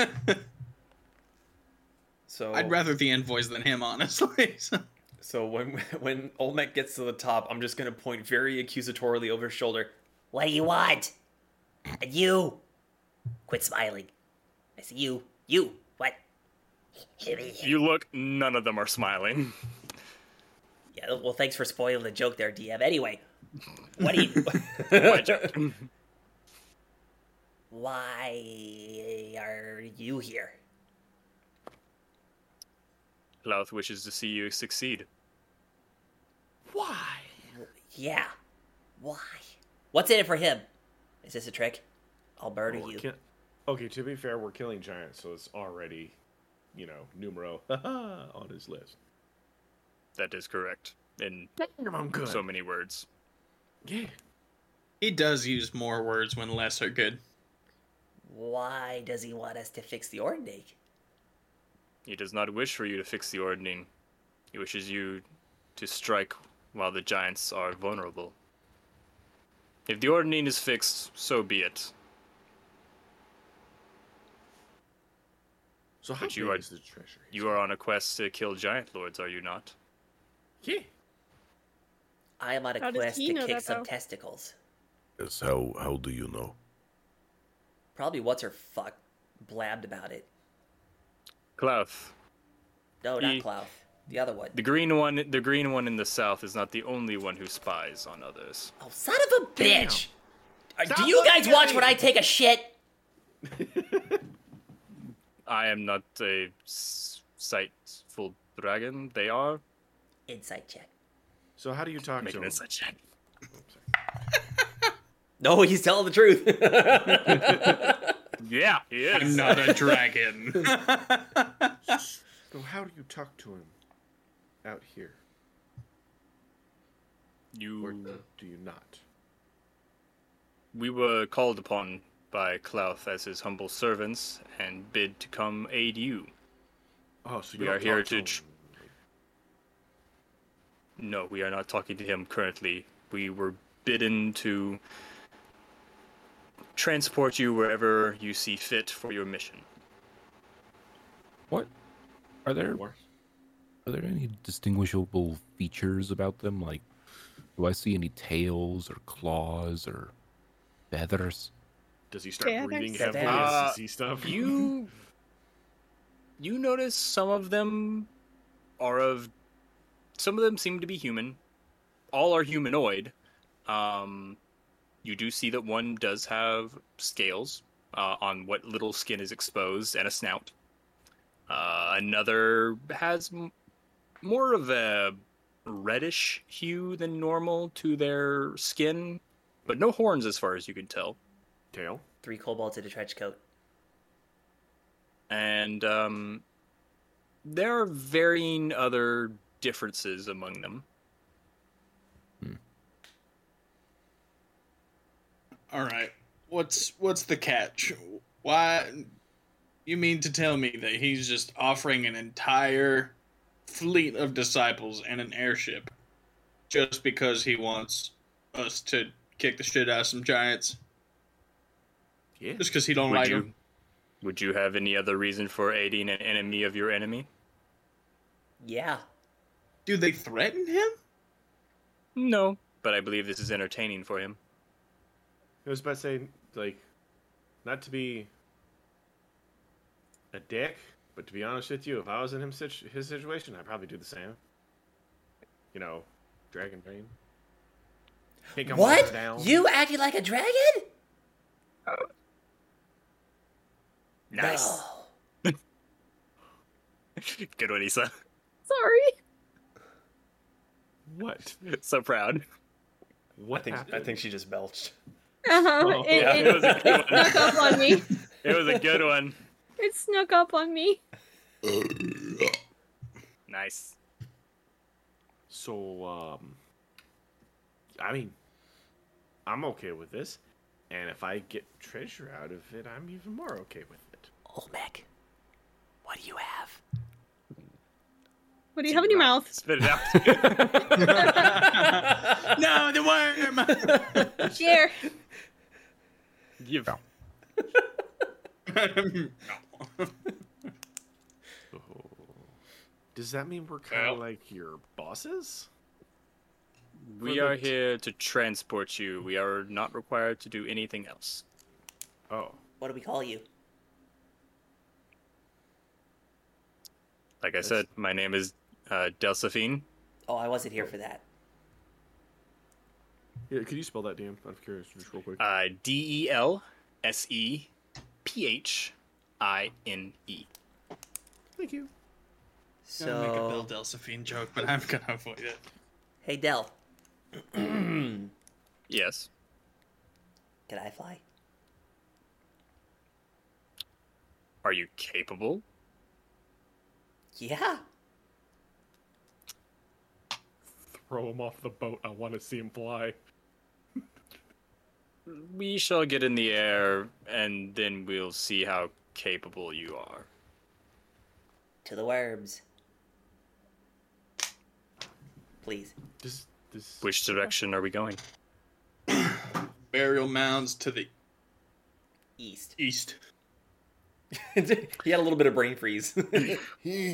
So I'd rather the envoys than him, honestly. <laughs> So when <laughs> when Olmec gets to the top, I'm just gonna point very accusatorily over his shoulder. What do you want? <clears throat> And you! Quit smiling. I see you. You! What? <laughs> You look, none of them are smiling. Yeah, well, thanks for spoiling the joke there, DM. Anyway, what do <laughs> you. Why are you here? Louth wishes to see you succeed. Why? Yeah. Why? What's in it for him? Is this a trick? I'll murder Oh, Well, you. can- okay, to be fair, we're killing giants, so it's already, you know, numero <laughs> on his list. That is correct. In Damn, I'm good. so many words. Yeah. He does use more words when less are good. Why does he want us to fix the Ordnate? He does not wish for you to fix the ordaining. He wishes you to strike while the giants are vulnerable. If the ordaining is fixed, so be it. So how But you big are- is the treasury? You are on a quest to kill giant lords, are you not? Yeah. I am on a How does quest he to know kick that, some though? testicles. Yes, how how do you know? Probably what's her fuck blabbed about it. Clouth. No, not He- Clouth. The other one. The green one the green one in the south is not the only one who spies on others. Oh, son of a bitch! Uh, Do you guys watch when I take a shit? I am not a s- sightful dragon. They are. Insight check. So how do you talk Make to an him? insight check. No, he's telling the truth. <laughs> yeah, he is. I'm not a dragon. So how do you talk to him out here? You. Or do you not? We were called upon by Clouth as his humble servants and bid to come aid you. Oh, so you we don't are here talk to to. tr- No, we are not talking to him currently. We were bidden to transport you wherever you see fit for your mission. What are there? Are there any distinguishable features about them? Like, do I see any tails or claws or feathers? Does he start Yeah, breathing there's- heavily Uh, as he sees stuff? you you notice some of them are of some of them seem to be human all are humanoid um you do see that one does have scales uh, on what little skin is exposed and a snout uh, another has m- more of a reddish hue than normal to their skin but no horns as far as you can tell tail Three kobolds in a trench coat. and um, there are varying other differences among them. All right. What's what's the catch? Why you mean to tell me that he's just offering an entire fleet of disciples and an airship just because he wants us to kick the shit out of some giants? Yeah. Just because he don't Would like you- them. Would you have any other reason for aiding an enemy of your enemy? Yeah. Do they threaten him? No. But I believe this is entertaining for him. It was about saying, like, not to be a dick, but to be honest with you, if I was in him situ- his situation, I'd probably do the same. You know, dragon pain. Think I'm what? walking down. You acting like a dragon? Nice. No. <laughs> Good one, Issa. <laughs> Sorry. What? so proud. What I think, I think she just belched. Uh-huh. Oh, it, yeah, it- it was a good it snuck up <laughs> on me. It was a good one. It snuck up on me. Nice. So, um, I mean, I'm okay with this. And if I get treasure out of it, I'm even more okay with it. Olmec, what do you have? What do you have in your mouth? Spit it out. no, the <laughs> worm. Here. <laughs> Give. Does that mean we're kind of like your bosses? We Well, are the- here to transport you. We are not required to do anything else. Oh. What do we call you? Like I said, my name is uh, Delcephine. Oh, I wasn't here for that. Yeah, could you spell that, Dan? I'm curious, just real quick. Uh, D E L S E P H I N E. Thank you. I'm gonna make a Bill So, Delphine joke, but I'm gonna avoid it. hey Dell, Yes. can I fly? Are you capable? Yeah. Throw him off the boat. I want to see him fly. We shall get in the air and then we'll see how capable you are. To the worms. Please. This, this... Which direction are we going? <coughs> Burial mounds to the east. East. he had a little bit of brain <laughs> freeze. Very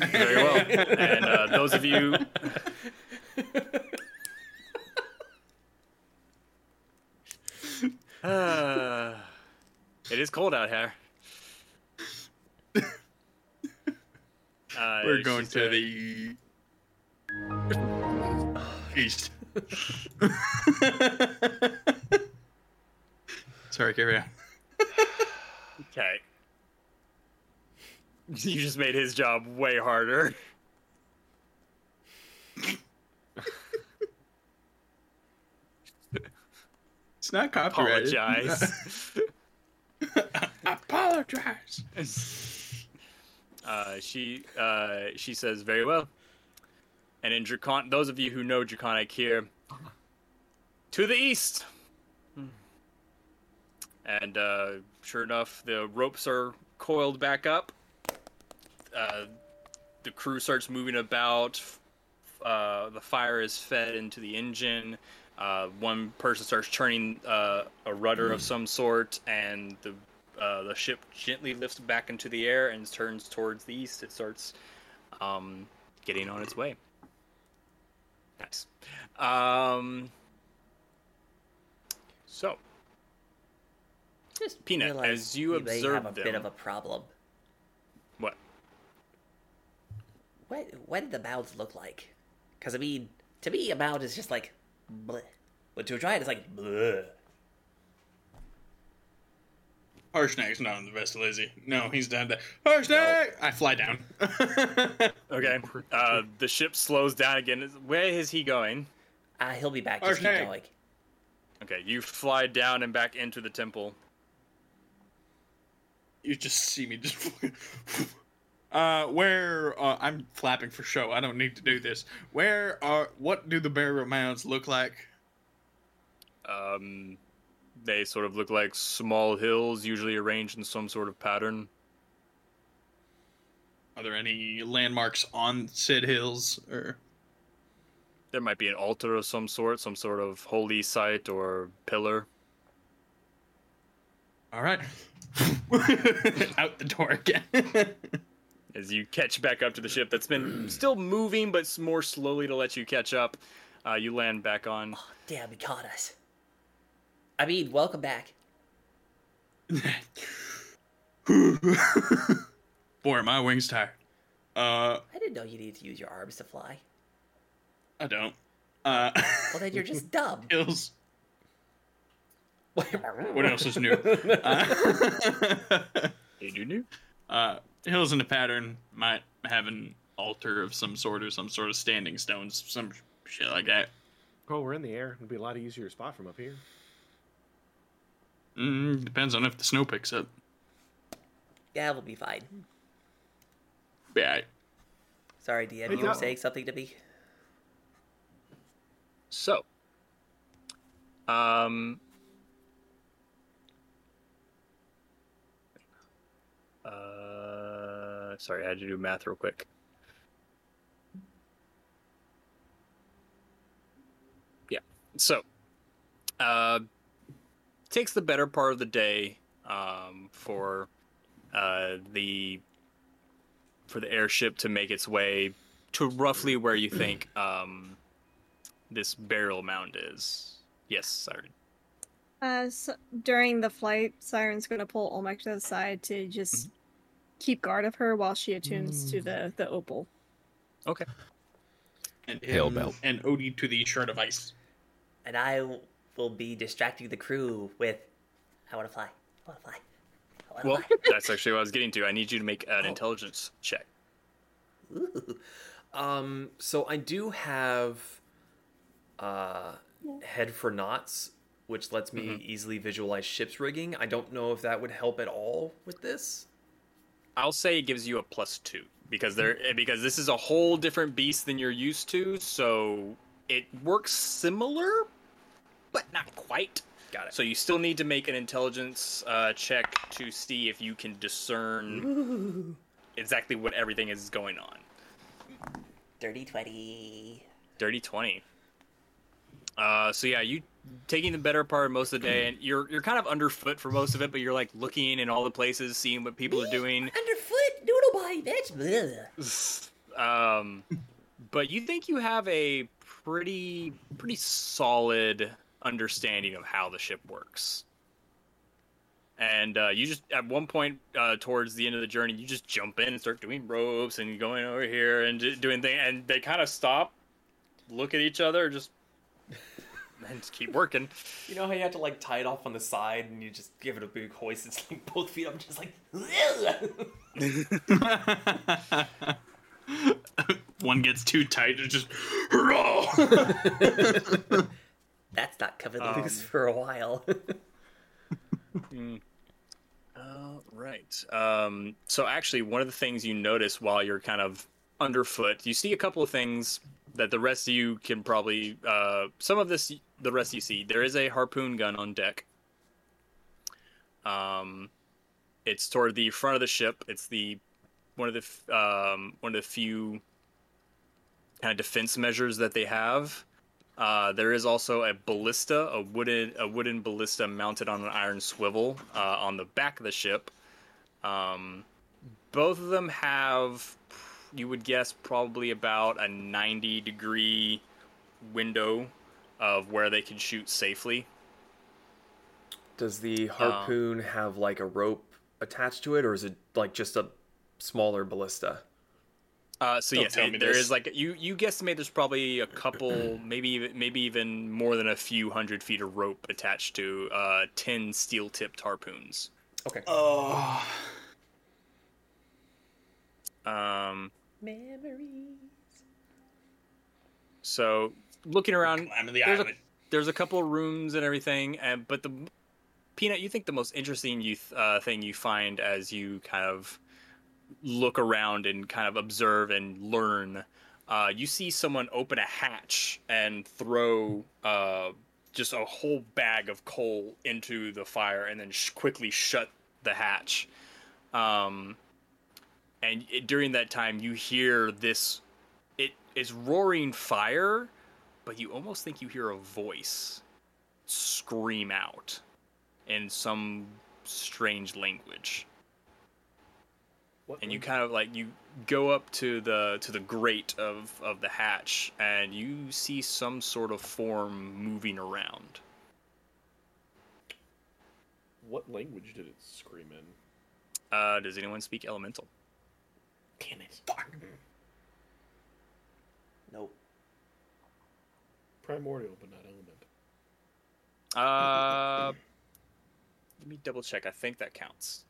well. <laughs> And uh, those of you. <sighs> Uh, it is cold out <laughs> here. Uh, We're it's going just to a- the <sighs> east. Sorry, carry on. Okay. <laughs> You just made his job way harder. It's not copyrighted. <laughs> Apologize. <laughs> Apologize. Uh, she uh, she says very well. And in Dracon, those of you who know Draconic here, to the east. And uh, sure enough, the ropes are coiled back up. Uh, the crew starts moving about. Uh, the fire is fed into the engine. Uh, one person starts turning uh, a rudder of some sort, and the uh, the ship gently lifts back into the air and turns towards the east. It starts um, getting on its way. Nice. Um, so, Just Peanut, realize as you we may have observe a them, bit of a problem. What? What what did the mouths look like? Because I mean, to me, a mouth is just like, bleh. but to a giant, it's like, bleh. Harshnag's not on the vessel, is he? No, he's down there. Harshnag! I fly down. <laughs> okay, uh, the ship slows down again. Where is he going? Uh, he'll be back. Just keep Okay. going. Okay, you fly down and back into the temple. You just see me just. <laughs> uh, where uh, I'm flapping for show. I don't need to do this. Where are what do the burial mounds look like? Um, they sort of look like small hills, usually arranged in some sort of pattern. Are there any landmarks on said hills or? There might be an altar of some sort, some sort of holy site or pillar. All right. <laughs> Out the door again. <laughs> As you catch back up to the ship that's been still moving, but s- more slowly to let you catch up, uh, you land back on. Damn, he caught us. I mean, welcome back. Boy, are my wings tired. Uh, I didn't know you needed to use your arms to fly. I don't. Uh, <laughs> Well, then you're just dumb. <laughs> Hills. what else is new? <laughs> Uh, you do new? Uh, hills in a pattern might have an altar of some sort or some sort of standing stones, some sh- shit like that. Oh, we're in the air. It'd be a lot easier to spot from up here. Mm, depends on if the snow picks up. Yeah, we'll be fine. Yeah. Sorry, DM, Hey, you were Dom. saying something to me. So, um, five. uh, Sorry, I had to do math real quick. Yeah. So, uh, takes the better part of the day um, for uh, the for the airship to make its way to roughly where you think um, this burial mound is. Yes, Siren. Uh, so during the flight, Siren's going to pull Olmec to the side to just Mm-hmm. keep guard of her while she attunes Mm. to the, the opal. Okay. And Hail and- belt. And <laughs> Odie to the shard of ice. And I w- will be distracting the crew with, I want to fly. I want to fly. Well, that's actually what I was getting to. I need you to make Oh. an intelligence check. Um, so I do have uh, head for knots, which lets me easily visualize ship's rigging. I don't know if that would help at all with this. I'll say it gives you a plus two because there because this is a whole different beast than you're used to. So it works similar, but not quite. Got it. So you still need to make an intelligence uh, check to see if you can discern exactly what everything is going on. Dirty 20. Dirty twenty. Uh, so yeah, you taking the better part of most of the day, and you're you're kind of underfoot for most of it, but you're like looking in all the places, seeing what people are doing. Underfoot, noodle body, that's. Bleh. um, but you think you have a pretty pretty solid understanding of how the ship works. And uh, you just at one point uh, towards the end of the journey, you just jump in and start doing ropes and going over here and ju- doing things, and they kind of stop, look at each other, just and just keep working. You know how you have to like tie it off on the side and you just give it a big hoist. It's like both feet up, just like. <laughs> One gets too tight, it just. That's not covered Um, loose for a while. <laughs> Mm. All right. Um, so actually, one of the things you notice while you're kind of underfoot, you see a couple of things that the rest of you can probably. Uh, some of this, the rest you see. There is a harpoon gun on deck. Um, it's toward the front of the ship. It's the one of the f- um, one of the few kind of defense measures that they have. Uh, there is also a ballista, a wooden a wooden ballista mounted on an iron swivel uh, on the back of the ship. Um, both of them have, you would guess, probably about a ninety degree window of where they can shoot safely. Does the harpoon have like a rope attached to it, or is it like just a smaller ballista? Uh, so Don't yes, tell it- me there this. is like you you guesstimate there's probably a couple, <clears throat> maybe even- maybe even more than a few hundred feet of rope attached to uh, ten steel tipped harpoons. Okay. Oh. Um, Memories. So looking around, the there's, a, island. there's a couple of rooms and everything, and but the peanut, you think the most interesting you th- uh, thing you find as you kind of look around and kind of observe and learn, uh, you see someone open a hatch and throw uh, just a whole bag of coal into the fire, and then sh- quickly shut the hatch. Um, and it, during that time, you hear this. It is roaring fire, but you almost think you hear a voice scream out in some strange language. Mm. and you kind of like you go up to the to the grate of of the hatch, and you see some sort of form moving around. What language did it scream in? Uh, does anyone speak <laughs> elemental? Damn it. Nope. Primordial, but not element. Uh, let me double check. I think that counts.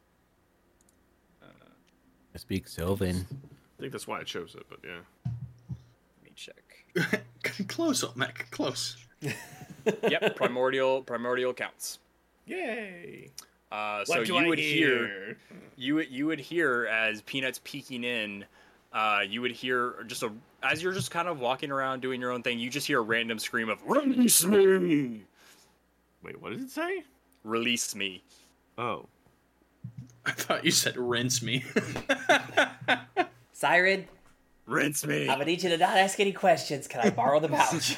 I speak Sylvan. I think that's why I chose it, but yeah. Let me check. close, Mac. Close. <laughs> yep, primordial primordial counts. Yay! Uh, What so do you I would hear? you would- you would hear as peanuts peeking in. Uh, you would hear just a as you're just kind of walking around doing your own thing. You just hear a random scream of release me. Wait, what did it say? Release me. Oh. I thought you said rinse me. <laughs> Siren, rinse I'm gonna need you to not ask any questions. Can I borrow the <laughs> pouch?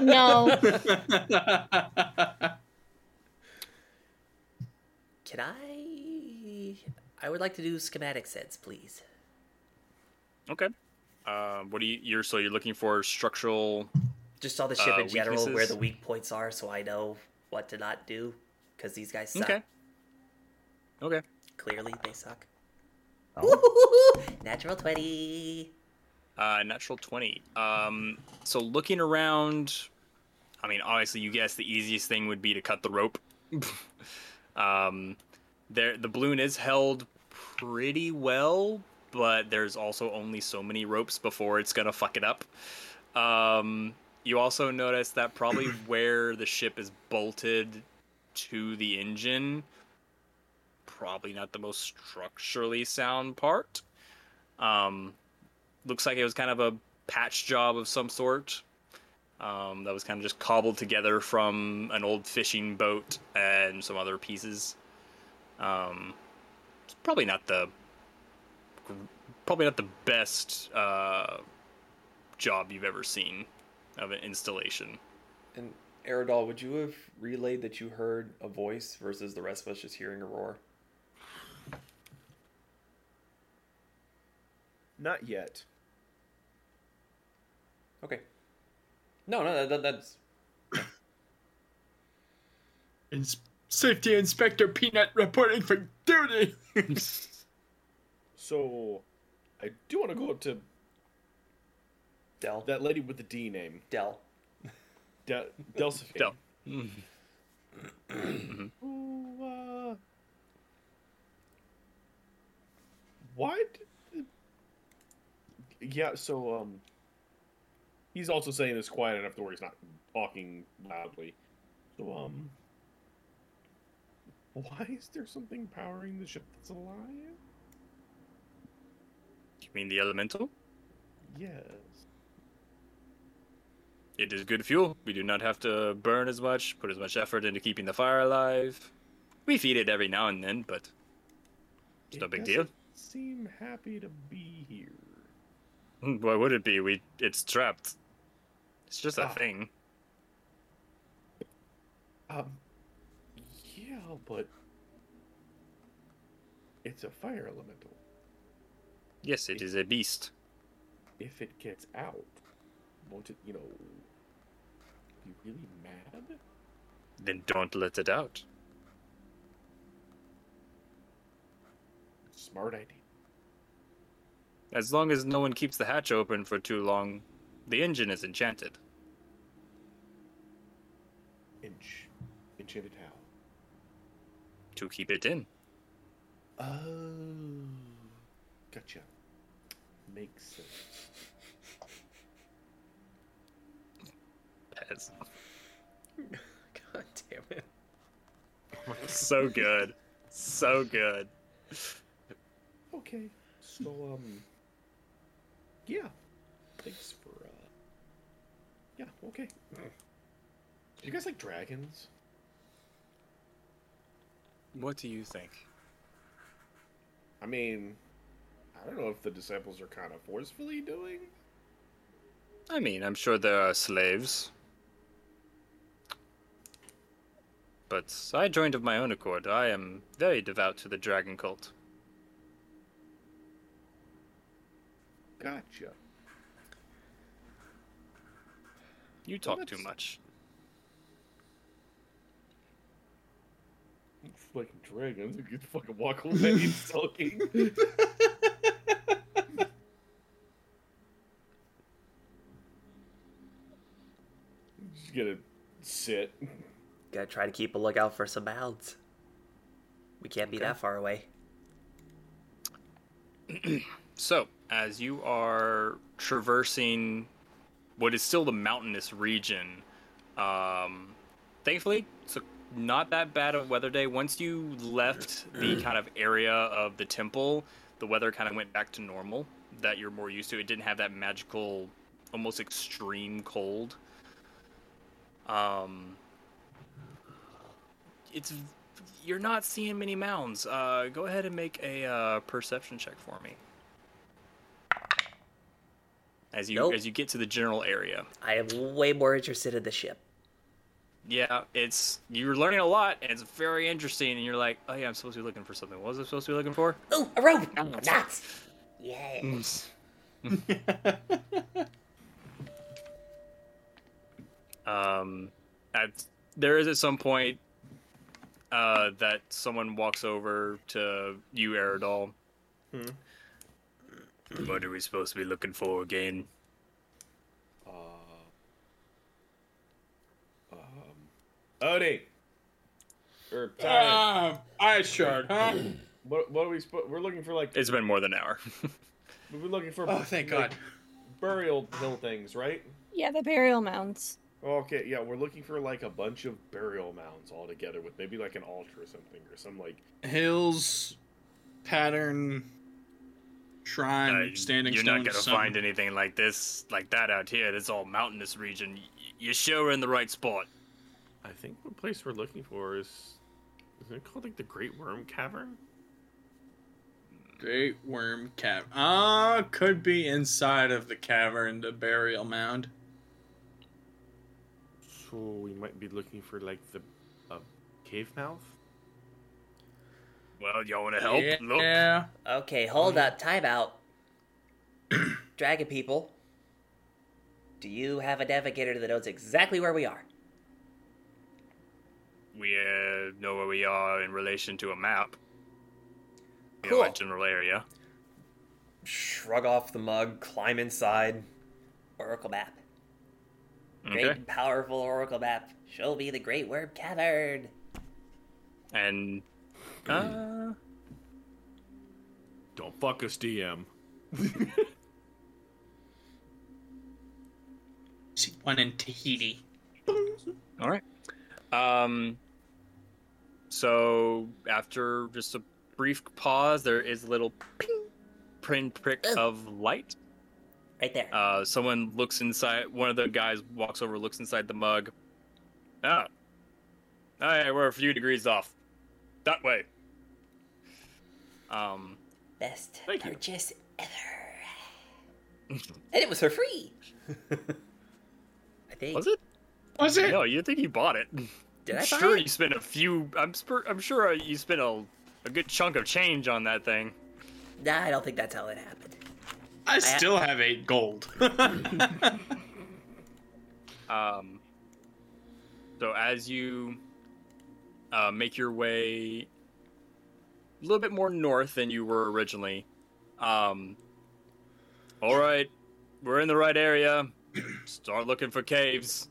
No. Can I? I would like to do schematic sets, please. Okay. Uh, what do you? You're so you're looking for structural. Just all the ship uh, in general, where weaknesses? the weak points are, so I know what to not do. Because these guys suck. Okay. Okay. Clearly, they suck. Oh. Natural twenty. Uh, natural 20. Um, so looking around, I mean, obviously, you guess the easiest thing would be to cut the rope. <laughs> um, there, the balloon is held pretty well, but there's also only so many ropes before it's gonna fuck it up. Um, you also notice that probably where the ship is bolted to the engine, probably not the most structurally sound part. Um, looks like it was kind of a patch job of some sort um, that was kind of just cobbled together from an old fishing boat and some other pieces. Um, it's probably not the probably not the best uh, job you've ever seen of an installation. And Aerodol, would you have relayed that you heard a voice versus the rest of us just hearing a roar? Not yet. Okay. No, no, that, that's It's Safety Inspector Peanut reporting for duty. <laughs> So, I do want to go up to Dell. That lady with the D name. Dell. Del. Delphine. Del. Who, Mm-hmm. uh, What? Yeah. So, um, he's also saying this quiet enough to where he's not talking loudly. So, um, why is there something powering the ship that's alive? You mean the elemental? Yes. It is good fuel. We do not have to burn as much, put as much effort into keeping the fire alive. We feed it every now and then, but it's no It big deal. doesn't Seem happy to be here. <laughs> Why would it be? We it's trapped. It's just a Ah. thing. Um, yeah, but it's a fire elemental. Yes, it is a beast. If it gets out, won't it, you know, be really mad? Then don't let it out. Smart idea. As long as no one keeps the hatch open for too long, the engine is enchanted. Inch. Enchanted how? To keep it in. Oh, gotcha. Makes sense. That's <laughs> <laughs> God damn it. so good. So good. Okay, so um, yeah. Thanks for uh, yeah. Okay. Do you guys like dragons? What do you think? I mean, I don't know if the disciples are kind of forcefully doing. I mean, I'm sure there are slaves. But I joined of my own accord. I am very devout to the dragon cult. Gotcha. You Well, talk too that's- much. Fucking dragons, you could fucking walk away and <laughs> talking. Just gonna sit. Gotta try to keep a lookout for some mouths. We can't be Okay. that far away. So, as you are traversing what is still the mountainous region, um, thankfully, it's a, not that bad of a weather day. Once you left the kind of area of the temple, the weather kind of went back to normal that you're more used to. It didn't have that magical, almost extreme cold. Um, it's you're not seeing many mounds. Uh, go ahead and make a uh, perception check for me. As you Nope. as you get to the general area. I am way more interested in the ship. Yeah, it's you're learning a lot, and it's very interesting. And you're like, oh yeah, I'm supposed to be looking for something. What was I supposed to be looking for? Oh, a rope! Knots! Yeah. um, at, there is at some point uh, that someone walks over to you, Aerodol. Hmm. What are we supposed to be looking for again? Uh, um, Odie. Or sorry. Ah, ice shard, huh? What, what are we? Spo- we're looking for like It's been more than an hour. <laughs> we're looking for. Oh, thank like, God. Burial hill things, right? <laughs> Yeah, the burial mounds. Okay, yeah, we're looking for like a bunch of burial mounds all together with maybe like an altar or something or some like Hills, pattern, shrine, standing Uh, You're stone. not gonna something. find anything like this, like that out here. It's all mountainous region. Y- You're sure we're in the right spot. I think the place we're looking for is is it called like the Great Worm Cavern? Great worm cavern. Ah, could be inside of the cavern, the burial mound. So we might be looking for like the a cave mouth. Well, y'all want to help? Yeah. Look. Okay, hold up. Time <clears throat> out. Dragon people, do you have a navigator that knows exactly where we are? We uh, know where we are in relation to a map. You know, Cool. a general area. Shrug off the mug, climb inside. Oracle map. Great Okay. and powerful oracle map. Show me the Great Worm Cavern. And uh, Don't fuck us, DM. See one in Tahiti. all right. Um. So after just a brief pause, there is a little ping, print prick of light. Right there. Uh, someone looks inside. One of the guys walks over, looks inside the mug. Ah. All right, we're a few degrees off. That way. Um. Best purchase ever. and it was for free. I think. Was it? Was it? No, you think you bought it? Did I'm I buy sure it? you spent a few. I'm spur, I'm sure you spent a, a good chunk of change on that thing. Nah, I don't think that's how it happened. I still have eight gold. <laughs> Um. So as you uh, make your way a little bit more north than you were originally, um. All right, we're in the right area. Start looking for caves.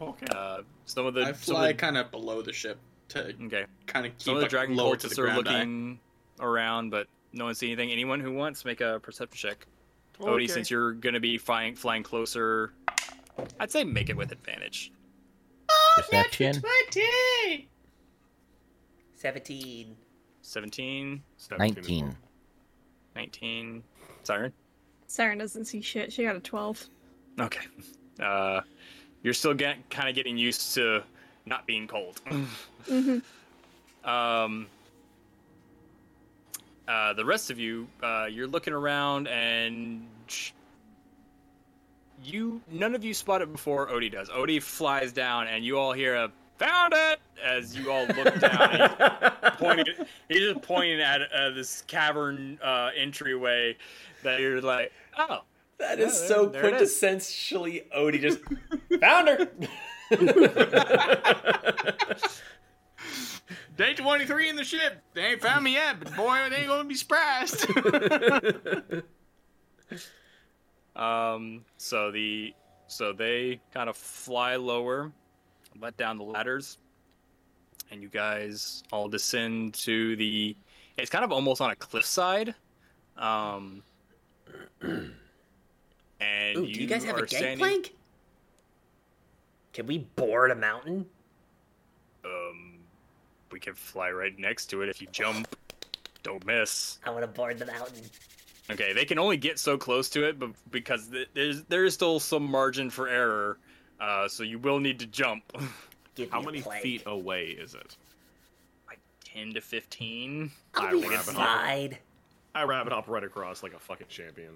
Okay. Uh, some of the I some of fly the kind of below the ship to Okay. kind of keep Some of the like, dragon low to the cultists are ground eye. looking around, but no one see anything. Anyone who wants, make a perception check. Odie, Okay. since you're gonna be flying flying closer, I'd say make it with advantage. Perception. Twenty. 17. 17, 19. 19. Siren. Siren doesn't see shit. She got a 12. Okay. Uh, you're still get, kind of getting used to not being cold. Mm-hmm. <laughs> Um, uh, the rest of you, uh, you're looking around and you none of you spot it before Odie does. Odie flies down and you all hear a found it as you all look down. and he's, pointing, he's just pointing at uh, this cavern uh, entryway that you're like, oh, That yeah, is there- so there it is. quintessentially Odie. Just <laughs> found her. Day 23 in the ship. They ain't found me yet, but boy, they ain't gonna be <laughs> surprised. Um, so the so they kind of fly lower, let down the ladders, and you guys all descend to the. It's kind of almost on a cliffside, um, <clears throat> and Ooh, do you guys have are a standing- gangplank? Can we board a mountain? Um, we can fly right next to it if you jump. Don't miss. I want to board the mountain. Okay, they can only get so close to it, but because th- there's there is still some margin for error, uh, so you will need to jump. <laughs> Give How me a many plank. feet away is it? ten to fifteen. I'll I be rabbit hop. fine. I rabbit hop right across like a fucking champion.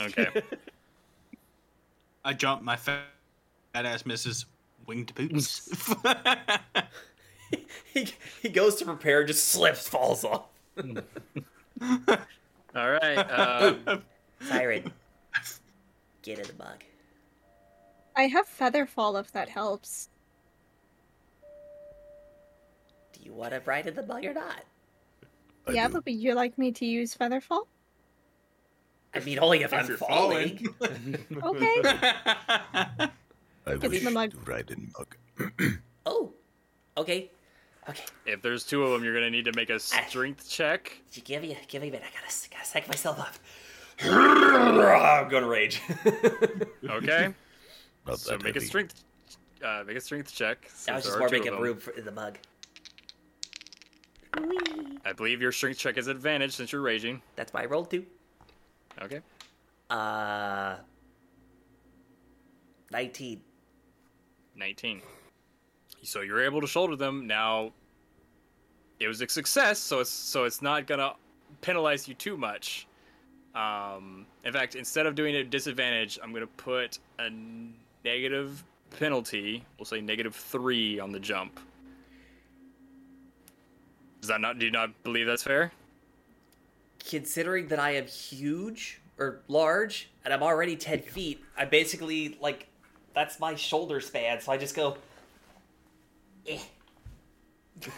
Okay. <laughs> I jump my fat fat ass misses winged <laughs> <laughs> boots. <laughs> he, he goes to prepare, just slips, falls off. All right, um, Siren, get in the mug. I have feather fall if that helps. Do you want to ride in the mug or not? yeah, but would you like me to use feather fall? I mean, only if, If I'm you're falling. Okay. I Get in wish the mug. to ride in mug. oh, okay. If there's two of them, you're gonna need to make a strength check. You give me, give me a minute. I gotta, gotta psych myself <laughs> up. I'm gonna rage. Okay. Not so that make a heavy. strength, uh, make a strength check. I since was just there are more two of making them. room for in the mug. I believe your strength check is advantage since you're raging. That's my roll too. Okay. Uh, nineteen. 19. So you're able to shoulder them. Now it was a success, so it's so it's not gonna penalize you too much. Um, in fact, instead of doing it at disadvantage, I'm gonna put a negative penalty. We'll say negative three on the jump. Does that not do you not believe that's fair? Considering that I am huge or large and I'm already ten feet, I basically like that's my shoulder span. So I just go. Eh.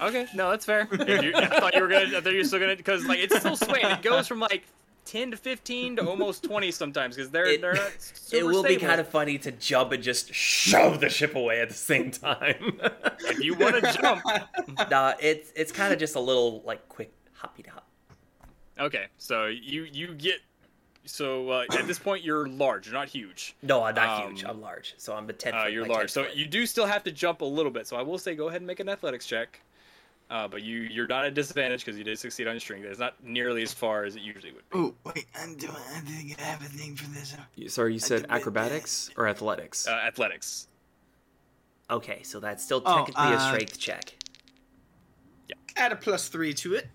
Okay, no, that's fair. <laughs> If you, I thought you were gonna. I thought you were still gonna because like it's still swaying. It goes from like ten to fifteen to almost twenty sometimes because they're <laughs> they're not super it will be stable. kind of funny to jump and just shove the ship away at the same <laughs> time. if <laughs> you want to jump. nah, it's it's kind of just a little like quick hoppy to hop. Okay, so you you get so uh, at this point you're large. You're not huge. No, I'm not Um, huge. I'm large, so I'm a ten. Uh, foot you're by large, 10 so you do still have to jump a little bit. So I will say, go ahead and make an athletics check. Uh, but you you're not at disadvantage because you did succeed on your strength. It's not nearly as far as it usually would. Oh, wait, I'm doing. I think I have a thing for this. You- Sorry, you said <laughs> acrobatics or athletics? Uh, athletics. Okay, so that's still Oh, technically a uh, strength check. Add a plus three to it.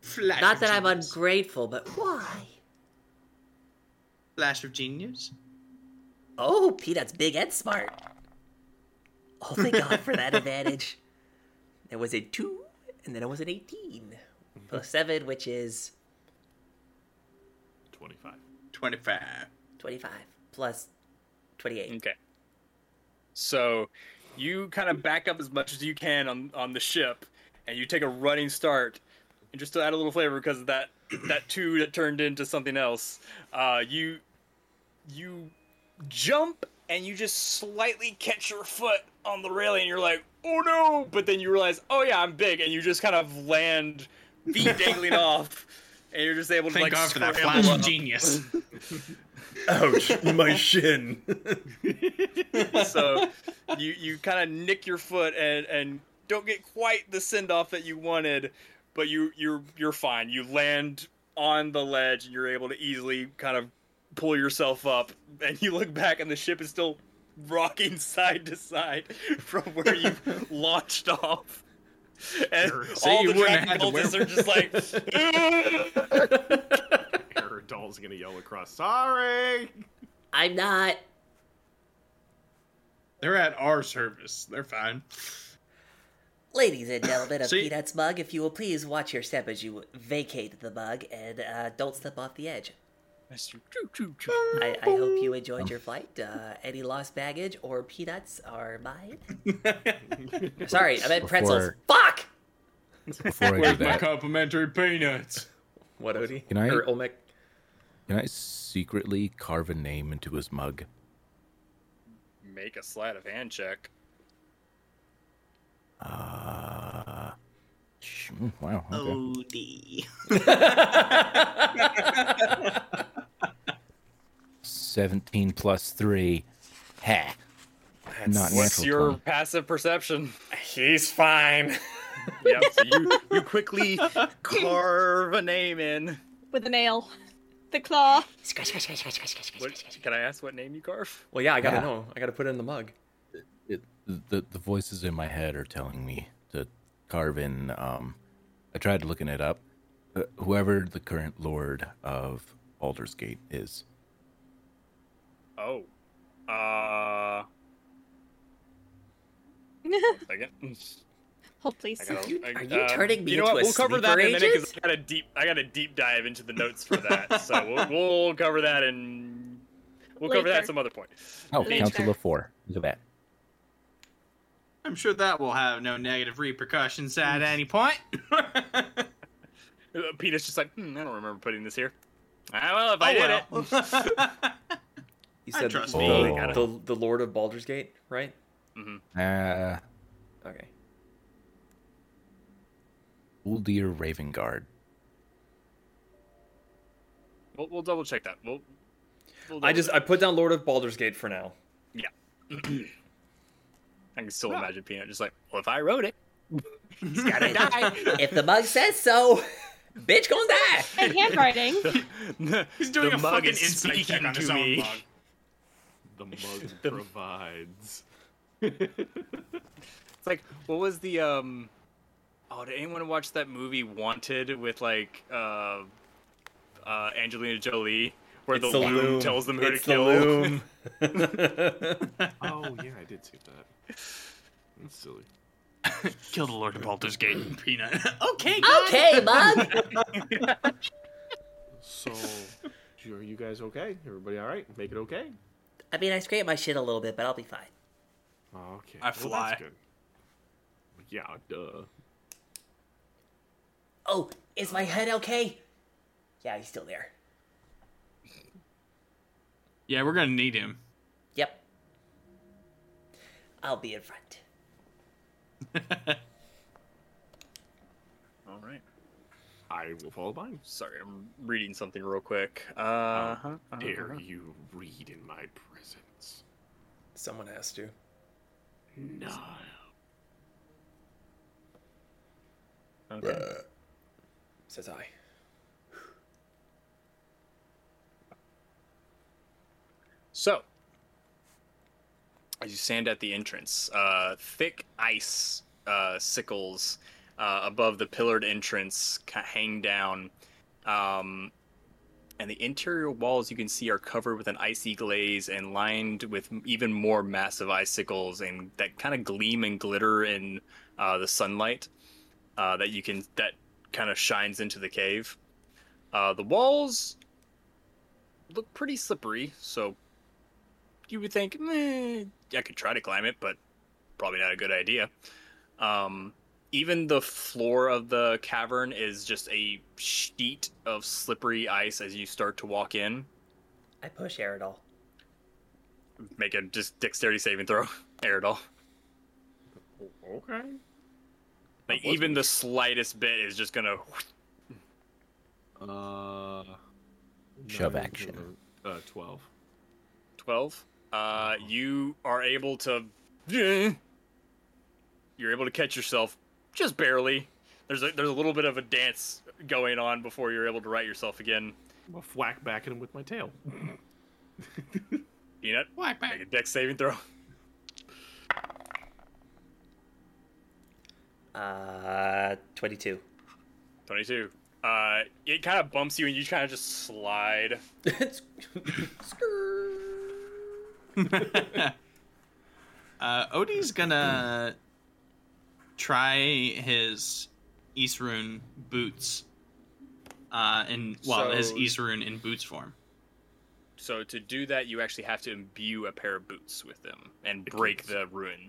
Flash Not of that I'm genius. ungrateful, but why? Flash of genius. Oh, Peanut's big and smart. Oh, thank God for that advantage. There was a two, and then it was an eighteen plus seven, which is <laughs> 25. 25. twenty-five plus twenty-eight. Okay. So you kind of back up as much as you can on, on the ship, and you take a running start. And just to add a little flavor, because of that that two that turned into something else, uh, you you jump and you just slightly catch your foot on the railing. And you're like, oh no! But then you realize, oh yeah, I'm big, and you just kind of land, <laughs> feet dangling off, and you're just able to Thank like God for that scramble flash of up. <laughs> genius. Ouch, my shin. so you you kind of nick your foot and and don't get quite the send off that you wanted, but you you're you're fine. You land on the ledge and you're able to easily kind of pull yourself up. And you look back and the ship is still rocking <laughs> side to side from <laughs> where you launched off. And See, all you the wouldn't have had dragon to wear- cultists are just like, Error doll's gonna yell across. Sorry. I'm not. They're at our service. They're fine. Ladies and gentlemen of See- Peanut's Mug, if you will please watch your step as you vacate the mug and uh, don't slip off the edge. I, I hope you enjoyed your flight. Uh, any lost baggage or peanuts are mine. Sorry, I meant pretzels. Before- Fuck! Before I do that, complimentary peanuts. What, Odie? Can I- Or Olmec? can I secretly carve a name into his mug? make a sleight of hand check. Uh, sh- mm, wow. Okay. OD. Seventeen plus three. Ha. Not What's natural your 20. passive perception? He's fine. <laughs> yeah, so you, <laughs> you quickly carve a name in. With a nail. The claw. What, can I ask what name you carve? Well, yeah, I gotta Yeah. know. I gotta put it in the mug. It, the the voices in my head are telling me to carve in. Um, I tried looking it up. Uh, whoever the current lord of Baldur's Gate is, Oh. Uh. Second. Hold please. I gotta, I, Are you turning me you know into what? a We'll cover that sleeper in a minute because agent? I got a deep. I got a deep dive into the notes for that, so we'll, we'll cover that and we'll cover that Later. at some other point. oh, Later. Council of Four. Look at that. I'm sure that will have no negative repercussions Mm. at any <laughs> point. Oh, Uh, Peter's just like, hmm, I don't remember putting this here. Ah, well, if I Oh, did well. it, <laughs> You I said trust the, you. the, the Lord of Baldur's Gate, right? Mm-hmm. Uh, Okay. Uldir Ravenguard. we'll, we'll double check that. We'll, we'll I double just I put down Lord of Baldur's Gate for now. Yeah. I can still imagine Peanut just like, well, if I wrote it, he's <laughs> gotta die. if the mug says so, <laughs> bitch gonna die. And handwriting. <laughs> he's doing the a mug fucking is insight check speaking on his to own me. mug. <laughs> The mug provides. It's like, what was the um? Oh, did anyone watch that movie Wanted with like uh, uh Angelina Jolie, where It's the, the loom, loom. tells them who It's to the kill? <laughs> loom. oh yeah, I did see that. That's silly. Kill the Lord of Baldur's <clears throat> Gate, Peanut. <laughs> okay, Okay, bud. So, are you guys okay? Everybody all right? Make it okay? I mean, I scraped my shit a little bit, but I'll be fine. Okay. I fly. good. Yeah, duh. Oh, is my head okay? Yeah, he's still there. Yeah, we're gonna need him. <laughs> Yep. I'll be in front. All right. I will follow behind. Sorry, I'm reading something real quick. Uh Uh-huh, huh. Dare you read in my presence? Someone has to. No. Okay. Says I. So, as you stand at the entrance, uh, thick ice uh, sickles uh, above the pillared entrance ca- hang down, um, and the interior walls you can see are covered with an icy glaze and lined with even more massive icicles, and that kind of gleam and glitter in uh, the sunlight uh, that you can that kind of shines into the cave. Uh, the walls look pretty slippery, so you would think, meh, I could try to climb it, but probably not a good idea. Um, even the floor of the cavern is just a sheet of slippery ice as you start to walk in. I push Aerodol. Make a just dexterity saving throw, <laughs> Aerodol. Uh, Okay. Like even the slightest bit is just gonna. <laughs> Uh. Shove nine action. over- Uh, twelve. 12 uh you are able to <laughs> you're able to catch yourself just barely there's a there's a little bit of a dance going on before you're able to right yourself again I'm gonna whack back at him with my tail. <laughs> peanut Whack back. make a deck saving throw <laughs> Uh, <laughs> 22. 22 uh it kind of bumps you and you kind of just slide Uh, Odie's gonna try his East Rune boots, uh, in well, his So- East Rune in boots form. so to do that you actually have to imbue a pair of boots with them and break the ruin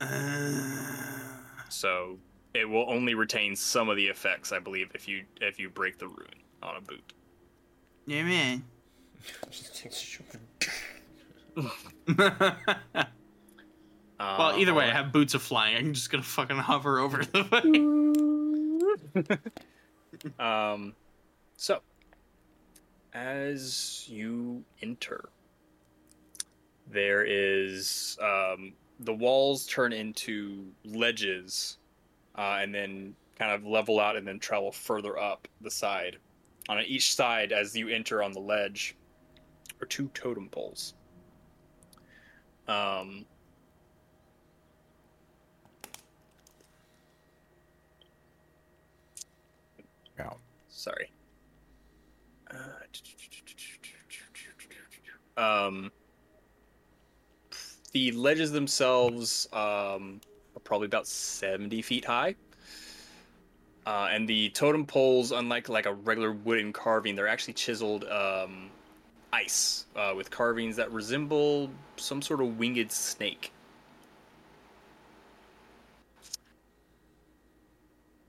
Uh, so it will only retain some of the effects i believe if you if you break the ruin on a boot Yeah, man. <laughs> well, either way, I have boots of flying. I'm just gonna fucking hover over the way. Um, so as you enter, there is um, the walls turn into ledges, uh, and then kind of level out and then travel further up the side. On each side, as you enter on the ledge, are two totem poles. Um, out. Sorry. Um, the ledges themselves um, are probably about 70 feet high. Uh, and the totem poles, unlike like a regular wooden carving, they're actually chiseled um, ice uh, with carvings that resemble some sort of winged snake.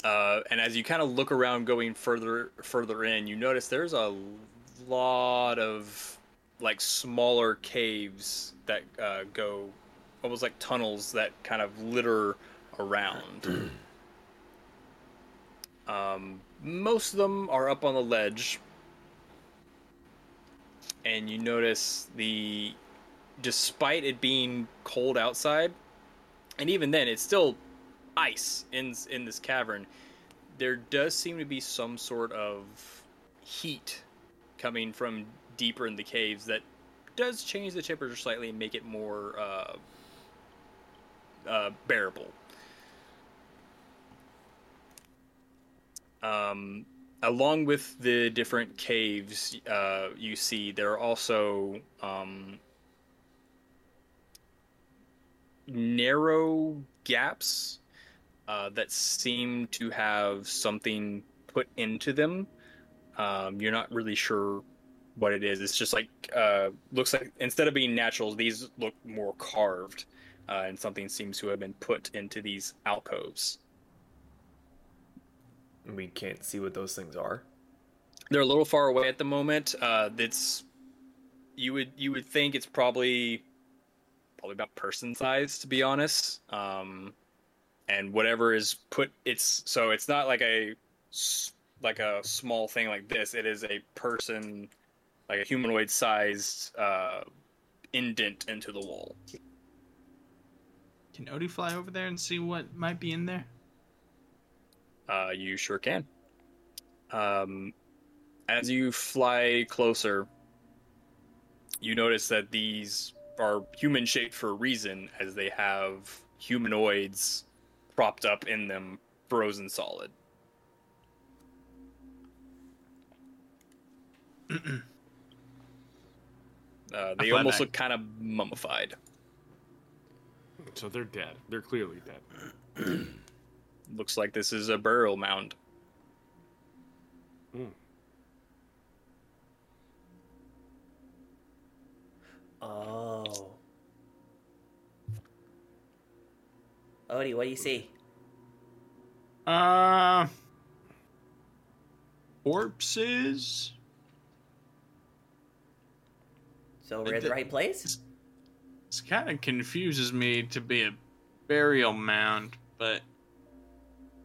Uh, and as you kind of look around, going further further in, you notice there's a lot of like smaller caves that uh, go almost like tunnels that kind of litter around. <clears throat> um, most of them are up on the ledge, and you notice the despite it being cold outside, and even then it's still ice in in this cavern. There does seem to be some sort of heat coming from deeper in the caves that does change the temperature slightly and make it more uh, uh, bearable. Um, along with the different caves uh, you see, there are also um, narrow gaps uh, that seem to have something put into them. Um, you're not really sure what it is. It's just like uh, looks like instead of being natural, these look more carved, uh, and something seems to have been put into these alcoves. We can't see what those things are. They're a little far away at the moment. Uh, it's you would you would think it's probably probably about person size to be honest. Um, and whatever is put, it's so it's not like a s- like a small thing like this. It is a person, like a humanoid sized uh, indent into the wall. Can Odie fly over there and see what might be in there? Uh, you sure can. Um, as you fly closer, you notice that these are human shaped for a reason, as they have humanoids propped up in them, frozen <clears throat> solid. Uh, they fly almost back. look kind of mummified. So they're dead. They're clearly dead. Looks like this is a burial mound. Oh. Odie, what do you see? Uh, corpses. So we're in the right place. This kind of confuses me to be a burial mound, but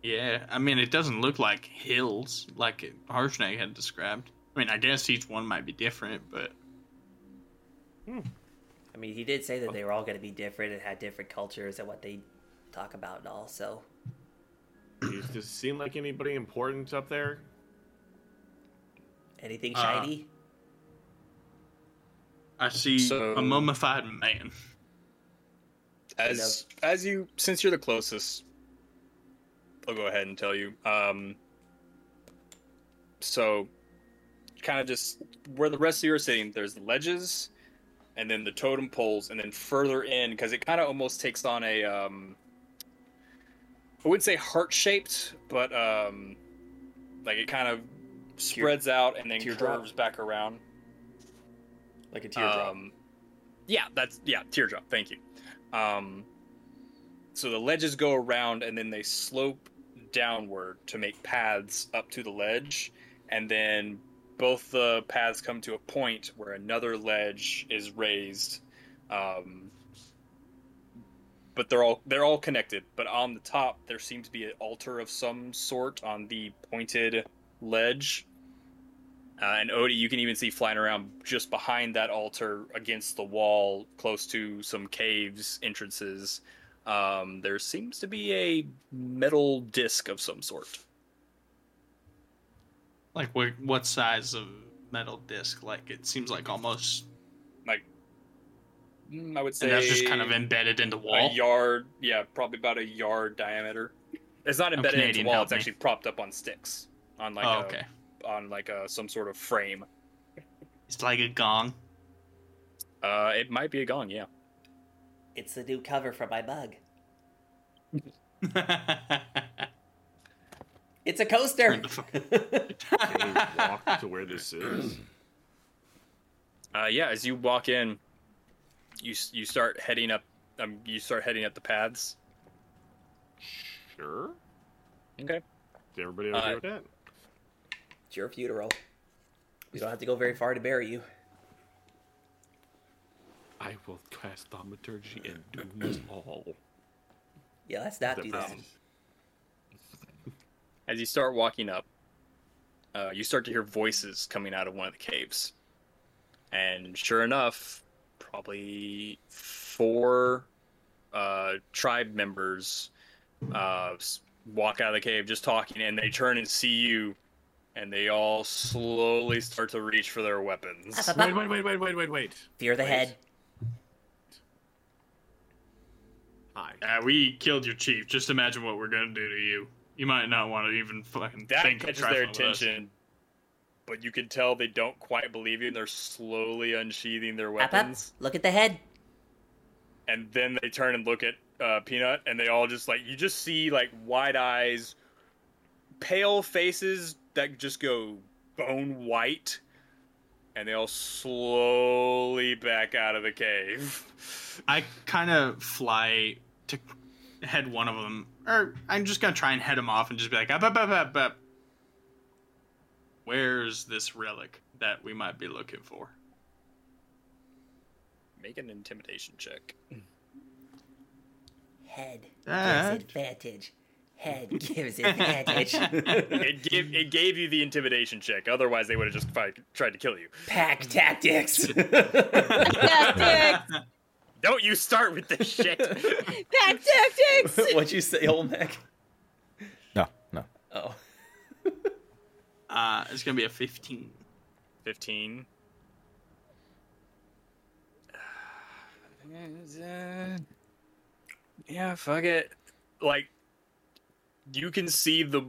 yeah, I mean it doesn't look like hills like it- Harshnag had described. I mean, I guess each one might be different, but I mean, he did say that they were all going to be different and had different cultures and what they talk about and all. So Does does it seem like anybody important up there? anything Uh, shiny? I see So- a mummified man. As as you since you're the closest, I'll go ahead and tell you. Um, so, kind of just where the rest of you are sitting, there's the ledges, and then the totem poles, and then further in because it kind of almost takes on a um, I wouldn't say heart shaped, but um, like it kind of spreads out and then teardrop? curves back around. Like a teardrop. <laughs> Um, yeah, that's yeah, teardrop. Thank you. Um, so the ledges go around and then they slope downward to make paths up to the ledge, and then both the paths come to a point where another ledge is raised. Um, but they're all they're all connected. But on the top, there seems to be an altar of some sort on the pointed ledge. Uh, and Odie, you can even see flying around just behind that altar against the wall, close to some caves entrances. Um, there seems to be a metal disc of some sort. Like what? What size of metal disc? Like it seems like almost like Mm, I would and that's just say kind of embedded in the A wall. yard, yeah, probably about a yard diameter. It's not I'm embedded into Oh, Canadian, the wall; help it's me. actually propped up on sticks. on like Oh, a, okay. on like a, some sort of frame. It's like a gong. <laughs> Uh, it might be a gong, yeah. It's the new cover for my mug. it's a coaster. <laughs> walk to where this is. Uh, yeah, as you walk in, you s- you start heading up. Um, you start heading up the paths. Sure. Okay. Is everybody okay Uh, with that? It's your funeral. We don't have to go very far to bury you. I will cast thaumaturgy and doom us all. Yeah, let's not do that. As you start walking up, uh, you start to hear voices coming out of one of the caves, and sure enough, probably four uh, tribe members uh, s- walk out of the cave just talking, and they turn and see you, and they all slowly start to reach for their weapons. Wait, wait, wait, wait, wait, wait, wait. Fear the head. Hi. Uh, we killed your chief. Just imagine what we're gonna do to you. You might not want to even fucking that think of catches their trifling with us. attention. But you can tell they don't quite believe you, and they're slowly unsheathing their Up, up. weapons. Look at the head. And then they turn and look at uh, Peanut, and they all just like you just see like wide eyes, pale faces that just go bone white, and they all slowly back out of the cave. <laughs> I kind of fly to head one of them, or I'm just gonna try and head him off and just be like, up, up, up, up, up. Where's this relic that we might be looking for? Make an intimidation check. Head That- gives advantage. Head gives advantage. <laughs> it gave it gave you the intimidation check. Otherwise, they would have just fi- tried to kill you. Mm. <laughs> Pack tactics. Tactics. Don't you start with this shit. <laughs> Pack tactics. What'd you say, Olmec? No, no. Oh. uh, it's gonna be a 15. 15. yeah, fuck it. Like, you can see the.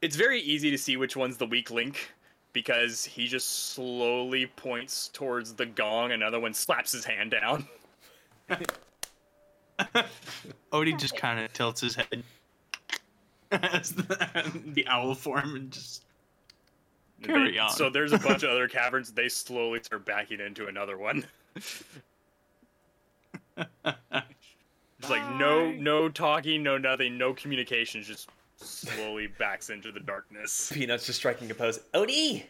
It's very easy to see which one's the weak link because he just slowly points towards the gong. Another one slaps his hand down. <laughs> <laughs> Odie just kind of tilts his head <laughs> as the, the owl form and just carry They- on. So there's a bunch of other caverns. They slowly start backing into another one. <laughs> It's like no, no talking, no nothing, no communication. Just slowly backs into the darkness. Peanuts just striking a <laughs> pose. Odie,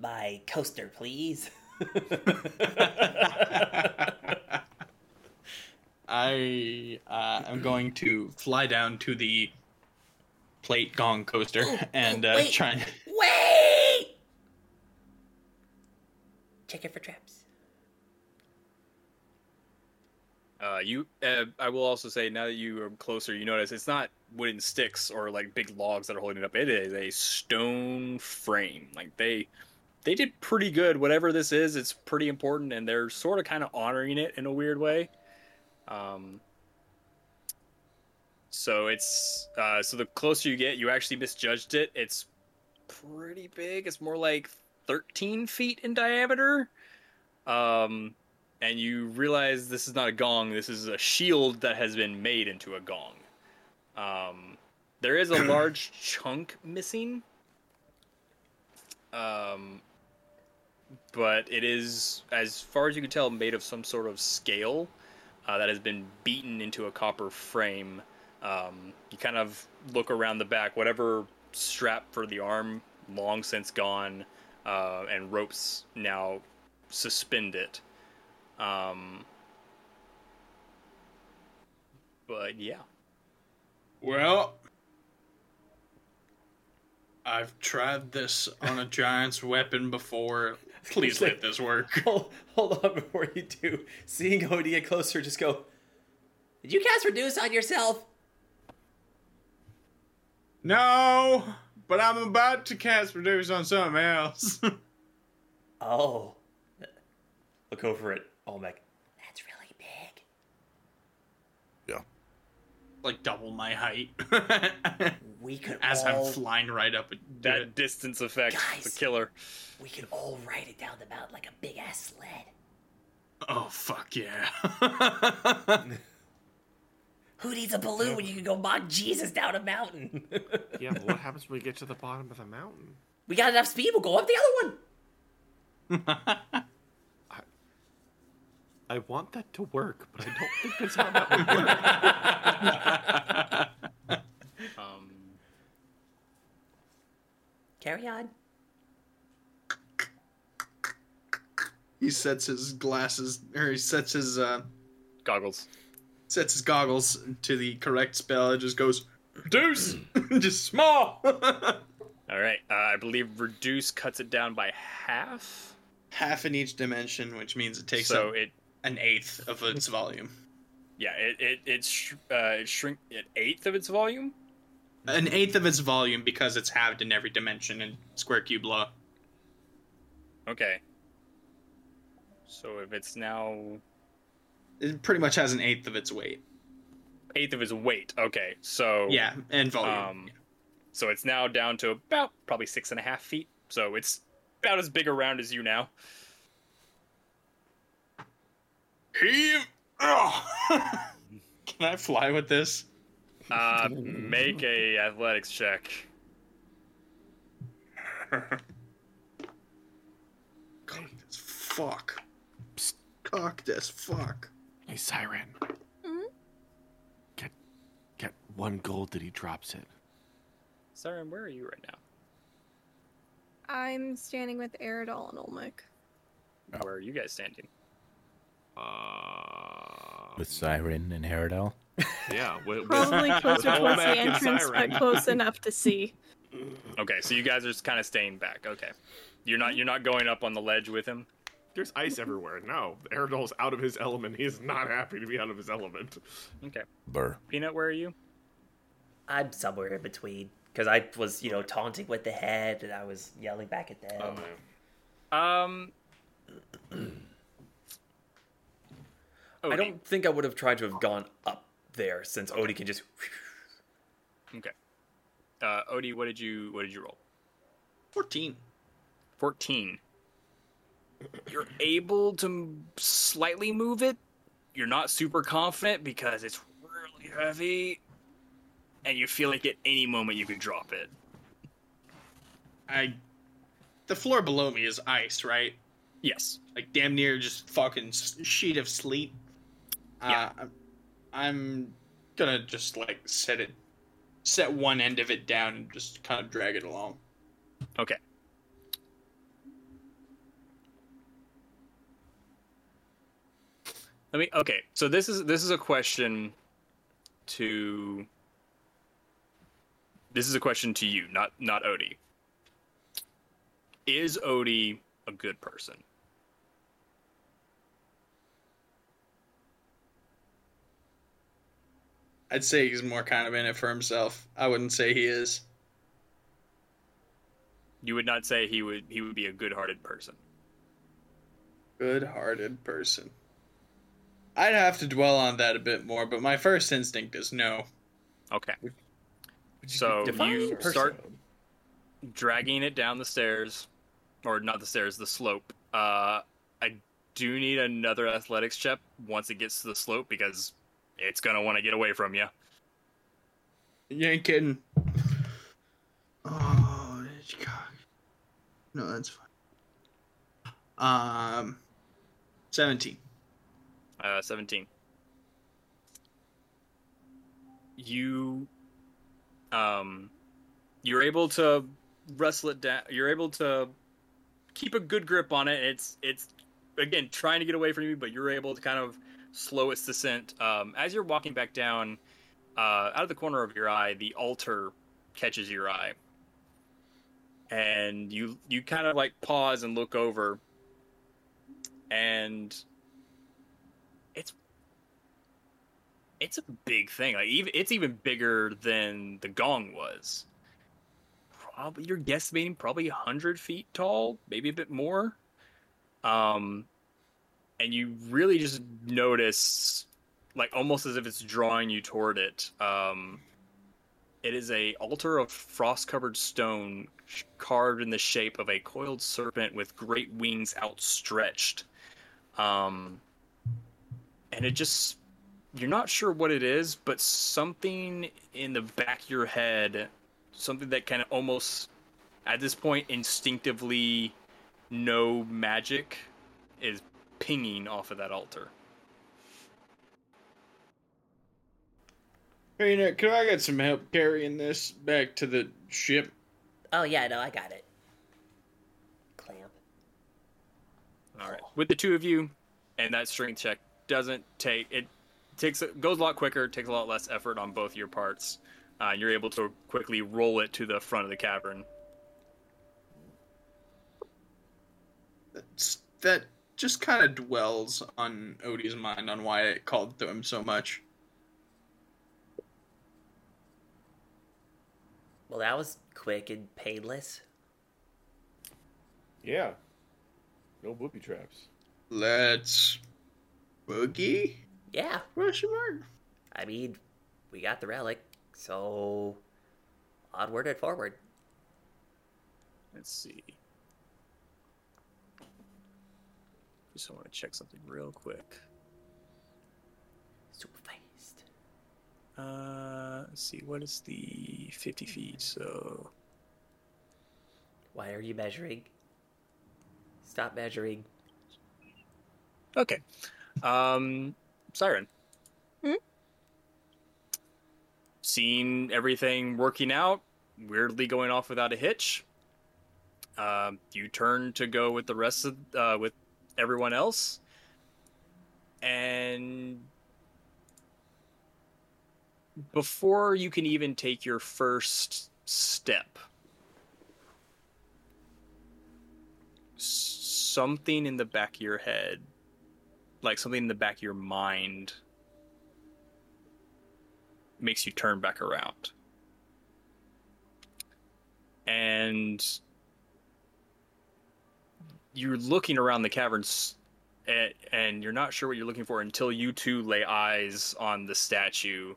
my coaster, please. I uh, am going to fly down to the plate gong coaster and uh, wait. try and Wait! Check it for traps. Uh, you, uh, I will also say, now that you are closer, you notice it's not wooden sticks or like big logs that are holding it up. It is a stone frame. Like they, they did pretty good. Whatever this is, it's pretty important, and they're sort of kind of honoring it in a weird way. Um. So it's uh, so the closer you get, you actually misjudged it. It's pretty big. It's more like 13 feet in diameter. Um, and you realize this is not a gong. This is a shield that has been made into a gong. Um, there is a large chunk missing. Um, but it is, as far as you can tell, made of some sort of scale uh, that has been beaten into a copper frame. Um, you kind of look around the back, whatever strap for the arm, long since gone, uh, and ropes now suspend it. Um, but yeah. Well, I've tried this on a giant's weapon before. Please let this work. Hold, hold on before you do. Seeing Odie get closer, just go. Did you cast reduce on yourself? No, but I'm about to cast produce on something else. <laughs> oh. Look over it, Olmec. like double my <laughs> height. we could as all- I'm flying right up. at- That distance effect, the killer. We could all ride it down the mountain like a big ass sled. Oh fuck yeah! Who needs a balloon when you can go mock Jesus down a mountain? <laughs> yeah, but what happens when we get to the bottom of the mountain? We got enough speed, we'll go up the other one. I want that to work, but I don't think that's how that would work. um, Carry on. He sets his glasses, or he sets his uh, goggles. Sets his goggles to the correct spell. and just goes deuce, Hmm. <laughs> just small. All right. Uh, I believe reduce cuts it down by half. Half in each dimension, which means it takes So up it- an eighth of its volume. Yeah, it it it, sh- uh, it shrink an eighth of its volume. An eighth of its volume because it's halved in every dimension in square cube law. Okay. So if it's now It pretty much has an eighth of its weight. eighth of his weight, okay, so um, Yeah, and volume, so it's now down to about probably six and a half feet. So it's about as big around as you now. Heave! <laughs> Can I fly with this? Uh, make a athletics check. Cock this fuck. Psst, cock this fuck. Hey, Siren. Get, get one gold that he drops it. Siren, where are you right now? I'm standing with Aerodol and Olmec. Where are you guys standing? Uh, with Siren and Herodel. yeah. With, <laughs> <laughs> <laughs> Probably closer towards the entrance, but close enough to <laughs> see. Okay, so you guys are just kind of staying back. Okay, you're not you're not going up on the ledge with him. There's ice everywhere. No, Aerodol's out of his element. He is not happy to be out of his element. Okay. Burr. Peanut, where are you? I'm somewhere in between because I was, you know, taunting with the head and I was yelling back at Oh them. <clears throat> Um, Oh, I don't think I would have tried to have gone up there since Odie can just. Okay. Uh, Odie, what did you what did you roll? Fourteen. Fourteen. You're able to m- slightly move it. You're not super confident because it's really heavy, and you feel like at any moment you could drop it. I. The floor below me is ice, right? Yes. Like damn near just fucking s- sheet of sleet. Yeah. Uh, I'm gonna just like set it, set one end of it down and just kind of drag it along. Okay. Let me. Okay, so this is this is a question to. This is a question to you, not not Odie. Is Odie a good person? I'd say he's more kind of in it for himself. I wouldn't say he is. You would not say he would he would be a good-hearted person. Good-hearted person. I'd have to dwell on that a bit more, but my first instinct is no. Okay. So Define you person. start dragging it down the stairs, or not the stairs, the slope. Uh, I do need another athletics check once it gets to the slope because it's gonna want to get away from you. You ain't kidding. Oh, God. No, that's fine. Um, seventeen. Uh, seventeen. You, um, you're able to wrestle it down. You're able to keep a good grip on it. It's it's again trying to get away from you, but you're able to kind of slow its descent. Um, as you're walking back down, uh, out of the corner of your eye, the altar catches your eye, and you you kind of like pause and look over, and it's it's a big thing. Like even it's even bigger than the gong was. Probably you're guesstimating probably hundred feet tall, maybe a bit more. Um, and you really just notice like almost as if it's drawing you toward it. Um, it is a altar of frost-covered stone sh- carved in the shape of a coiled serpent with great wings outstretched. Um, and it just you're not sure what it is, but something in the back of your head, something that kind of almost at this point instinctively no magic is pinging off of that altar. Hey, you know, could I get some help carrying this back to the ship? Oh yeah, no, I got it. Clamp. All right. With the two of you, and that strength check doesn't take it takes goes a lot quicker, takes a lot less effort on both your parts. Uh, you're able to quickly roll it to the front of the cavern. That's, that just kind of dwells on Odie's mind on why it called to him so much. Well, that was quick and painless. Yeah. No booby traps. Let's boogie. Yeah. Question mark. I mean, we got the relic, so onward and forward. Let's see. Just want to check something real quick. Super fast. Uh, let's see. What is the 50 feet? So Why are you measuring? Stop measuring. Okay. Um, Siren. Hmm? Seeing everything working out, weirdly going off without a hitch. Um, you turn to go with the rest of uh, with everyone else, and before you can even take your first step, s- something in the back of your head like something in the back of your mind makes you turn back around. And you're looking around the caverns and, and you're not sure what you're looking for until you two lay eyes on the statue.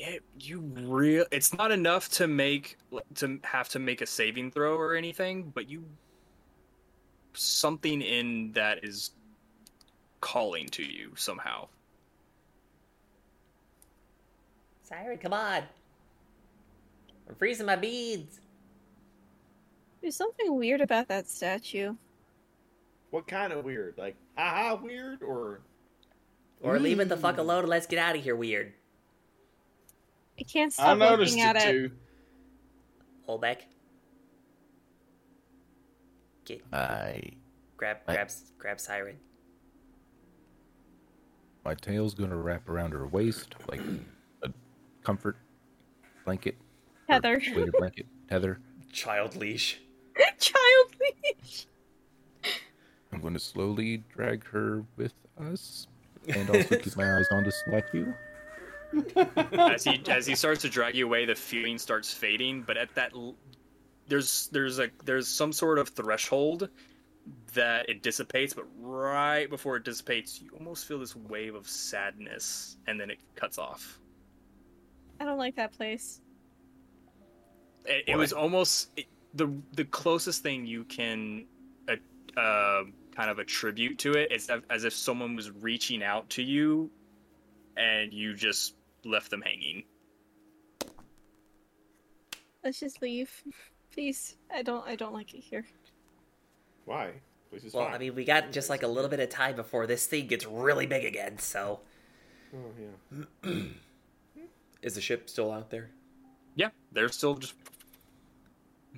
It, you real it's not enough to make to have to make a saving throw or anything, but you something in that is calling to you somehow. Siren, come on. I'm freezing my beads. There's something weird about that statue. What kind of weird? Like, haha, weird? Or. Or leave it the fuck alone and let's get out of here, weird. I can't stop looking at it. Olbeck. Get, I grab, I- grab, grab Siren. my tail's gonna wrap around her waist like a comfort blanket, <laughs> Heather. weighted blanket, tether. Child leash. Child leash. I'm gonna slowly drag her with us, and also keep my eyes on the statue. as he as he starts to drag you away, the feeling starts fading. But at that, l- there's there's a there's some sort of threshold that it dissipates. But right before it dissipates, you almost feel this wave of sadness, and then it cuts off. I don't like that place. It, it was almost it, the the closest thing you can uh, uh, kind of attribute to it is as if someone was reaching out to you, and you just left them hanging. Let's just leave. Please. I don't I don't like it here. Why? This is Well, fine. I mean, we got just like a little bit of time before this thing gets really big again, so. Oh, yeah. Is the ship still out there? Yeah, they're still just.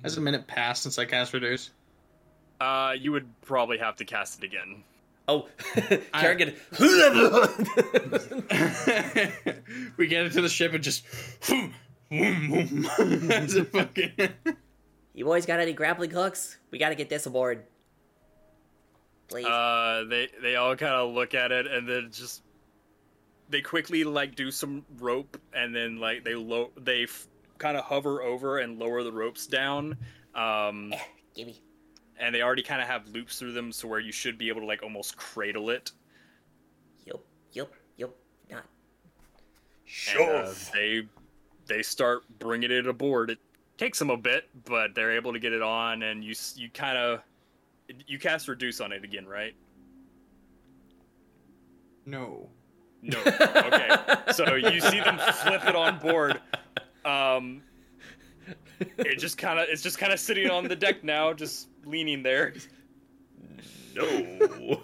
Has a minute passed since I cast reduce? Uh, you would probably have to cast it again. Oh, <laughs> Kerrigan. <laughs> we get it to the ship and just. <laughs> As a fucking. You boys got any grappling hooks? We gotta get this aboard. Please. Uh, they they all kind of look at it and then just they quickly like do some rope and then like they low they f- kind of hover over and lower the ropes down. Um, gimme. and they already kind of have loops through them, so where you should be able to like almost cradle it. Yup, yup, not. Sure. uh, they they start bringing it aboard. It takes them a bit, but they're able to get it on, and you s- you kind of you cast reduce on it again, right? No. No. Okay. so you see them flip it on board. Um, it just kind of it's just kind of sitting on the deck now, just leaning there. No. you,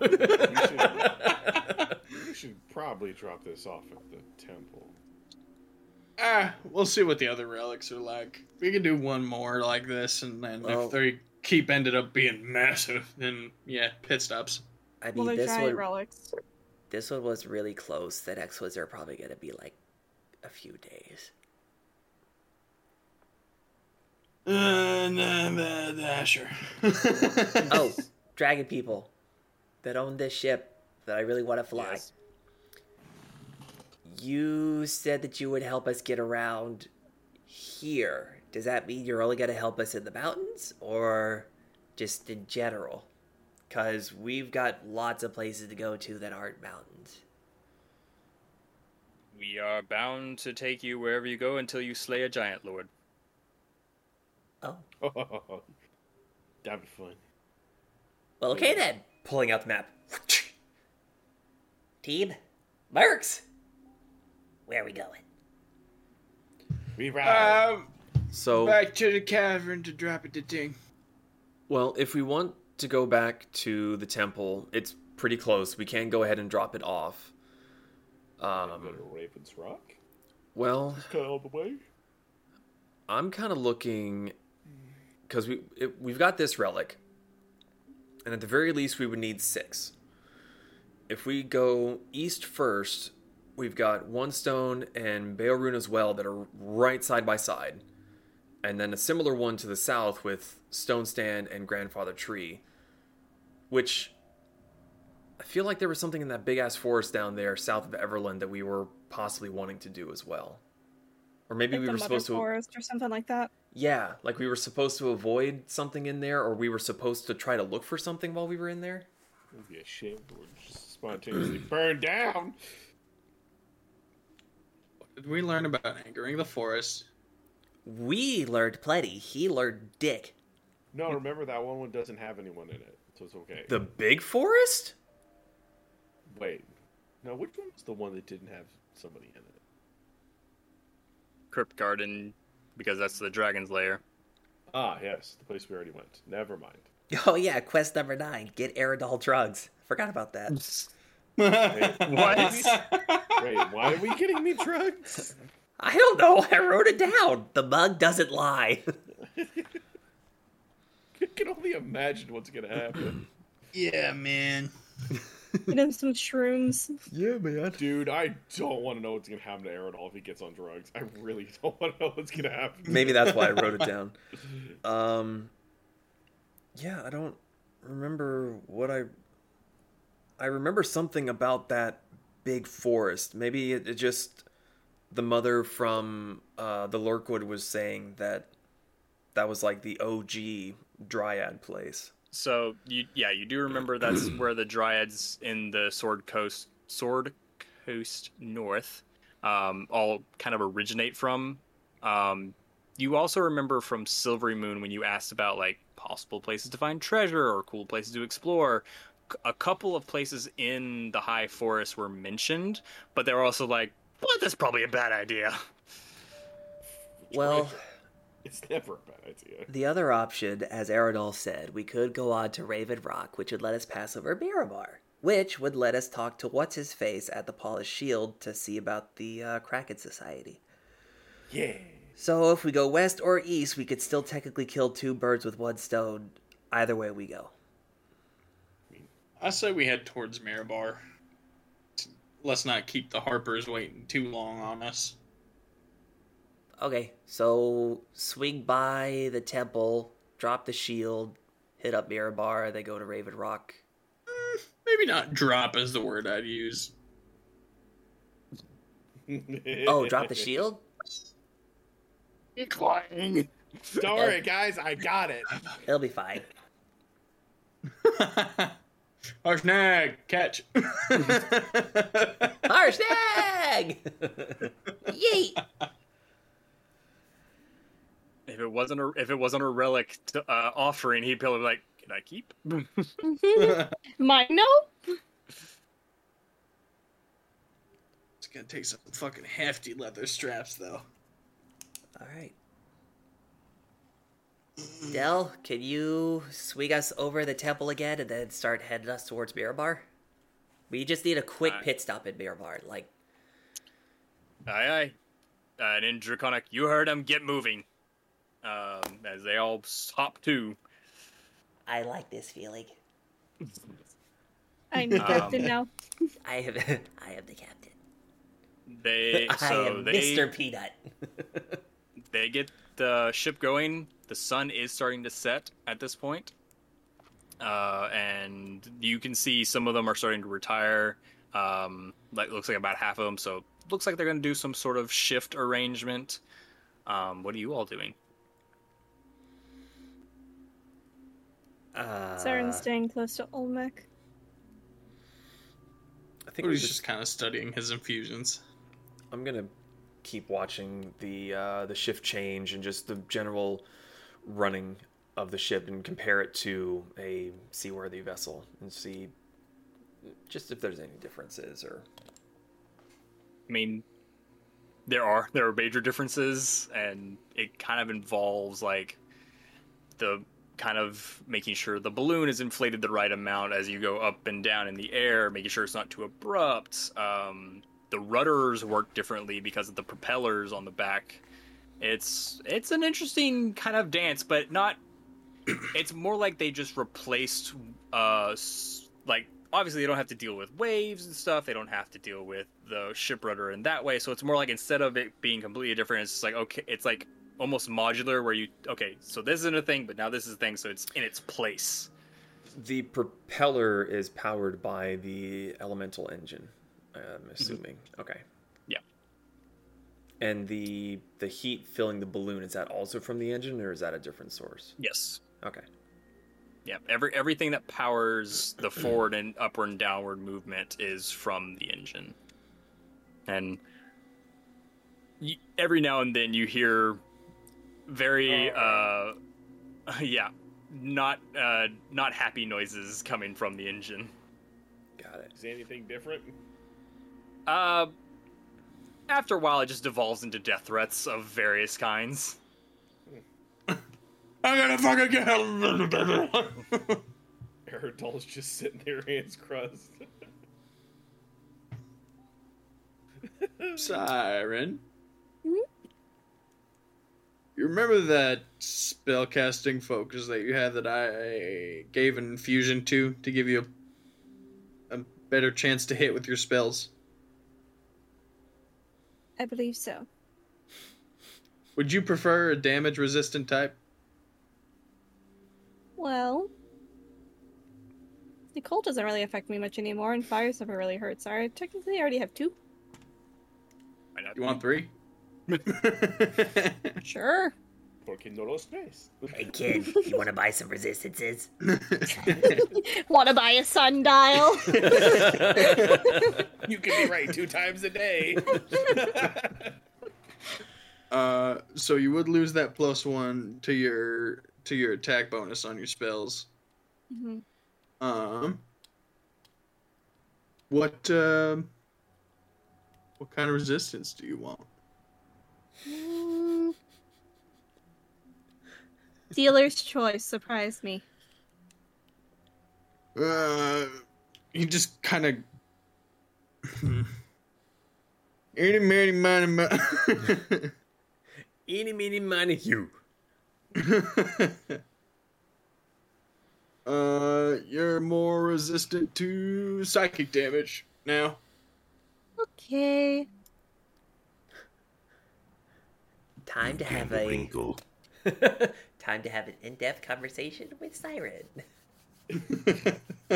should, <laughs> you should probably drop this off at the temple. Ah, we'll see what the other relics are like. We can do one more like this, and then Well- if they keep ended up being massive, then yeah, pit stops. I mean, Well, they're this giant one, relics. this one was really close. The next ones are probably going to be like a few days. Uh, nah, nah, nah, <laughs> sure. <laughs> <laughs> oh, dragon people that own this ship that I really want to fly. You said that you would help us get around here. Does that mean you're only going to help us in the mountains or just in general? Because we've got lots of places to go to that aren't mountains. We are bound to take you wherever you go until you slay a giant lord. Oh. <laughs> That'd be fun. Well, okay then. Pulling out the map. <laughs> Team, Mercs, where are we going? We Um, So back to the cavern to drop it to Ting. Well, if we want to go back to the temple, it's pretty close. We can go ahead and drop it off. Um, Go to Raven's Rock. well, Just cut all the way. I'm kind of looking because we it, we've got this relic, and at the very least, we would need six. If we go east first, we've got one stone and Beorun as well that are right side by side, and then a similar one to the south with Stone Stand and Grandfather Tree, which I feel like there was something in that big ass forest down there south of Everland that we were possibly wanting to do as well, or maybe Like we the were Mother supposed to. forest or something <laughs> like that. Yeah, like we were supposed to avoid something in there, or we were supposed to try to look for something while we were in there. It'd be a shame if we're just spontaneously burned down. Did we learn about anchoring the <laughs> forest? We learned plenty. He learned dick. No, remember that one one doesn't have anyone in it, so it's okay. The big forest? Wait, no, which one was the one that didn't have somebody in it? Crypt Garden, because that's the dragon's lair. Ah, yes, the place we already went. Never mind. Oh yeah, quest number nine: get Aerodol drugs. Forgot about that. Wait, why are we getting me drugs? <laughs> I don't know. I wrote it down. The mug doesn't lie. <laughs> I can only imagine what's gonna happen. Yeah, man. Get him some shrooms. Yeah, man. Dude, I don't want to know what's gonna happen to Aerodol if he gets on drugs. I really <laughs> don't want to know what's gonna happen. Maybe that's why I wrote <laughs> it down. Um, yeah, I don't remember what I. I remember something about that big forest. Maybe it, it just the mother from uh, the Lurkwood was saying that that was like the OG dryad place. So you, yeah, you do remember that's where the dryads in the Sword Coast, Sword Coast North, um, all kind of originate from. Um, you also remember from Silvery Moon when you asked about like possible places to find treasure or cool places to explore. C- A couple of places in the High Forest were mentioned, but they were also like, "Well, that's probably a bad idea." <laughs> Well, It's never a bad idea. the other option, as Aerodol said, we could go on to Raven Rock, which would let us pass over Barabar, which would let us talk to what's his face at the Polished Shield to see about the uh, Kraken Society. Yeah. So if we go west or east, we could still technically kill two birds with one stone. Either way we go. I say we head towards Mirabar. Let's not keep the Harpers waiting too long on us. Okay, so swing by the temple, drop the shield, hit up Mirabar, they go to Raven Rock. Maybe not drop is the word I'd use. <laughs> Oh, drop <laughs> the shield? Don't Oh. worry, guys, I got it. It'll be fine. Harshnag, <laughs> catch. Harshnag! Yeet! If it wasn't a if it wasn't a relic to, uh, offering, he'd probably be like, "Can I keep?" Mine, no. It's gonna take some fucking hefty leather straps, though. All right. Dell, can you swing us over the temple again and then start heading us towards Beer Bar? We just need a quick Aye. pit stop at Beer Bar. Like, Aye, aye. Uh, and in Draconic, you heard him. Get moving. Um, as they all hop to. I like this feeling. I'm the Um, captain now. I have, I am <laughs> the captain. They <laughs> I so am they Mr. Peanut. they get the ship going. The sun is starting to set at this point, uh, and you can see some of them are starting to retire. Um, like looks like about half of them. So looks like they're going to do some sort of shift arrangement. Um, what are you all doing? Uh, Siren's staying close to Olmec. I think he's just kind of studying his infusions. I'm gonna keep watching the uh, the shift change and just the general running of the ship and compare it to a seaworthy vessel and see just if there's any differences or I mean, there are there are major differences, and it kind of involves like the kind of making sure the balloon is inflated the right amount as you go up and down in the air, making sure it's not too abrupt. Um, the rudders work differently because of the propellers on the back. It's it's an interesting kind of dance, but not. It's more like they just replaced, uh, s- like obviously they don't have to deal with waves and stuff. They don't have to deal with the ship rudder in that way. So it's more like instead of it being completely different, it's just like okay, it's like almost modular where you okay, so this isn't a thing, but now this is a thing, so it's in its place. the propeller is powered by the elemental engine i'm assuming okay Yeah. and the the heat filling the balloon is that also from the engine or is that a different source Yes. okay Yeah. Every everything that powers the forward and upward and downward movement is from the engine. And y every now and then you hear very uh <laughs> yeah, not uh not happy noises coming from the engine. Got it. Is anything different? Uh, after a while, it just devolves into death threats of various kinds. I'm gonna fucking get him. <laughs> Aerodol's just sitting there, hands crossed. Siren. You remember that spellcasting focus that you had that I gave an infusion to to give you a, a better chance to hit with your spells? I believe so. Would you prefer a damage resistant type? Well, the cold doesn't really affect me much anymore, and fires never really hurt. So I technically already have two. You want three? <laughs> Sure. Porque no lo tres. Hey kid, you want to buy some resistances? Want to buy <laughs> a sundial? <laughs> you can be right two times <laughs> a day. Uh, so you would lose that plus one to your to your attack bonus on your spells. Mhm. Um, what um, what kind of resistance do you want? Mm. Dealer's choice surprised me. Uh, he just kind of. <laughs> Any, many, many, many. Eeny, meeny, miny, you. <laughs> uh, you're more resistant to psychic damage now. Okay. Time to have a Wrinkle. <laughs> time to have an in-depth conversation with Siren. Dear <laughs>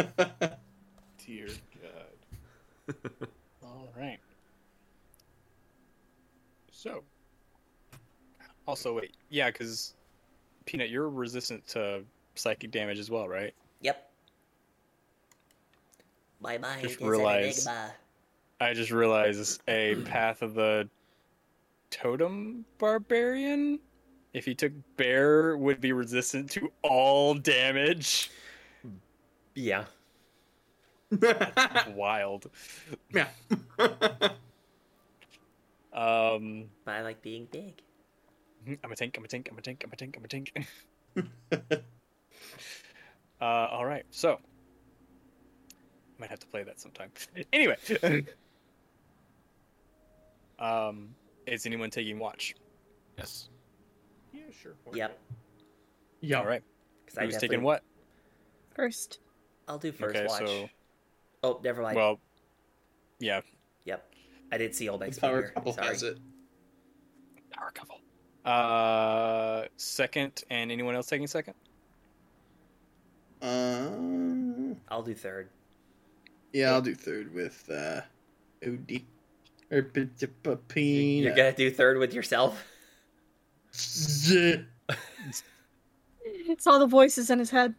God. All right. So. Also, wait. Yeah, because Peanut, you're resistant to psychic damage as well, right? Yep. My mind Just is an realized- enigma. I just realized a path of the totem barbarian. If he took bear, would be resistant to all damage. Yeah. Wild. Yeah. um. But I like being big. I'm a tank. I'm a tank. I'm a tank. I'm a tank. I'm a tank. <laughs> uh, all right. So might have to play that sometime. Anyway. <laughs> um, is anyone taking watch? Yes. Yeah, sure. Yep. Yeah. All right. 'Cause I Who's definitely- taking what? First. I'll do first Okay, watch. so- Oh, never mind. Well, yeah. Yep. I did see old Max power Finger. couple Sorry. has it. Power couple. Uh, second, and anyone else taking second? Um, I'll do third. yeah, I'll do third with uh, OD. Or P-p-p-peen. You're gonna do third with yourself. Zit. It's all the voices in his head.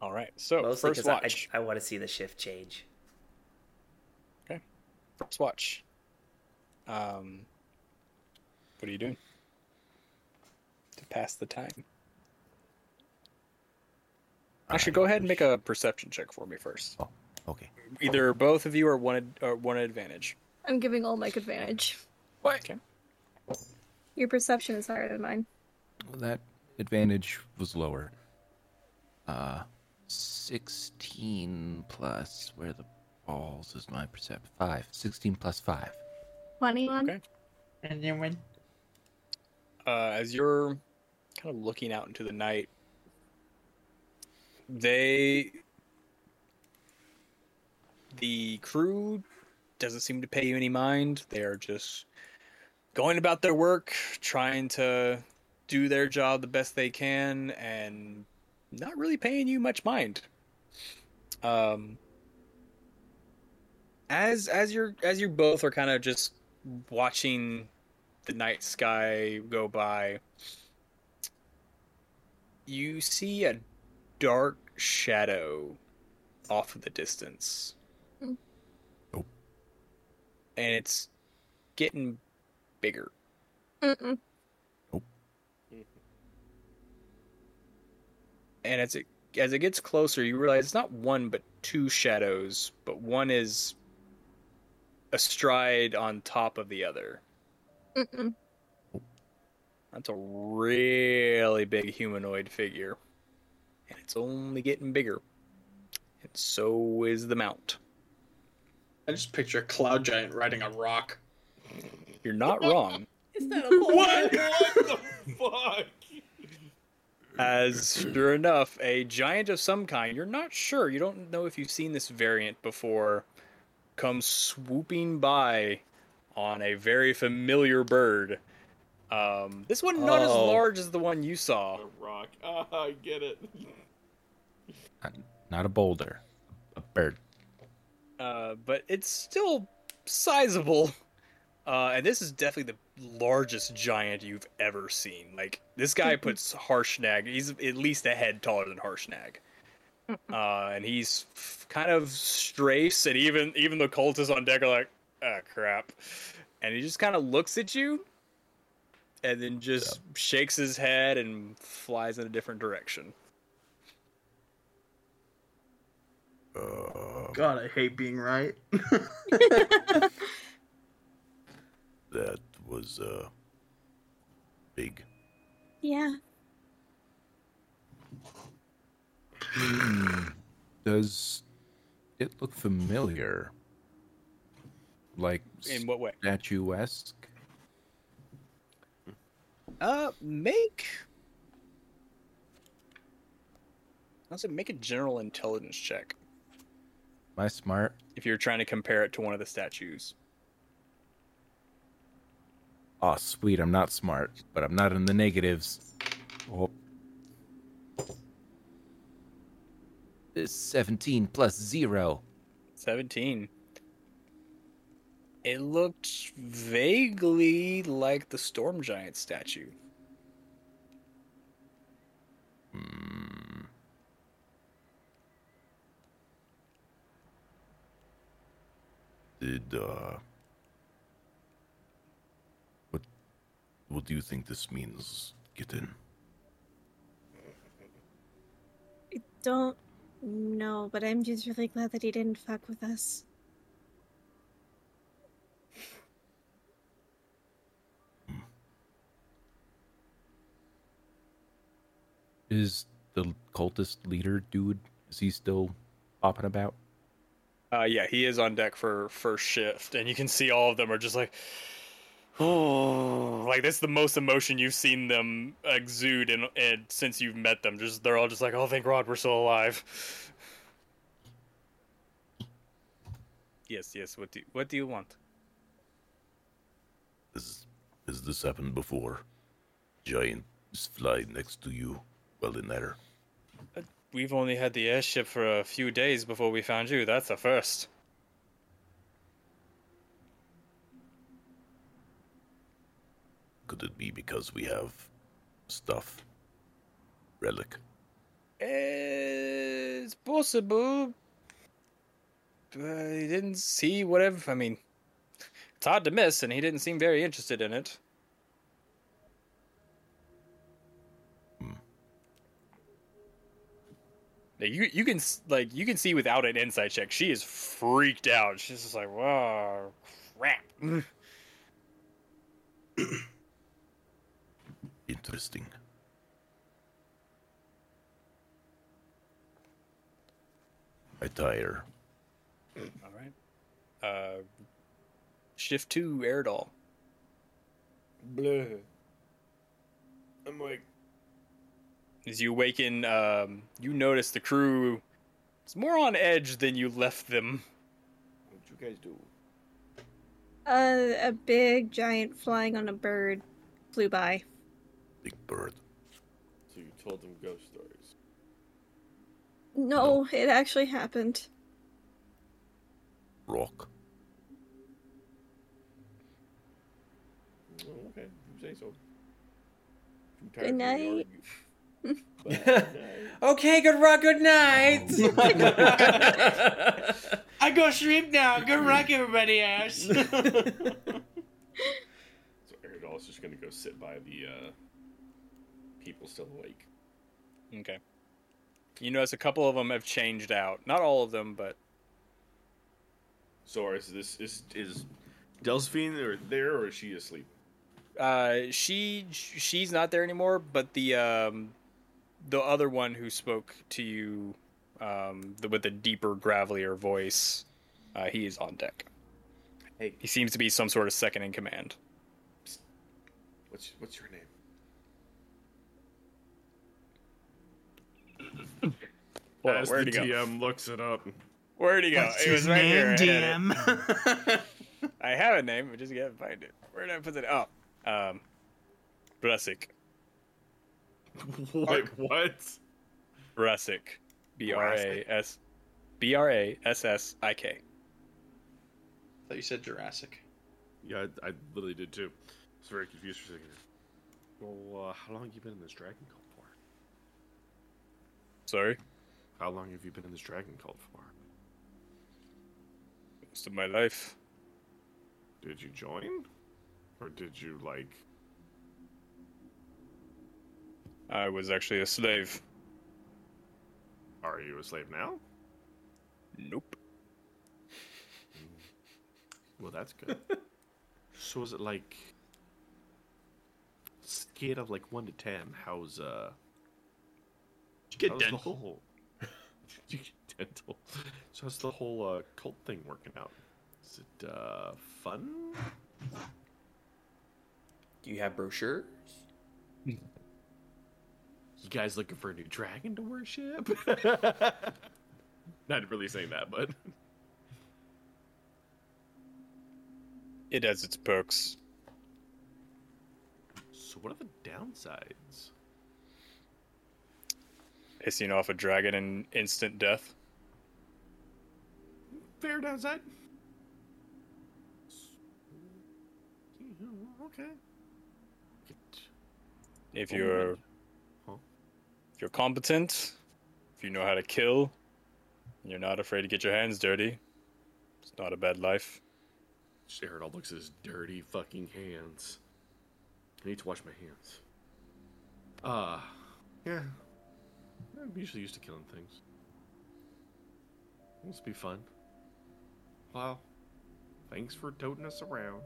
All right. So Mostly Oh, first because I, watch. I, want to see the shift change. First watch. Um, what are you doing to pass the time? Actually, go ahead and make a perception check for me first. Okay. Either both of you are one ad- or one advantage. I'm giving all Mike advantage. What? Okay. Your perception is higher than mine. Well, that advantage was lower. Uh, 16 plus where the balls is my percept. 5. 16 plus 5. 21. Okay. uh, as you're kind of looking out into the night, they. The crew doesn't seem to pay you any mind. They are just going about their work, trying to do their job the best they can, and not really paying you much mind. Um, as as you're as you both are kind of just watching the night sky go by, you see a dark shadow off in the distance. Hmm. And it's getting bigger. Mm-mm. And as it as it gets closer, you realize it's not one but two shadows, but one is astride on top of the other. Mm-mm. That's a really big humanoid figure. And it's only getting bigger. And so is the mount. I just picture a cloud giant riding a rock. You're not wrong. Is that a What? Fuck. As sure enough, a giant of some kind, you're not sure, you don't know if you've seen this variant before, comes swooping by on a very familiar bird. Um, this one not as Oh. large as the one you saw. A rock. Ah, I get it. Not a boulder. A bird. uh, but it's still sizable. Uh, and this is definitely the largest giant you've ever seen. Like this guy puts Harshnag. He's at least a head taller than Harshnag. Uh, and he's f- kind of strafes, and even even the cultists on deck are like, "Ah, crap!" And he just kind of looks at you, and then just shakes his head and flies in a different direction. Uh, God, I hate being right. <laughs> That was uh big. Yeah. Does it look familiar? Like In what way? statuesque? Uh, make. I'll say make a general intelligence check Am I smart? if you're trying to compare it to one of the statues. Oh, sweet. I'm not smart, but I'm not in the negatives. Oh. This 17 plus 0. 17. It looked vaguely like the storm giant statue. Did uh what what do you think this means, kitten? I don't know, but I'm just really glad that he didn't fuck with us. Is the cultist leader dude? Is he still popping about? Uh, yeah, he is on deck for first shift, and you can see all of them are just like, <sighs> oh, like that's the most emotion you've seen them exude, and and since you've met them, just they're all just like, oh, thank God we're still alive. yes, yes. What do what do you want? Has has this happened before? Giant fly next to you while in air. We've only had the airship for a few days before we found you. That's a first. Could it be because we have stuff? Relic. It's possible. I didn't see whatever. I mean, it's hard to miss, and he didn't seem very interested in it. Now, You you can s- like you can see without an insight check, she is freaked out. She's just like, "Whoa, crap!" Interesting. I tire. All right. Uh, shift two, Aerodol. Bleh. I'm like, As you awaken, um, you notice the crew is more on edge than you left them. what you guys do? Uh, a big giant flying on a bird flew by. Big bird. So you told them ghost stories. No, it actually happened. Rock. Oh, okay, you say so. I'm Good of hearing night. <laughs> okay, good rock, good <laughs> night. I go sleep now. Good rock, everybody else. So Aerodol is just gonna go sit by the uh, people still awake. Okay. You notice a couple of them have changed out. Not all of them, but So is this is is Delphine or there or is she asleep? uh, she she's not there anymore. But the um, the other one who spoke to you um, the, with a deeper, gravelier voice, uh, he is on deck. Hey. He seems to be some sort of second in command. What's what's your name? Well, where'd he go? DM looks it up. <laughs> Where'd he go? What's it was his right here. name, I <laughs> had it. I have a name, I just can't find it. Where did I put it? Oh, um, Brusik. Wait, what? Brusik. B R A S B R A S S I K. thought you said Jurassic. Yeah, I, I literally did too. I was very confused for a second. Well, uh, how long have you been in this dragon cult for? Sorry, How long have you been in this dragon cult for? most of my life. Did you join, or did you like? I was actually a slave. Are you a slave now? Nope. <laughs> Well, that's good. so is it like scale of like one to ten? How's uh? Did you get how's the dental? whole- <laughs> Did you get dental? So how's the whole uh, cult thing working out? Is it uh fun? Do you have brochure? You guys looking for a new dragon to worship? <laughs> Not really saying that, but <laughs> It has its perks. so what are the downsides? Pissing off a dragon and instant death. Fair downside. Okay. If Oh, you're right. Huh? if you're competent, if you know how to kill, and you're not afraid to get your hands dirty, it's not a bad life. Aerodol looks at his dirty fucking hands. I need to wash my hands. Uh, yeah. I'm usually used to killing things. This will be fun. Wow. Thanks for toting us around.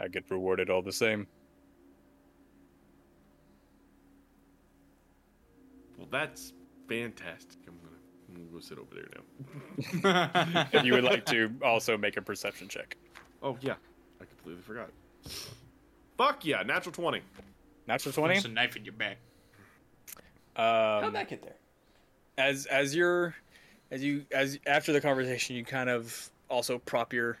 I get rewarded all the same. Well, that's fantastic. I'm gonna, I'm gonna go sit over there now. if you would like to also make a perception check. Oh yeah, I completely forgot. Fuck yeah, natural twenty. Natural twenty. There's a knife in your back. Um, How'd that get there? As as you're, as you as after the conversation, you kind of also prop your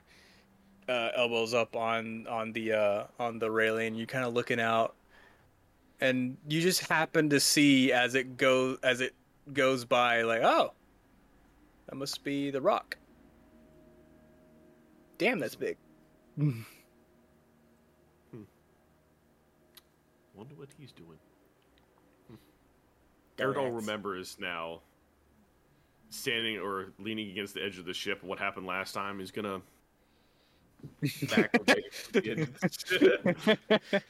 uh, elbows up on on the uh, on the railing. You're kind of looking out, and you just happen to see as it go as it goes by, like oh, that must be the rock. Damn, that's big. Wonder what he's doing. Don't Aerodol ask. remembers now, standing or leaning against the edge of the ship. What happened last time? He's gonna. <laughs> Back away from the edge of the ship.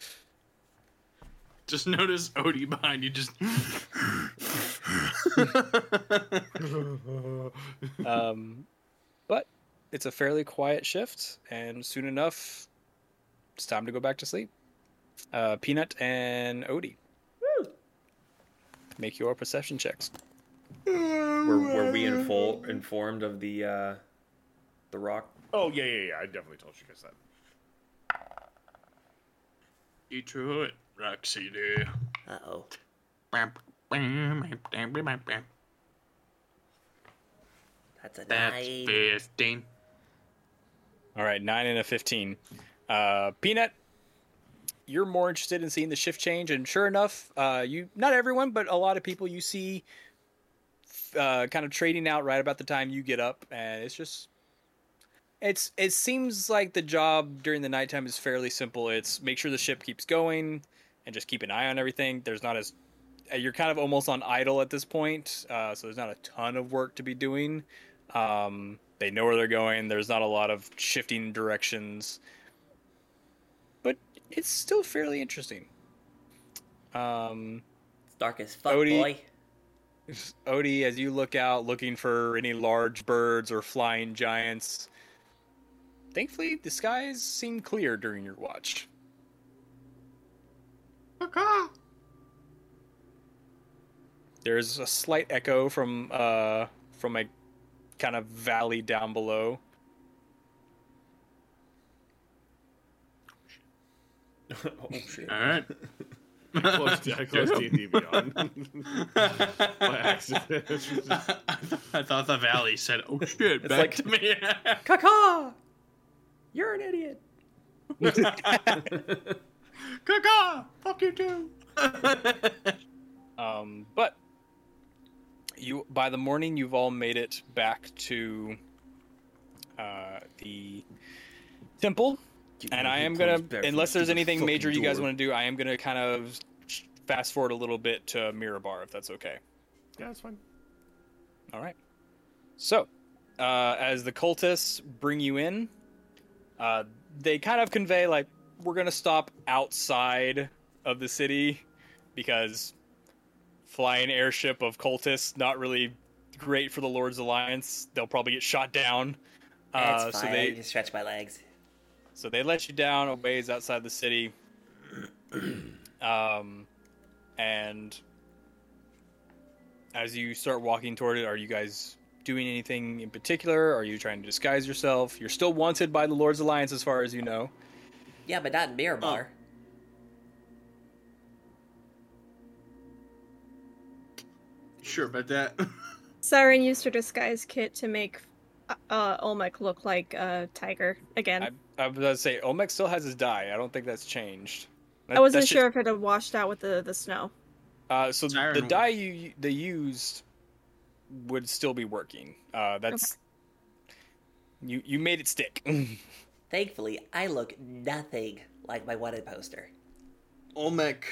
Just notice Odie behind you. Just um, but it's a fairly quiet shift, and soon enough, it's time to go back to sleep. Uh, Peanut and Odie, make your perception checks. Were, were we info- informed of the uh, the rock? <laughs> oh yeah, yeah, yeah. I definitely told you guys that. you to it, Roxy. Dear. Uh oh. That's a That's nine. fifteen. All right, nine and a fifteen. Uh, Peanut, you're more interested in seeing the shift change, and sure enough, uh, you not everyone, but a lot of people you see uh, kind of trading out right about the time you get up, and it's just it's it seems like the job during the nighttime is fairly simple. It's make sure the ship keeps going, and just keep an eye on everything. There's not as you're kind of almost on idle at this point, uh, so there's not a ton of work to be doing. Um, they know where they're going. There's not a lot of shifting directions, but it's still fairly interesting. Um, It's dark as fuck, Odie- boy. Odie, as you look out looking for any large birds or flying giants, thankfully the skies seem clear during your watch. There's a slight echo from uh from a kind of valley down below. oh shit! All right. Close, <laughs> I closed D&D Beyond. <laughs> By accident. I thought the valley said, "Oh shit!" It's back <laughs> like- to me. Kaka, <gasps> you're an idiot. Kaka, fuck you too. Um, but you by the morning you've all made it back to uh, the temple, and I am gonna unless there's anything major you guys want to do, I am gonna kind of fast forward a little bit to Mirabar if that's okay. Yeah, that's fine. All right. So, uh, as the cultists bring you in, uh, they kind of convey like we're gonna stop outside of the city because flying airship of cultists not really great for the Lord's Alliance. They'll probably get shot down. That's Uh, fine. so I they can stretch my legs. so they let you down a ways outside the city. um, and as you start walking toward it, are you guys doing anything in particular? Are you trying to disguise yourself? You're still wanted by the Lord's Alliance, as far as you know. Yeah, but not in Mirabar. Sure about <laughs> that. Siren used her disguise kit to make uh, Olmec look like a tiger again. I, I, I was gonna say Olmec still has his dye. I don't think that's changed. That- wasn't that's just- sure if it had washed out with the, the snow. Uh, so Siren the Wolf. dye you they used would still be working. Uh, that's you you made it stick. <laughs> Thankfully, I look nothing like my wanted poster. Olmec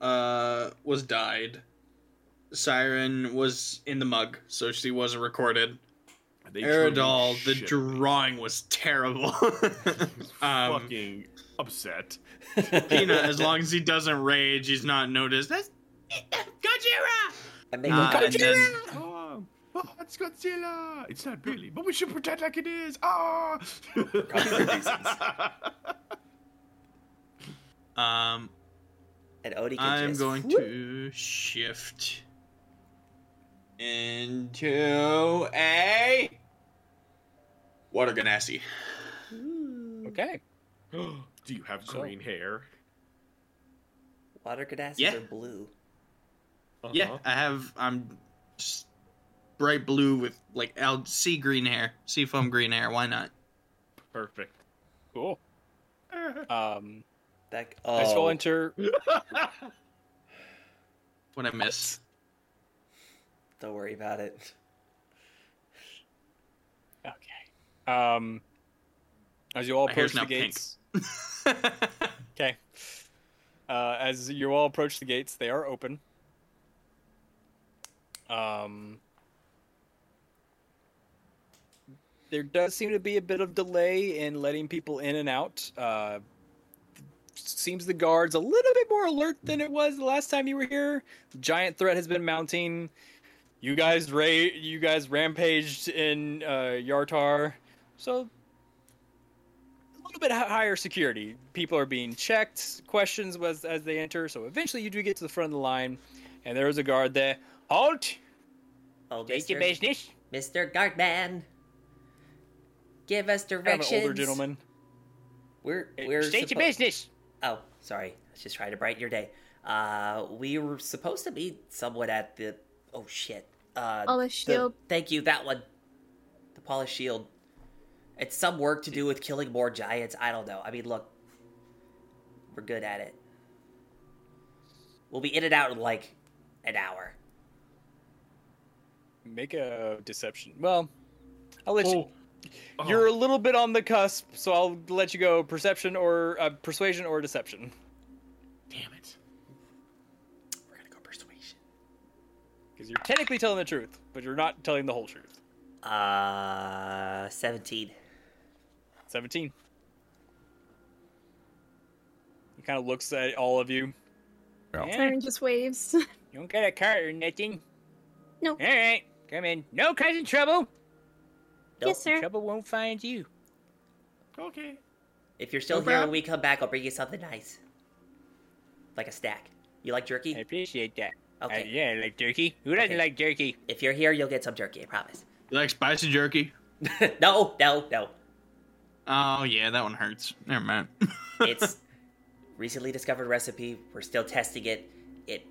uh, was dyed. Siren was in the mug, so she wasn't recorded. They treated Aerodol, the shit. drawing was terrible. <laughs> um, Fucking upset. Peanut, as long as he doesn't rage, he's not noticed. That's Gojira! And they Uh, and then- Ah, Oh, oh, it's Godzilla! It's not really, but we should pretend like it is. Ah! <laughs> Um, and Odie can I'm just- going to shift into a water ganassi. Okay. Do you have Cool. green hair? Water cadasses Yeah. are blue. Uh-huh. Yeah, I have. I'm just bright blue with like I'll sea green hair, sea foam green hair. Why not? Perfect. Cool. Um, that I oh. still enter. What I miss? Don't worry about <laughs> it. Okay. Um, as you all My approach hair's the now pink. gates. <laughs> okay. Uh, as you all approach the gates, they are open. Um, there does seem to be a bit of delay in letting people in and out. Uh, seems the guards a little bit more alert than it was the last time you were here. Giant threat has been mounting. You guys ra- you guys rampaged in uh, Yartar, so a little bit hi- higher security. People are being checked, questions as as they enter. So eventually, you do get to the front of the line, and there is a guard there. Halt! Oh, State your business. Mr. Guardman, give us Kind of directions. an older gentleman. We're we're State your suppo- business. Oh, sorry. I was just trying to brighten your day. Uh, we were supposed to be somewhat at the. Oh shit. Uh, Oh, Polished the- shield. Thank you. That one. The polished shield. It's some work to do with killing more giants. I don't know. I mean, look, we're good at it. We'll be in and out in like an hour. Make a deception. Well, I'll let Oh. you. <laughs> Oh. You're a little bit on the cusp, so I'll let you go. Perception or uh, persuasion or deception. Damn it. Because you're technically telling the truth, but you're not telling the whole truth. Uh, seventeen. 17. He kind of looks at all of you. Eh, Siren just waves. <laughs> you don't get a card or nothing. No. All right, come in. No causing trouble. Yes, sir. Trouble won't find you. Okay. If you're still No here when problem. we come back, I'll bring you something nice, like a snack. You like jerky? I appreciate that. Uh, Okay. yeah, I like jerky. Who doesn't like jerky? If you're here, you'll get some jerky. I promise. <laughs> You like spicy jerky? no, no, no. Oh yeah, that one hurts. Never mind. <laughs> It's recently discovered recipe. We're still testing it. It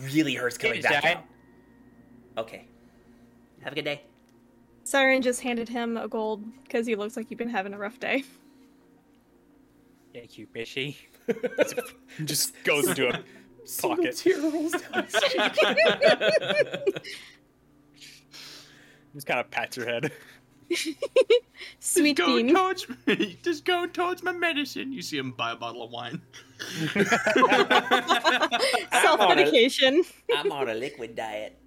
really hurts coming back inside. out. Okay. Have a good day. Siren just handed him a gold because he looks like he's been having a <laughs> rough day. Thank you, Missy. Just Oh, goes into a pocket. Just kind of pats your head. <laughs> Sweet go bean. towards just go towards my medicine. You see him buy a bottle of wine. Self medication. I'm on a liquid diet.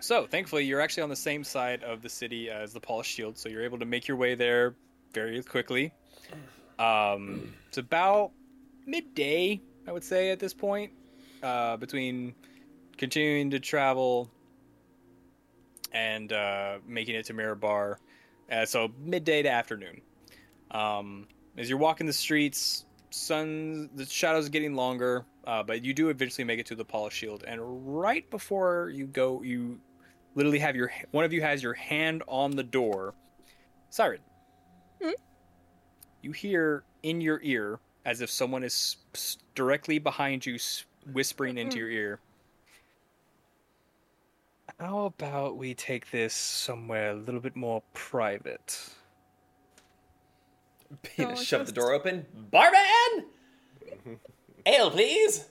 So, thankfully, you're actually on the same side of the city as the Polished Shield, so you're able to make your way there very quickly. Um, it's about midday, I would say, at this point, uh, between continuing to travel and uh, making it to Mirabar. Uh, so, midday to afternoon. Um, as you're walking the streets, sun, the shadows are getting longer, uh, but you do eventually make it to the Polished Shield. And right before you go, you literally have your one of you has your hand on the door. Siren, Hmm? you hear in your ear as if someone is s- s- directly behind you, s- whispering into your ear. How about we take this somewhere a little bit more private? Oh, Peanut shoved the door open. <laughs> <laughs> Barman! Ale, please!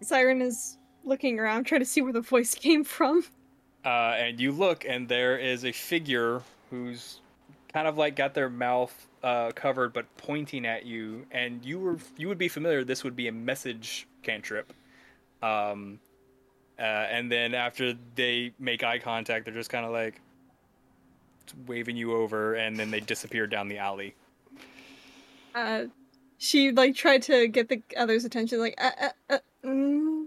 Siren is looking around trying to see where the voice <laughs> came from. Uh, and you look, and there is a figure who's kind of like got their mouth uh, covered, but pointing at you. And you were you would be familiar. This would be a message cantrip. Um, Uh, and then after they make eye contact, they're just kind of like waving you over, and then they disappear down the alley. Uh, she like tried to get the others' attention, like uh, uh, uh, mm.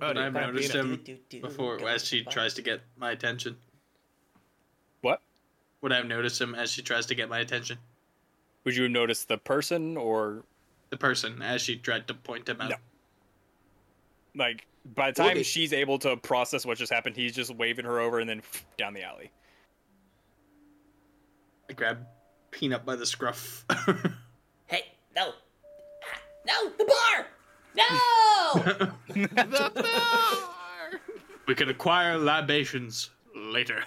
But Oh, I've Bambino. noticed him Do-do-do, before as she tries to get my attention. What? Would I have noticed him as she tries to get my attention? Would you have noticed the person or the person as she tried to point him out? Like by the Would time it- she's able to process what just happened, he's just waving her over and then down the alley. I grab Peanut by the scruff. <laughs> Hey, no. Ah, No, the bar! No! <laughs> we could acquire libations later.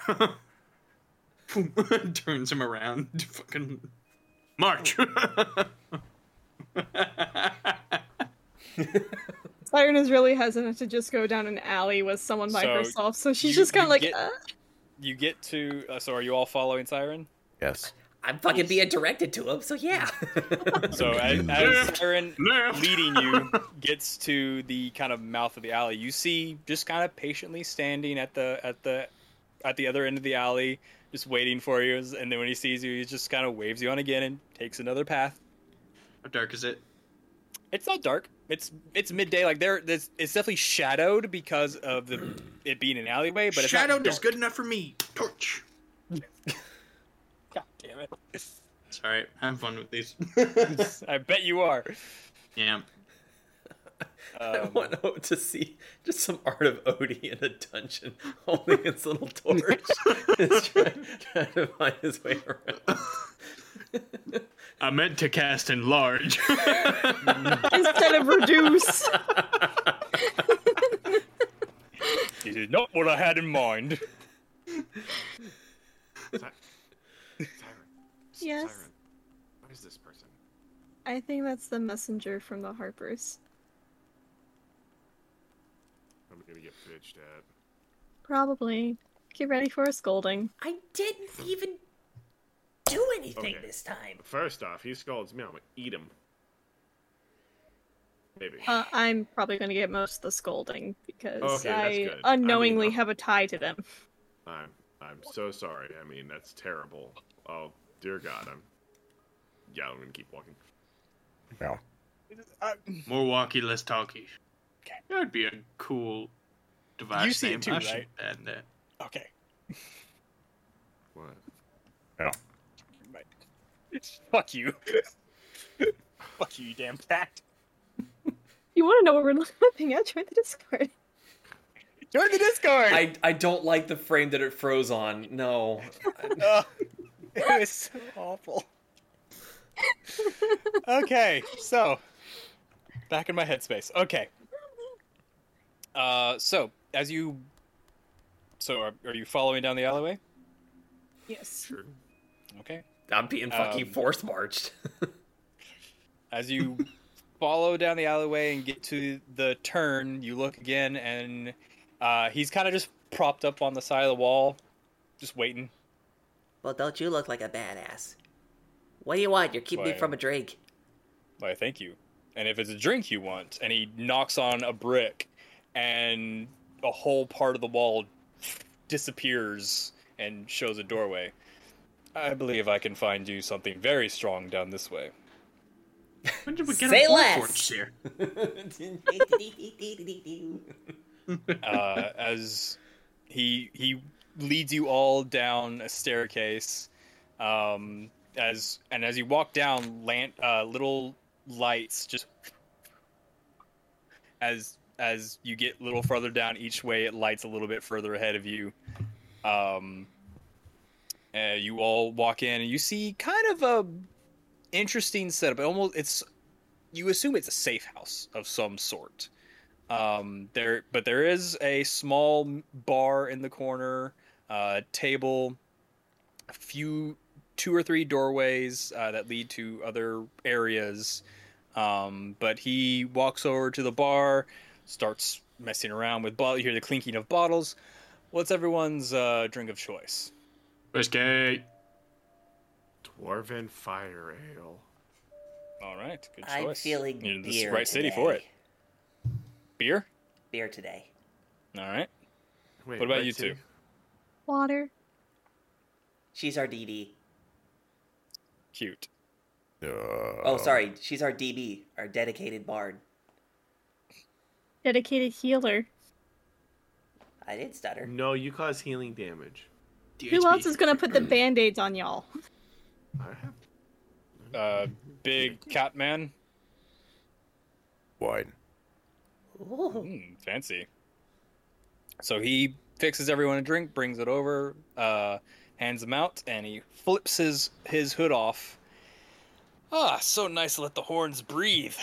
<laughs> Turns him around. <laughs> to Fucking march. Oh. <laughs> Siren is really hesitant to just go down an alley with someone by So, herself, so she's you- just kind you of like, get- uh, You get to. Uh, so are you all following Siren? Yes. I'm fucking being directed to him, so <laughs> yeah. So as, as Siren <laughs> leading you gets to the kind of mouth of the alley, you see just kind of patiently standing at the at the at the other end of the alley, just waiting for you. And then when he sees you, he just kind of waves you on again and takes another path. How dark is it? It's not dark. It's it's midday. Like there, there's, it's definitely shadowed because of the it being an alleyway. But it's not Shadowed is dark. good enough for me. Torch. God damn it! <laughs> It's alright. Have fun with these. I bet you are. Yeah. I want Hope to see just some art of Odie in a dungeon <laughs> holding his little <laughs> torch. He's trying, trying to find his way around. I meant to cast <laughs> enlarge. instead of reduce. This is not what I had in mind. yes, Siren, what is this person? I think that's the messenger from the Harpers. I'm gonna get bitched at. Probably. Get ready for a scolding. I didn't even do anything Okay. this time. First off, he scolds me. I'm gonna eat him. Maybe. Uh, I'm probably going to get most of the scolding because Okay, that's I good. I mean, unknowingly uh, have a tie to them. I'm I'm so sorry. I mean, that's terrible. Oh dear God, I'm. Yeah, I'm gonna keep walking. No. More walkie, less talkie. That would be a cool device You see it name. too, I should right? add that. Okay. What? No. <laughs> Fuck you. Fuck you, you damn cat. You want to know what we're <laughs> laughing at? Join the Discord. Join the Discord. <laughs> I, I don't like the frame that it froze on. No. it was so awful. <laughs> okay, so back in my headspace. Okay. Uh, so as you, so are, are you following down the alleyway? Yes. Okay. I'm being fucking Um, force marched. As you follow down the alleyway and get to the turn, you look again, and uh, he's kind of just propped up on the side of the wall, just waiting. Well, don't you look like a badass? What do you want? You're keeping me Why? from a <laughs> drink. Why, thank you. And if it's a drink you want, and he knocks on a brick, and a whole part of the wall disappears and shows a doorway. I believe I can find you something very strong down this way. When did we get Say a war less. torch here? uh, as he he leads you all down a staircase. Um, as and as you walk down, lan- uh, little lights just as as you get a little further down each way, it lights a little bit further ahead of you. Um, uh, you all walk in and you see kind of a interesting setup. It almost it's you assume it's a safe house of some sort. Um, there, but there is a small bar in the corner, uh, table, a few, two or three doorways uh, that lead to other areas. Um, but he walks over to the bar, starts messing around with bottles. You hear the clinking of bottles. What's everyone's uh, drink of choice? Whiskey. Dwarven fire ale. All right, good choice. I'm feeling You're in the beer right city for it. today. Beer. Beer today. All right. Wait, what about red you tea? two? Water. She's our DD. Cute. uh, oh, sorry. She's our DB, our dedicated bard. Dedicated healer. I did stutter. Mm. No, you cause healing damage. Who else is gonna put the band aids on y'all? Uh, <laughs> big cat man. Wine. Mm, fancy. So he fixes everyone a drink, brings it over, uh, hands them out, and he flips his, his hood off. Ah, so nice to let the horns breathe.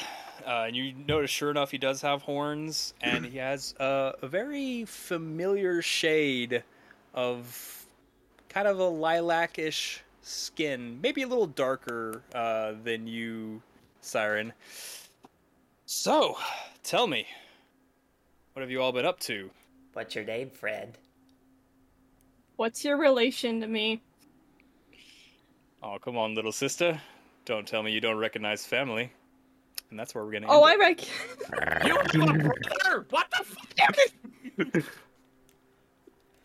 Uh, and you notice, sure enough, he does have horns, and he has uh, a very familiar shade of kind of a lilac-ish skin, maybe a little darker uh, than you, Siren. So, tell me, what have you all been up to? What's your name, <laughs> friend? What's your relation to me? Oh, come on, little sister. Don't tell me you don't recognize family. And that's where we're gonna. Oh, I end rec. <laughs> What the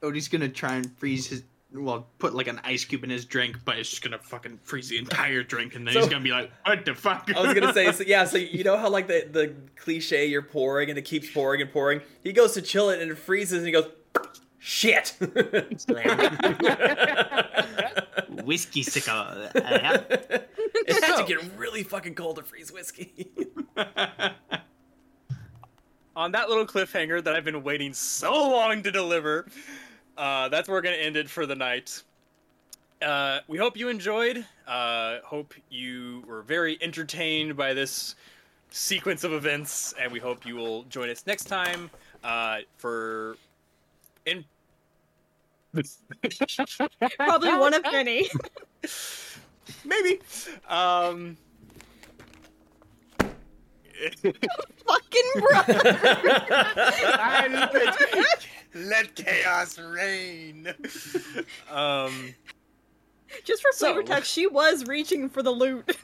Odie's gonna try and freeze his. Well, put like an ice cube in his drink, but it's just gonna fucking freeze the entire drink, and then he's So- gonna be like, "What the fuck?" I was <laughs> gonna say, <laughs> so, yeah. So you know how like the the cliche you're pouring and it keeps pouring and pouring. He goes to chill it and it freezes and he goes, shit. <laughs> whiskey sickle. it has to get really fucking cold to freeze whiskey. on that little cliffhanger that I've been waiting so long to deliver. Uh, that's where we're going to end it for the night. Uh, we hope you enjoyed. Uh, hope you were very entertained by this sequence of events, and we hope you will join us next time uh, for in. Probably one of many. Maybe. Um. <laughs> Fucking bro. <laughs> Let chaos reign. um. Just for So- flavor text, she was reaching for the loot.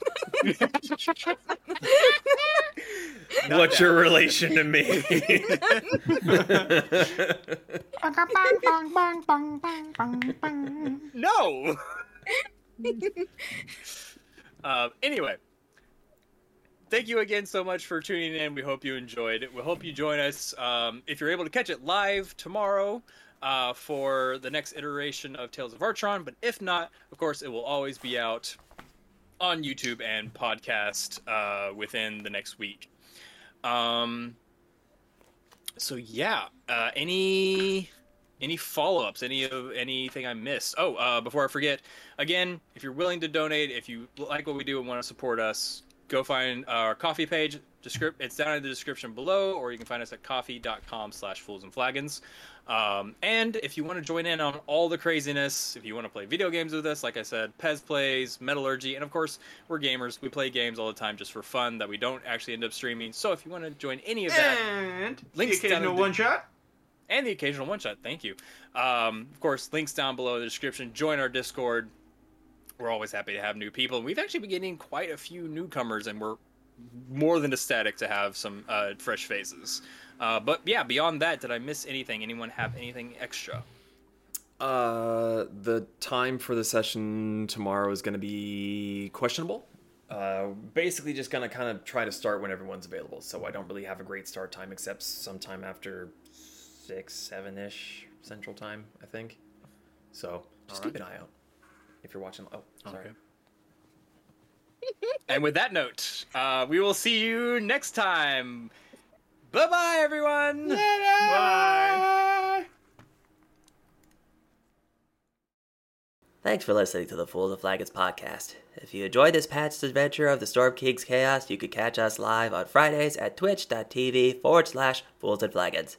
<laughs> What's your relation to me? No. <laughs> Um, anyway, thank you again so much for tuning in. We hope you enjoyed it. We hope you join us um, if you're able to catch it live tomorrow uh, for the next iteration of Tales of Artron. But if not, of course, it will always be out on YouTube and podcast uh, within the next week. Um, so yeah, uh, any any follow-ups any of anything i missed oh uh, before i forget again if you're willing to donate if you like what we do and want to support us go find our coffee page Descrip- it's down in the description below or you can find us at coffee.com slash fools and flagons um, and if you want to join in on all the craziness if you want to play video games with us like i said pez plays metallurgy and of course we're gamers we play games all the time just for fun that we don't actually end up streaming so if you want to join any of that And Links the down in occasional the- one shot. and the occasional one shot. Thank you. Um, of course, links down below in the description. Join our Discord. We're always happy to have new people, and we've actually been getting quite a few newcomers, and we're more than ecstatic to have some uh, fresh faces. Uh, but yeah, beyond that, did I miss anything? Anyone have anything extra? Uh, the time for the session tomorrow is going to be questionable. Uh, basically, just going to kind of try to start when everyone's available. So I don't really have a great start time except sometime after six, seven ish Central Time, I think. So just keep an eye out if you're watching. Oh, sorry. and with that note, uh, we will see you next time. Bye bye, everyone. Bye. Thanks for listening to the Fools of Flagons podcast. If you enjoyed this patched adventure of the Storm King's Chaos, you can catch us live on Fridays at twitch.tv forward slash Fools and Flagons.